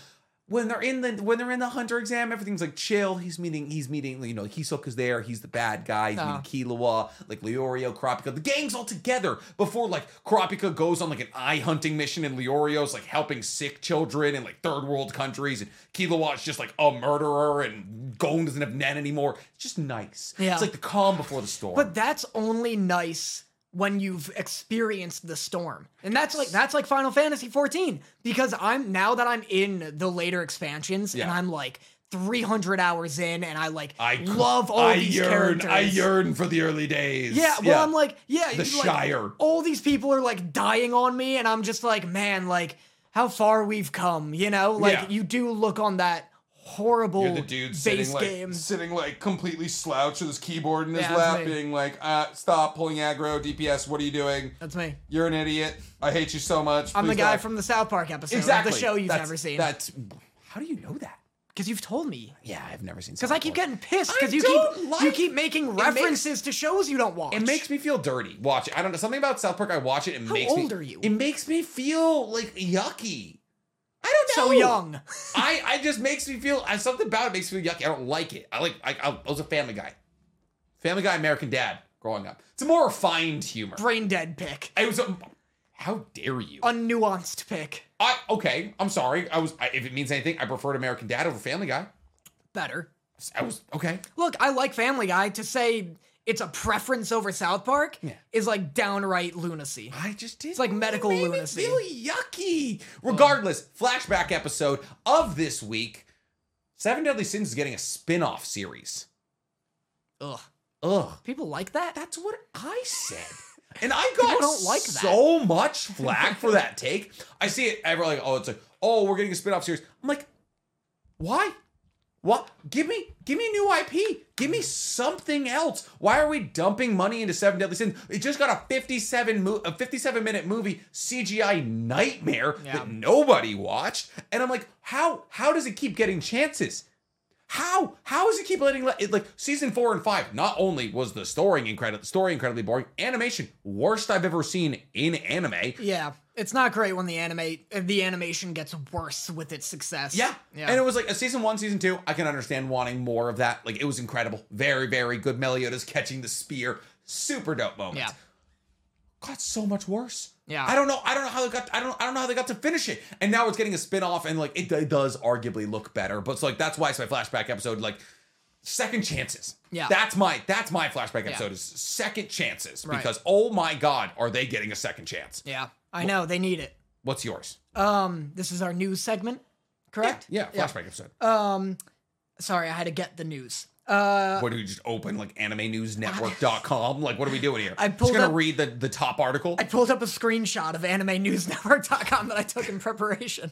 when they're in the when they're in the hunter exam, everything's like chill. He's meeting he's meeting you know Hisoka's there. He's the bad guy. He's
Uh.
meeting Killua, like Leorio, Kropika. The gang's all together before like Kropika goes on like an eye hunting mission, and Leorio's like helping sick children in like third world countries, and Killua's just like a murderer, and Gon doesn't have Nen anymore. It's just nice.
Yeah.
It's like the calm before the storm.
But that's only nice when you've experienced the storm. And that's like that's like Final Fantasy 14 because I'm now that I'm in the later expansions and
Yeah.
I'm like 300 hours in and I like
I cr-
love all
I
these
yearn,
characters.
I yearn for the early days.
Yeah, well, I'm like, yeah,
The
like,
Shire.
All these people are like dying on me, and I'm just like, man, like how far we've come, you know? Like
Yeah.
you do look on that horrible
You're the dude
base
sitting like
game.
sitting like completely slouched with his keyboard in his
Yeah, that's
lap,
me.
being like, uh, "Stop pulling aggro, DPS. What are you doing?
That's me.
You're an idiot. I hate you so much."
I'm the
Please
guy
die."
from the South Park episode, of
exactly
the show you've
That's-
never seen.
That's how do you know that?
Because you've told me.
Yeah, I've never seen.
Because I keep getting pissed because
I
you
don't
keep you
like-
keep making references to shows you don't watch.
It makes me feel dirty. Watch it. I don't know. Something about South Park. I watch it. It
How
makes
old
me,
are you?
It makes me feel like yucky. I don't know.
so young.
I, I just makes me feel I, something about it makes me feel yucky. I don't like it. I like I, I was a Family Guy, Family Guy, American Dad growing up. It's a more refined humor.
Brain dead pick.
I was a, how dare you?
Unnuanced pick.
I okay. I'm sorry. I was I, if it means anything, I preferred American Dad over Family Guy.
Better.
I was okay.
Look, I like Family Guy. To say it's a preference over South Park
Yeah.
is like downright lunacy.
I just did. It's
like medical
made
lunacy.
Me feel yucky. Regardless, flashback episode of this week. Seven Deadly Sins is getting a spin-off series.
Ugh.
Ugh.
People like that?
That's what I said. And I got
don't like that.
so much flack for that take. I see it ever like, oh, it's like, oh, we're getting a spin-off series. I'm like, why? What? Give me, give me a new IP. Give me something else. Why are we dumping money into Seven Deadly Sins? It just got a 57 mo- a 57 minute movie CGI nightmare
Yeah.
that nobody watched, and I'm like, how how does it keep getting chances? How how is it keep letting it like season four and five? Not only was the story incredible, story incredibly boring, animation worst I've ever seen in anime.
Yeah. It's not great when the anime uh, the animation gets worse with its success.
Yeah.
Yeah.
And it was like a season one, season two. I can understand wanting more of that. Like it was incredible. Very, very good. Meliodas catching the spear. Super dope moments.
yeah.
Got so much worse.
Yeah.
I don't know. I don't know how they got I don't I don't know how they got to finish it. And now it's getting a spin-off and like it, it does arguably look better. But it's like that's why it's my flashback episode. Like second chances.
Yeah.
That's my that's my flashback episode is second chances.
Right.
Because oh my god, are they getting a second chance?
Yeah. I know, they need it.
What's yours?
Um, this is our news segment, correct?
Yeah, flashback episode.
Um, sorry, I had to get the news.
Uh, what do we just open like animenewsnetwork.com? Like, what are we doing here?
I
just
pulled
gonna
up-
read the, the top article.
I pulled up a screenshot of animenewsnetwork.com that I took in preparation.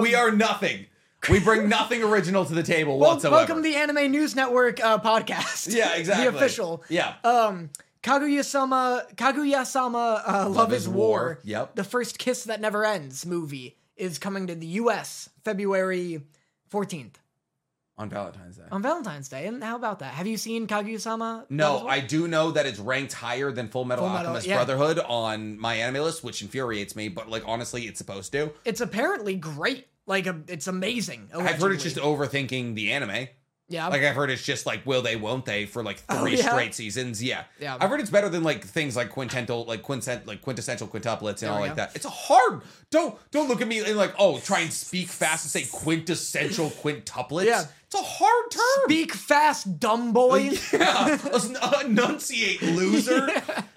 we are nothing. We bring nothing original to the table whatsoever.
Welcome to the Anime News Network uh, podcast.
yeah, exactly.
the official.
Yeah.
Um, Kaguya-sama, Kaguya-sama, uh, Love, is, War.
Yep.
The first kiss that never ends movie is coming to the U.S. February fourteenth
on Valentine's Day.
on Valentine's Day. And how about that? Have you seen Kaguya-sama? Love is
No,
War?
I do know that it's ranked higher than Full Metal
Full Metal,
Alchemist
yeah.
Brotherhood on my anime list, which infuriates me. But like, honestly, it's supposed to.
It's apparently great. Like a, it's amazing.
I've heard it's just
allegedly.
overthinking the anime.
yeah.
Like I've heard it's just like will they, won't they for like three
Oh, yeah?
straight seasons. Yeah.
Yeah.
I've heard it's better than like things like quintental, like quincent, like quintessential quintuplets and
There
all
we
like
go.
that. It's a hard. Don't don't look at me and like oh try and speak fast and say quintessential quintuplets.
Yeah.
It's a hard term.
Speak fast, dumb boys.
yeah. Let's n- enunciate, loser.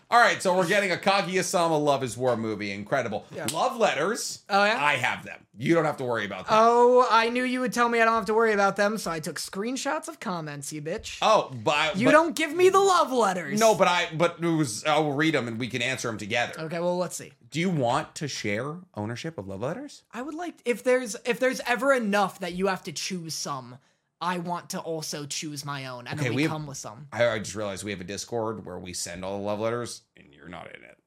All right, so we're getting a Kaguya-sama Love is War movie. Incredible. Love letters.
Oh, yeah?
I have them. You don't have to worry about that.
Oh, I knew you would tell me I don't have to worry about them, so I took screenshots of comments, you bitch.
oh, but
you
but-
don't give me the love letters.
No, but I but it was I will read them and we can answer them together.
Okay, well, let's see.
Do you want to share ownership of love letters?
I would like if there's if there's ever enough that you have to choose some, I want to also choose my own, and
Okay,
then
we
we,
have-
come with some.
I, I just realized we have a Discord where we send all the love letters, and you're not in it.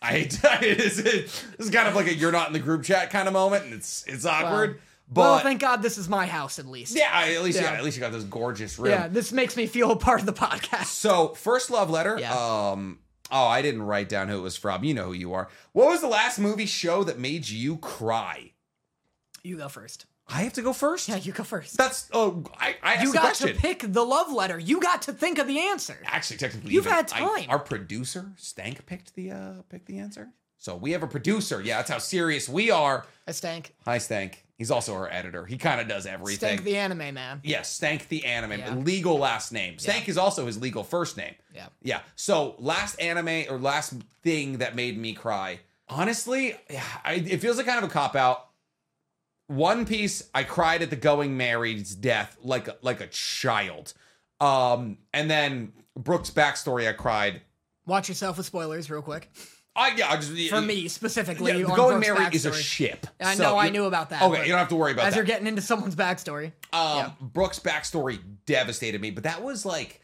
I it is it's kind of like a you're not in the group chat kind of moment, and it's it's awkward. but
well, thank God this is my house at least.
yeah, I- at least yeah.
Yeah.
at least you got this gorgeous room.
yeah. This makes me feel a part of the podcast.
So first love letter.
Yeah.
Um. Oh, I didn't write down who it was from. You know who you are. What was the last movie show that made you cry?
You go first.
I have to go first.
Yeah, you go first.
That's oh, I, I asked
you
the
got
question.
to pick the love letter. You got to think of the answer.
actually technically
You've
even-
had
I-
time.
our producer Stank picked the uh picked the answer. So we have a producer. Yeah, that's how serious we are.
I stank.
Hi Stank. He's also our editor. He kind of does everything.
Stank the anime man.
yes, Stank the anime.
Yeah.
Legal last name. Stank is also his legal first name.
Yeah.
Yeah. So last anime or last thing that made me cry. Honestly, I, it feels like kind of a cop out. One Piece, I cried at the Going Married's death like a, like a child. Um, and then Brooks' backstory, I cried.
Watch yourself with spoilers, real quick.
I yeah, I just
For me specifically,
yeah, the
on
Going
Brooke's
Married is a
backstory.
ship.
I
So
know, I
you-
knew about that.
Okay,
but
you don't have to worry about
as
that.
you're getting into someone's backstory,
Um,
Yeah.
Brooks' backstory devastated me, but that was like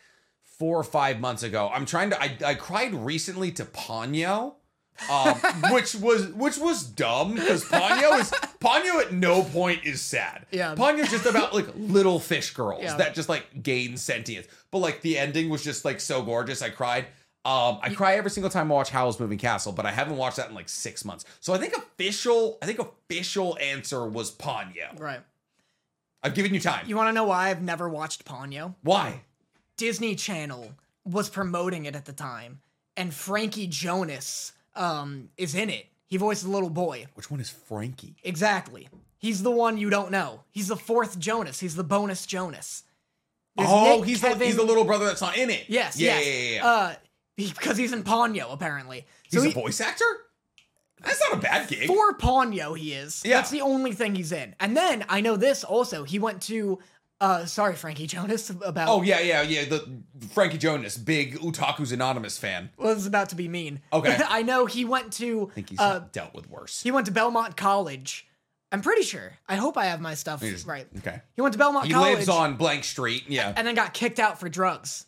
four or five months ago. I'm trying to. I, I cried recently to Ponyo, um, which was which was dumb because Ponyo is Ponyo at no point is sad.
Yeah.
Ponyo's just about like little fish girls
Yeah.
that just like gain sentience. But like the ending was just like so gorgeous. I cried. Um, I cry every single time I watch Howl's Moving Castle, but I haven't watched that in like six months. So I think official, I think official answer was Ponyo.
right?
I've given you time.
You want to know why I've never watched Ponyo?
Why?
Disney Channel was promoting it at the time, and Frankie Jonas um, is in it. He voiced the little boy.
Which one is Frankie?
Exactly. He's the one you don't know. He's the fourth Jonas. He's the bonus Jonas. There's
oh,
Nick,
he's the,
Kevin-
he's the little brother that's not in it.
Yes,
yeah,
yes.
yeah, yeah. yeah.
Uh, because he's in Ponyo apparently.
he's
so
a
he,
voice actor. That's not a bad gig.
for Ponyo he is.
Yeah.
That's the only thing he's in. And then I know this also. He went to uh sorry Frankie Jonas about
oh yeah, yeah, yeah. The Frankie Jonas, big Utaku's Anonymous fan.
was about to be mean.
Okay.
I know he went to
I think he's
uh
dealt with worse.
he went to Belmont College. I'm pretty sure. I hope I have my stuff
He's-
right.
Okay.
He went to Belmont
He
College
lives on blank street. Yeah.
and then got kicked out for drugs.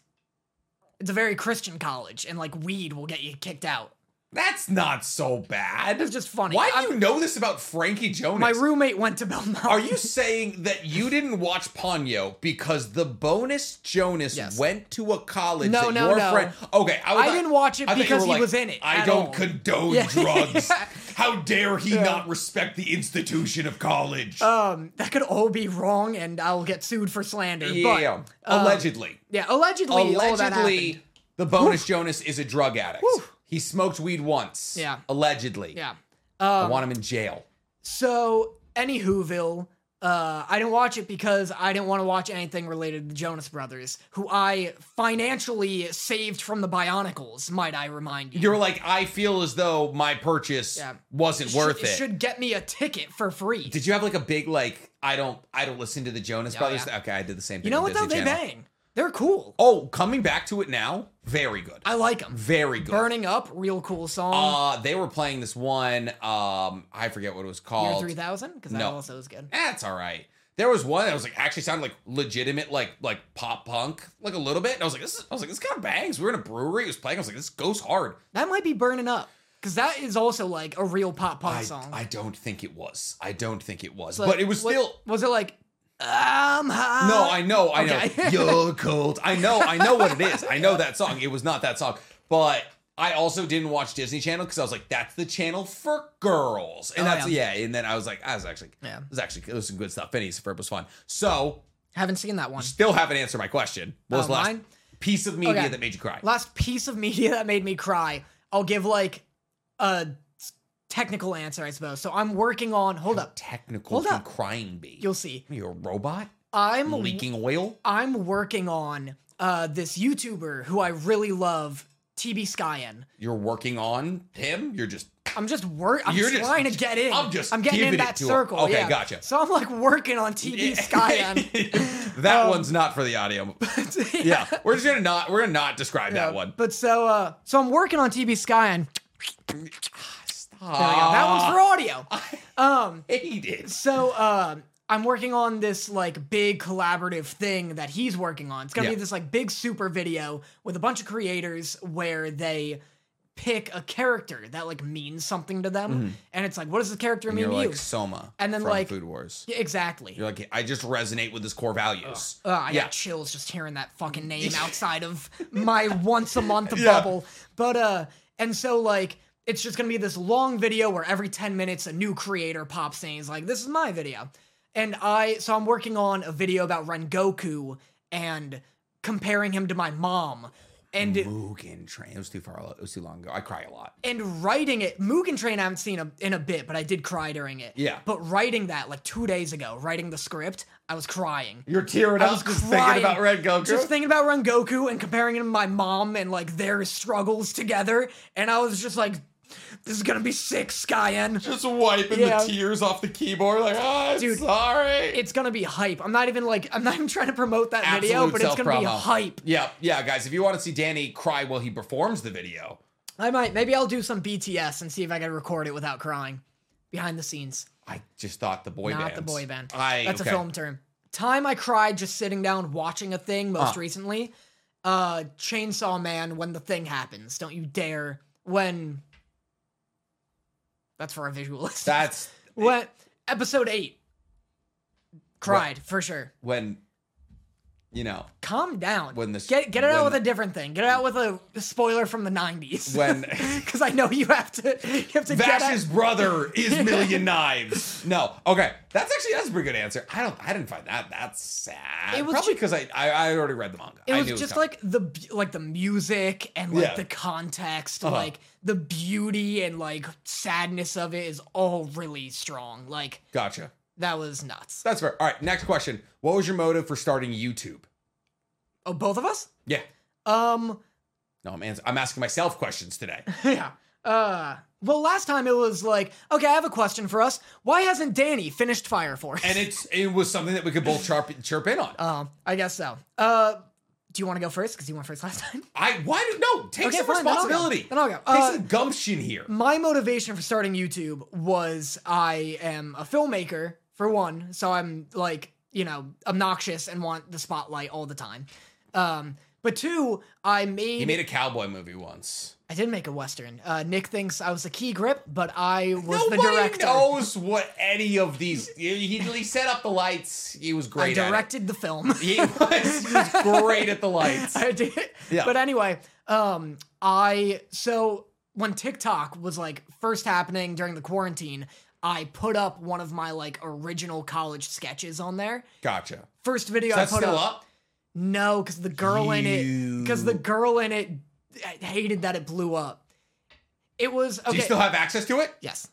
It's a very Christian college and like weed will get you kicked out.
That's not so bad.
It's just funny.
Why do
I'm-
you know this about Frankie Jonas?
My roommate went to Belmont.
Are you saying that you didn't watch Ponyo because the bonus Jonas
Yes.
went to a college
No,
that
no,
your
no.
friend? Okay, was
I
like-
didn't watch it
I thought you
because
were
he was in it
I
at
don't
all."
condone
Yeah.
drugs.
Yeah.
How dare he not respect the institution of college?
um, that could all be wrong, and I'll get sued for slander.
yeah,
but,
allegedly,
yeah. Allegedly, all that happened.
allegedly, the bonus Jonas is a drug addict.
Woof.
He smoked weed once.
Yeah. Um,
allegedly.
Yeah.
I want him in jail.
So, anywhoville, Uh, I didn't watch it because I didn't want to watch anything related to the Jonas Brothers, who I financially saved from the Bionicles, might I remind you.
You're like, I feel as though my purchase
Yeah.
wasn't
Should-
worth it.
Should get me a ticket for free.
Did you have like a big like? I don't. I don't listen to the Jonas Brothers.
yeah.
Okay, I did the same thing.
you know
with
what though?
Disney
They
Channel.
bang. They're cool.
Oh, coming back to it now. Very good.
I like them.
Very good.
Burning up, real cool song.
Uh, they were playing this one. Um, I forget what it was
Year
called.
three thousand, because that
No.
also is good.
That's all right. There was one that was like actually sounded like legitimate, like like pop punk, like a little bit. And I was like, this. Is, I was like, this kind of bangs. We were in a brewery. It was playing. I was like, this goes hard.
That might be burning up, because that is also like a real pop punk
I,
song.
I don't think it was. I don't think it was.
Like,
but it was
what-
still.
Was it like I'm high?
No, I know, I
Uh, okay.
know. You're cold. I know, I know what it is. I know that song. It was not that song. But I also didn't watch Disney Channel because I was like, that's the channel for girls. And
Oh,
that's yeah. And then I was like, I was actually
Yeah.
it was actually it was some good stuff. Phineas and Ferb was fun. So
haven't seen that one.
still haven't answered my question. What
Oh,
was the last
mine?
piece of media
Okay.
that made you cry?
Last piece of media that made me cry. I'll give like a technical answer, I suppose. So I'm working on. Hold up,
Technical
Hold
can
up.
crying be.
you'll see.
You're a robot
I'm
leaking oil.
I'm working on uh this YouTuber who I really love, TB Skyen.
You're working on him. You're just
I'm just work. I'm
You're just-
trying to get in.
I'm just
I'm getting
giving
in
it
that
to him.
circle.
Okay,
yeah.
gotcha.
So I'm like working on Um, TB Skyen.
that one's not for the audio. yeah, we're just gonna not we're gonna not describe
Yeah,
that one.
But so uh so I'm working on TB Skyen.
Stop.
There we go.
Ah.
that one's for audio. Um
hate it.
so um I'm working on this like big collaborative thing that he's working on. It's gonna
Yeah.
be this like big super video with a bunch of creators where they pick a character that like means something to them, and it's like, what does the character mean
Mm-hmm. You're
to
like
you?
Soma,
And then,
from
like-
Food Wars.
Yeah, Uh, exactly.
You're like I just resonate with his core values.
Ugh, I
yeah,
got chills just hearing that fucking name outside of my once a month
Yeah.
bubble. But uh and so like it's just gonna be this long video where every 10 minutes a new creator pops in. He's like, this is my video. And I so I'm working on a video about Rengoku and comparing him to my mom. And
Mugen Train. It was too far. It was too long ago. I cry a lot.
and writing it Mugen Train I haven't seen a, in a bit but I did cry during it
Yeah.
but writing that like two days ago writing the script I was crying
You're tearing
I
up
was
just
crying.
thinking about Red Goku.
Just thinking about Rengoku and comparing him to my mom and like their struggles together, and I was just like, "This is gonna be sick, Skyen.
just wiping
Yeah.
the tears off the keyboard. Like, ah, I'm
Dude,
sorry.
It's gonna be hype. I'm not even like I'm not even trying to promote that
Absolute
video, but it's gonna be
self-promo.
hype.
Yeah, yeah, guys. If you want to see Danny cry while he performs the video,
I might maybe I'll do some BTS and see if I can record it without crying, behind the scenes,
I just thought the boy
not
bands.
the boy band.
I
That's
okay.
a film term. Time I cried just sitting down watching a thing. Most
Huh.
recently, uh, Chainsaw Man. When the thing happens, don't you dare. When that's for a visualist.
That's
What episode eight? Cried for sure.
when you know
Calm down.
When the-
get get it out
when-
with a different thing. Get it out with a spoiler from the nineties.
When-
because I know you have to you have to get
Vash's
out.
brother is Million Knives. No, okay, that's actually that's a pretty good answer. I don't, I didn't find that. That's sad.
It was
Probably
ju-
because I, I, I already read the manga.
It
I
was
knew
just
coming.
like the bu- like the music and like
Yeah. Uh-huh.
the context, like the beauty and like sadness of it is all really strong. Like
gotcha.
that was nuts.
That's fair. All right, next question. What was your motive for starting YouTube?
Oh, both of us?
Yeah.
Um,
No, I'm, ans- I'm asking myself questions today.
yeah. Uh, well, last time it was like, okay, I have a question for us. Why hasn't Danny finished Fire Force?
And it's it was something that we could both chirp, chirp in on.
Um, I guess so. Uh, do you want to go first? Because you went first last time.
I why do no take
Okay,
some
fine, then I'll go.
responsibility.
Then I'll go.
Take
Uh,
some gumption here.
My motivation for starting YouTube was I am a filmmaker, for one, so I'm like, you know, obnoxious and want the spotlight all the time. Um, but two, I made,
He made a cowboy movie once.
I did make a Western. Uh, Nick thinks I was a key grip, but I was
Nobody
the director.
knows what any of these. He, he- he set up the lights. He was
I
great. At
directed the film.
it. He, was, he was great at the lights.
I did.
Yeah.
But anyway, um, I so when TikTok was like first happening during the quarantine, I put up one of my like original college sketches on there.
Gotcha.
First video
That's
I put
still
up.
up.
No, because the girl in it, because the
You-
girl in it hated that it blew up. It was okay.
Do you still have access to it?
yes.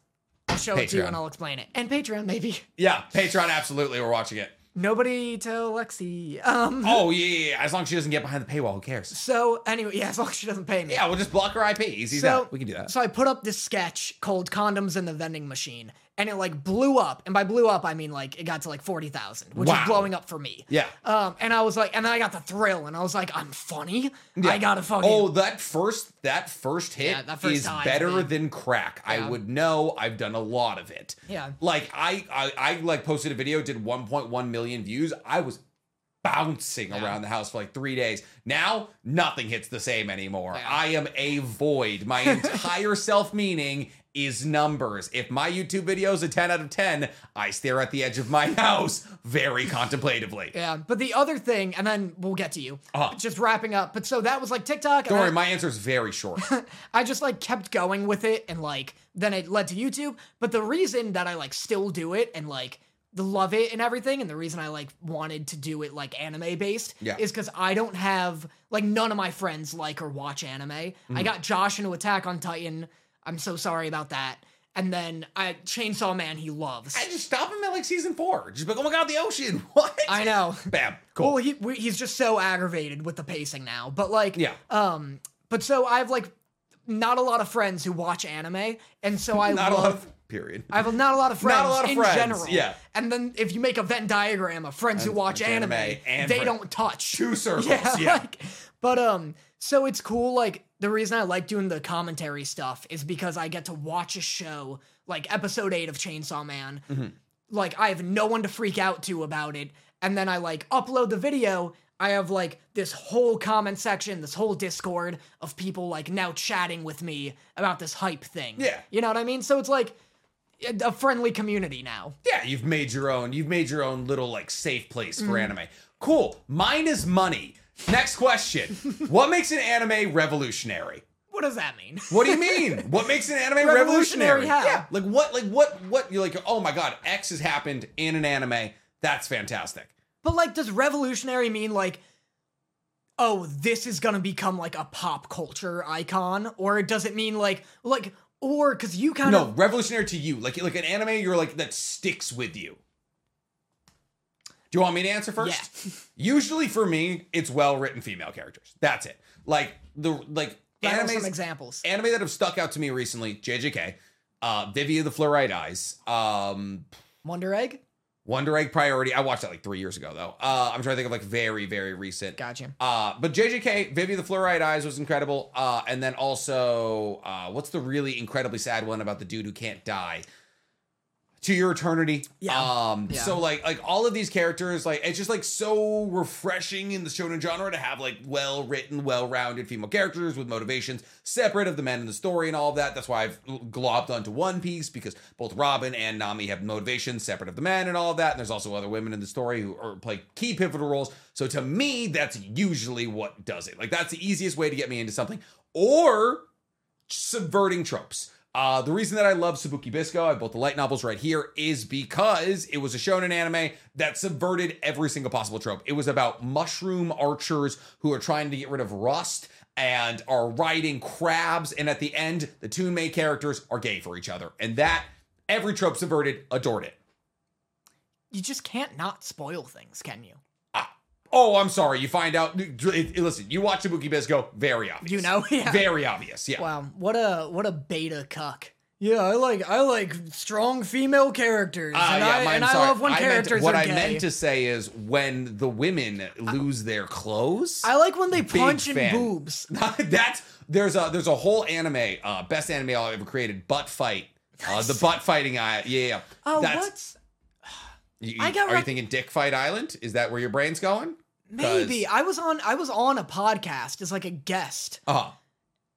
I'll show it to you
Patreon.
and I'll explain it. And Patreon, maybe.
Yeah, Patreon, absolutely. We're watching it.
Nobody tell Lexi. Um.
Oh, yeah, yeah, yeah. As long as she doesn't get behind the paywall, who cares?
So anyway, yeah, as long as she doesn't pay me.
Yeah, we'll just block her IP. Easy as
So
that. We can do that.
So I put up this sketch called "Condoms in the Vending Machine," and it like blew up. And by blew up, I mean like it got to like forty thousand, which
Wow.
is blowing up for me.
Yeah.
Um. And I was like, and then I got the thrill, and I was like, I'm funny.
Yeah.
I gotta fucking.
Oh, that first that first hit
Yeah, that first
is
dive,
better
man.
than crack. I
Yeah.
would know. I've done a lot of it.
Yeah.
Like I I, I like posted a video, did 1.1 million views. I was bouncing around the house for like three days. Now nothing hits the same anymore.
Yeah.
I am a void. My entire self meaning is numbers. If my YouTube video is a 10 out of 10, I stare at the edge of my house very contemplatively.
Yeah. But the other thing, and then we'll get to you.
Uh-huh.
Just wrapping up. But so that was like TikTok.
Don't
and
worry,
I-
my answer is very short.
I just like kept going with it and like then it led to YouTube. But the reason that I like still do it and like the love it and everything, and the reason I like wanted to do it like anime based
Yeah.
is because I don't have like none of my friends like or watch anime.
Mm-hmm.
I got Josh into Attack on Titan. I'm so sorry about that. And then I Chainsaw Man he loves.
I just stop him at like season four. Just be like, oh my god, the ocean. What?
I know.
Bam. Cool.
Well, he we, he's just so aggravated with the pacing now. But like,
Yeah.
Um, but so I have like not a lot of friends who watch anime, and so I
Not a
love.
lot of period.
I have not a lot of friends.
Not a lot of
in
friends,
General.
yeah.
And then if you make a Venn diagram of friends who watch
watch
anime,
anime and
they
fri-
don't touch.
Two circles. Yeah.
yeah. Like, but um, so it's cool. Like the reason I like doing the commentary stuff is because I get to watch a show like episode eight of Chainsaw Man. Like I have no one to freak out to about it, and then I like upload the video. I have like this whole comment section, this whole Discord of people like now chatting with me about this hype thing.
Yeah.
you know what I mean. So it's like a- a friendly community now.
yeah, you've made your own. You've made your own little like safe place for
Mm-hmm.
anime. Cool. Mine is money. Next question. what makes an anime revolutionary?
What does that mean?
What do you mean? What makes an anime revolutionary?
Revolutionary how?
Yeah. Like what like what what you're like, oh my god, X has happened in an anime. That's fantastic.
But like, does revolutionary mean like, oh, this is gonna become like a pop culture icon, or does it mean like, like, or because you kind
No,
of
revolutionary to you. Like like an anime you're like that sticks with you. Do you want me to answer first? Usually for me, it's well-written female characters. That's it. Like the like
Like, what are some
animes
examples?
anime that have stuck out to me recently, JJK, uh Vivi of the Fluorite Eyes, um
Wonder Egg.
Wonder Egg Priority. I watched that like 3 years ago though. Uh I'm trying to think of like very very recent.
Gotcha.
Uh, but JJK, Vivi the Fluoride Eyes was incredible. Uh, and then also, uh, what's the really incredibly sad one about the dude who can't die? To your eternity.
Yeah.
Um,
Yeah.
so like like all of these characters, like it's just like so refreshing in the shonen genre to have like well written, well rounded female characters with motivations separate of the men in the story and all of that. That's why I've l- globbed onto One Piece because both Robin and Nami have motivations separate of the men and all of that. And there's also other women in the story who are, play key pivotal roles. So to me, that's usually what does it. Like that's the easiest way to get me into something. Or subverting tropes. Uh, the reason that I love Sabuki Bisco, I have both the light novels right here, is because it was a shonen anime that subverted every single possible trope. It was about mushroom archers who are trying to get rid of rust and are riding crabs, and at the end, the two main characters are gay for each other. And that, every trope subverted, adored it.
You just can't not spoil things, can you?
Oh, I'm sorry, you find out. it- it- Listen, you watch Sabuki Bisco, very obvious.
You know? Yeah.
Very obvious, yeah.
Wow, what a what a beta cuck. Yeah, I like I like strong female characters,
Ah,
and,
yeah,
I,
my-
and I
sorry.
love when
I meant-
characters
What
are
I
gay.
meant to say is when the women lose their clothes.
I like when they punch in
fan.
boobs.
that's there's a there's a whole anime, uh, best anime I ever created, butt fight. Uh, the butt fighting I yeah, yeah.
Oh,
That's-
what's
you-
I got
are you
rec-
thinking Dick Fight Island? Is that where your brain's going?
maybe I was on I was on a podcast as like a guest,
Uh-huh.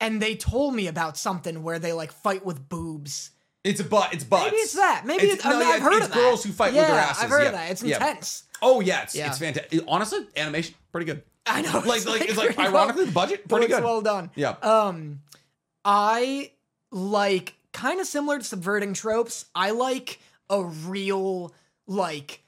and they told me about something where they like fight with boobs.
It's a butt. It's butts.
Maybe it's that. Maybe
It's-
it's, I
no,
mean,
yeah,
I've heard
it's
of that.
girls who fight with
yeah,
their asses,
I've heard
yeah,
of that. It's
yeah.
intense.
Oh yeah, it's,
Yeah.
it's fantastic. Honestly, animation pretty good.
I know.
Like like, it's like
pretty
ironically
well,
the budget pretty
it's
good.
Well done.
yeah.
Um, I like kind of similar to subverting tropes. I like a real like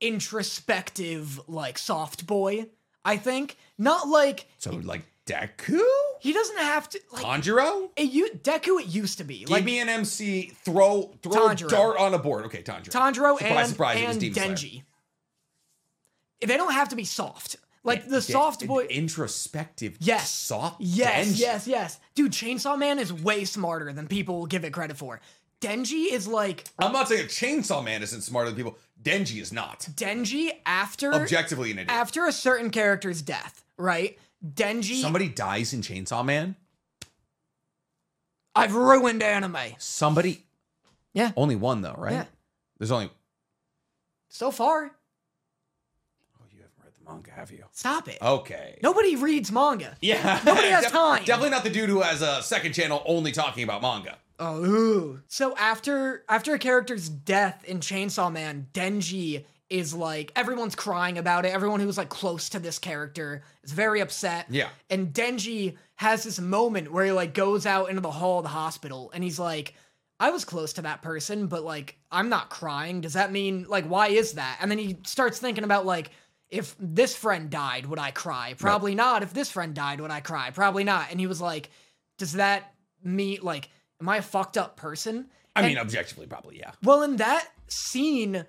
introspective like soft boy. I think not like
so like Deku.
He doesn't have to like
Tanjiro?
it, you, Deku. It used to be
Give
like
me an MC. Throw throw a
Tanjiro.
dart on a board. Okay, Tanjiro.
Tanjiro
Surprise,
and,
surprise, it was
and
Demon Slayer.
Denji. They don't have to be soft. Like the soft
An
boy.
introspective.
Yes.
Soft.
Yes,
Denji.
yes, yes. Dude, Chainsaw Man is way smarter than people will give it credit for. Denji is like
I'm not saying Chainsaw Man isn't smarter than people. Denji is not.
Denji after
Objectively, an idiot.
after a certain character's death, right? Denji
Somebody dies in Chainsaw Man.
I've ruined anime.
Somebody.
Yeah.
Only one though, right?
Yeah.
There's only.
So far,
Oh, you haven't read the manga, have you?
stop it.
Okay.
Nobody reads manga.
Yeah.
Nobody has
Def-
time.
Definitely not the dude who has a second channel only talking about manga.
Oh, ooh. So after after a character's death in Chainsaw Man, Denji is like everyone's crying about it. Everyone who's like close to this character is very upset.
Yeah.
And Denji has this moment where he like goes out into the hall of the hospital and he's like, I was close to that person, but like I'm not crying. Does that mean like why is that? And then he starts thinking about like if this friend died, would I cry? Probably not. If this friend died, would I cry? Probably not. And he was like, does that mean like am I a fucked up person?
I
And-
mean, objectively, probably, yeah.
well, and that scene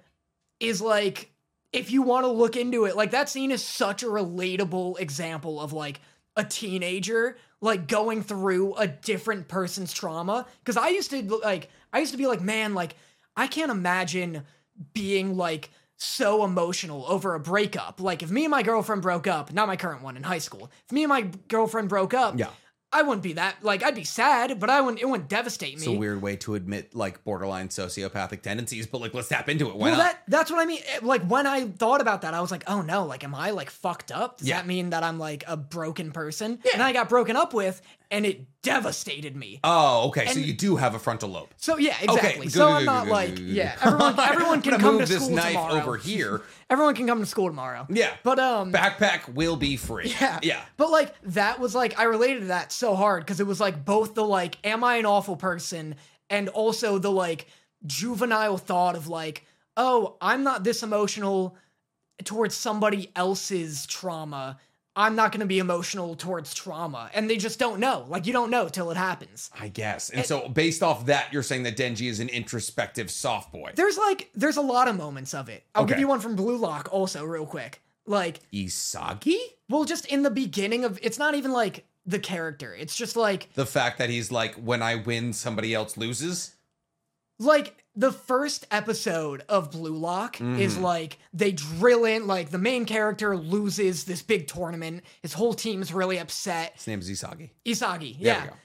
is like, if you want to look into it, like that scene is such a relatable example of like a teenager like going through a different person's trauma. Cause I used to like, I used to be like, man, like, I can't imagine being like, so emotional over a breakup. Like, if me and my girlfriend broke up, not my current one in high school, if me and my girlfriend broke up,
Yeah.
I wouldn't be that. Like, I'd be sad, but I wouldn't. It wouldn't devastate me.
It's a weird way to admit like borderline sociopathic tendencies, but like let's tap into it. Why
well,
not?
that that's what I mean. Eh, Like when I thought about that, I was like, oh no, like am I like fucked up? Does
Yeah.
that mean that I'm like a broken person? And I got broken up with, and it devastated me.
oh, okay. so
and-
you do have a frontal lobe.
so yeah, exactly.
Okay.
so
good,
I'm
good,
not
good, good,
like
good, good,
yeah.
good.
Everyone, everyone can
I'm gonna
come
move
to
this
school
knife
tomorrow.
over here.
Everyone can come to school tomorrow.
Yeah.
But um,
Backpack will be free.
Yeah.
Yeah.
But like that was like I related to that so hard because it was like both the like am I an awful person and also the like juvenile thought of like oh I'm not this emotional towards somebody else's trauma. I'm not going to be emotional towards trauma and they just don't know. Like you don't know till it happens.
I guess. And so based off that, you're saying that Denji is an introspective soft boy.
There's like there's a lot of moments of it. I'll give
Okay.
you one from Blue Lock also real quick. Like
Isagi?
well just in the beginning of it's not even like the character. It's just like
The fact that he's like, when I win, somebody else loses.
like the first episode of Blue Lock is
Mm-hmm.
like they drill in like the main character loses this big tournament. His whole team's really upset.
His name is Isagi.
Isagi,
There
yeah.
we go.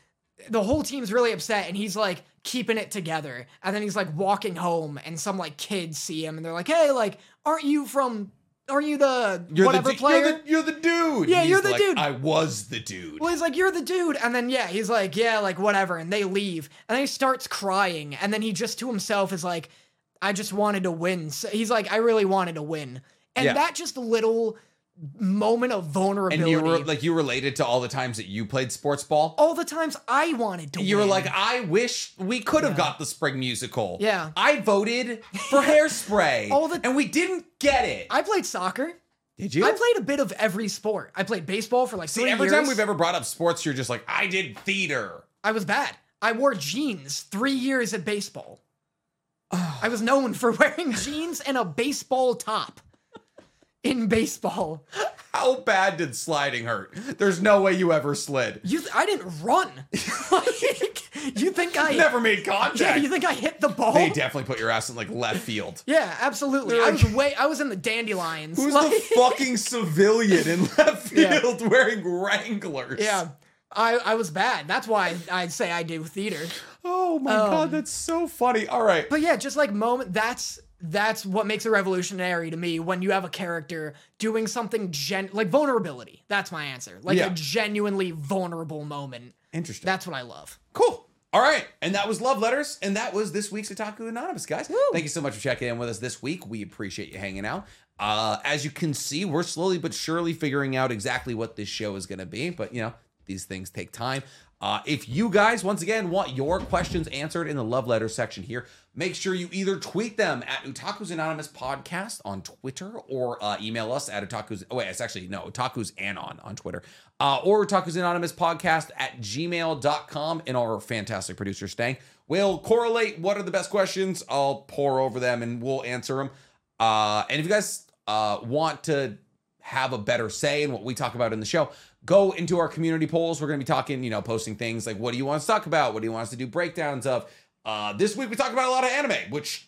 The whole team's really upset and he's like keeping it together. And then he's like walking home and some like kids see him and they're like, "Hey, like aren't you from aren't you the whatever
the, du-
player?"
You're the, you're the dude.
Yeah,
He's
you're the
like,
dude.
I was the dude.
Well, he's like, "You're the dude," and then yeah, he's like, "Yeah, like whatever," and they leave, and then he starts crying, and then he just to himself is like, "I just wanted to win." So he's like, "I really wanted to win," and
Yeah.
that just little moment of
and
vulnerability.
you were like, you related to all the times that you played sports ball.
all the times I wanted to.
You were
win.
like, I wish we could have got the spring musical.
Yeah.
I voted for hairspray.
All the-
and we didn't get it.
"I played soccer.
Did you?
I played a bit of every sport. I played baseball for like
See,
three
every
years.
time we've ever brought up sports, you're just like, I did theater.
I was bad. I wore jeans three years at baseball. I was known for wearing jeans and a baseball top in baseball.
How bad did sliding hurt? There's no way you ever slid.
You, th- I didn't run. like, you think I?
Never made
yeah,
contact.
you think I hit the ball?
they definitely put your ass in like left field.
yeah, absolutely. I was way. I was in the dandelions.
Who's
Like-
the fucking civilian in left
Yeah.
field wearing Wranglers?
yeah, I I was bad. That's why I'd say I do theater.
Oh my god, that's so funny. All right.
Um, But yeah, just like moment. That's that's what makes it revolutionary to me when you have a character doing something gen like vulnerability. That's my answer. Like
Yeah.
a genuinely vulnerable moment.
Interesting.
That's what I love.
Cool. All right. And that was Love Letters. And that was this week's Otaku Anonymous, guys. Thank you so much for checking in with us this week. We appreciate you hanging out. Uh, as you can see, we're slowly but surely figuring out exactly what this show is going to be. But, you know, these things take time. Uh, if you guys, once again, want your questions answered in the love letter section here, make sure you either tweet them at Utaku's Anonymous Podcast on Twitter or uh, email us at Utaku's. Oh, wait, it's actually, no, Utaku's Anon on Twitter uh, or Utaku's Anonymous Podcast at gmail.com. And our fantastic producer, Stang, will correlate what are the best questions. I'll pour over them and we'll answer them. Uh, and if you guys uh, want to have a better say in what we talk about in the show, go into our community polls. We're going to be talking, you know, posting things like what do you want us to talk about? What do you want us to do breakdowns of? Uh, this week we talked about a lot of anime, which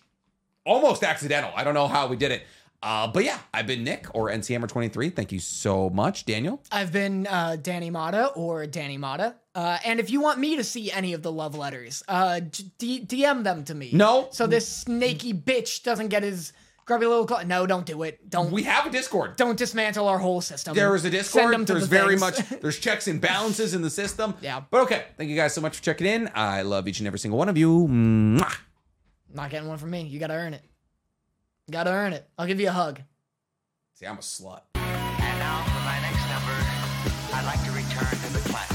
almost accidental. I don't know how we did it. Uh, but yeah, I've been Nick or NCMer23. Thank you so much, Daniel.
I've been uh, Danny Mata or Danny Mata. Uh, and if you want me to see any of the love letters, uh, d- DM them to me.
No.
So this snaky bitch doesn't get his grubby little claw. No, don't do it. Don't
We have a Discord.
don't dismantle our whole system.
There is a
Send
Discord.
'em to
There's
the
very
things.
much there's checks and balances in the system.
Yeah.
But okay, thank you guys so much for checking in. I love each and every single one of you. Mwah.
Not getting one from me. You gotta earn it. You gotta earn it. I'll give you a hug.
See, I'm a slut.
And now for my next number, I'd like to return to the classic.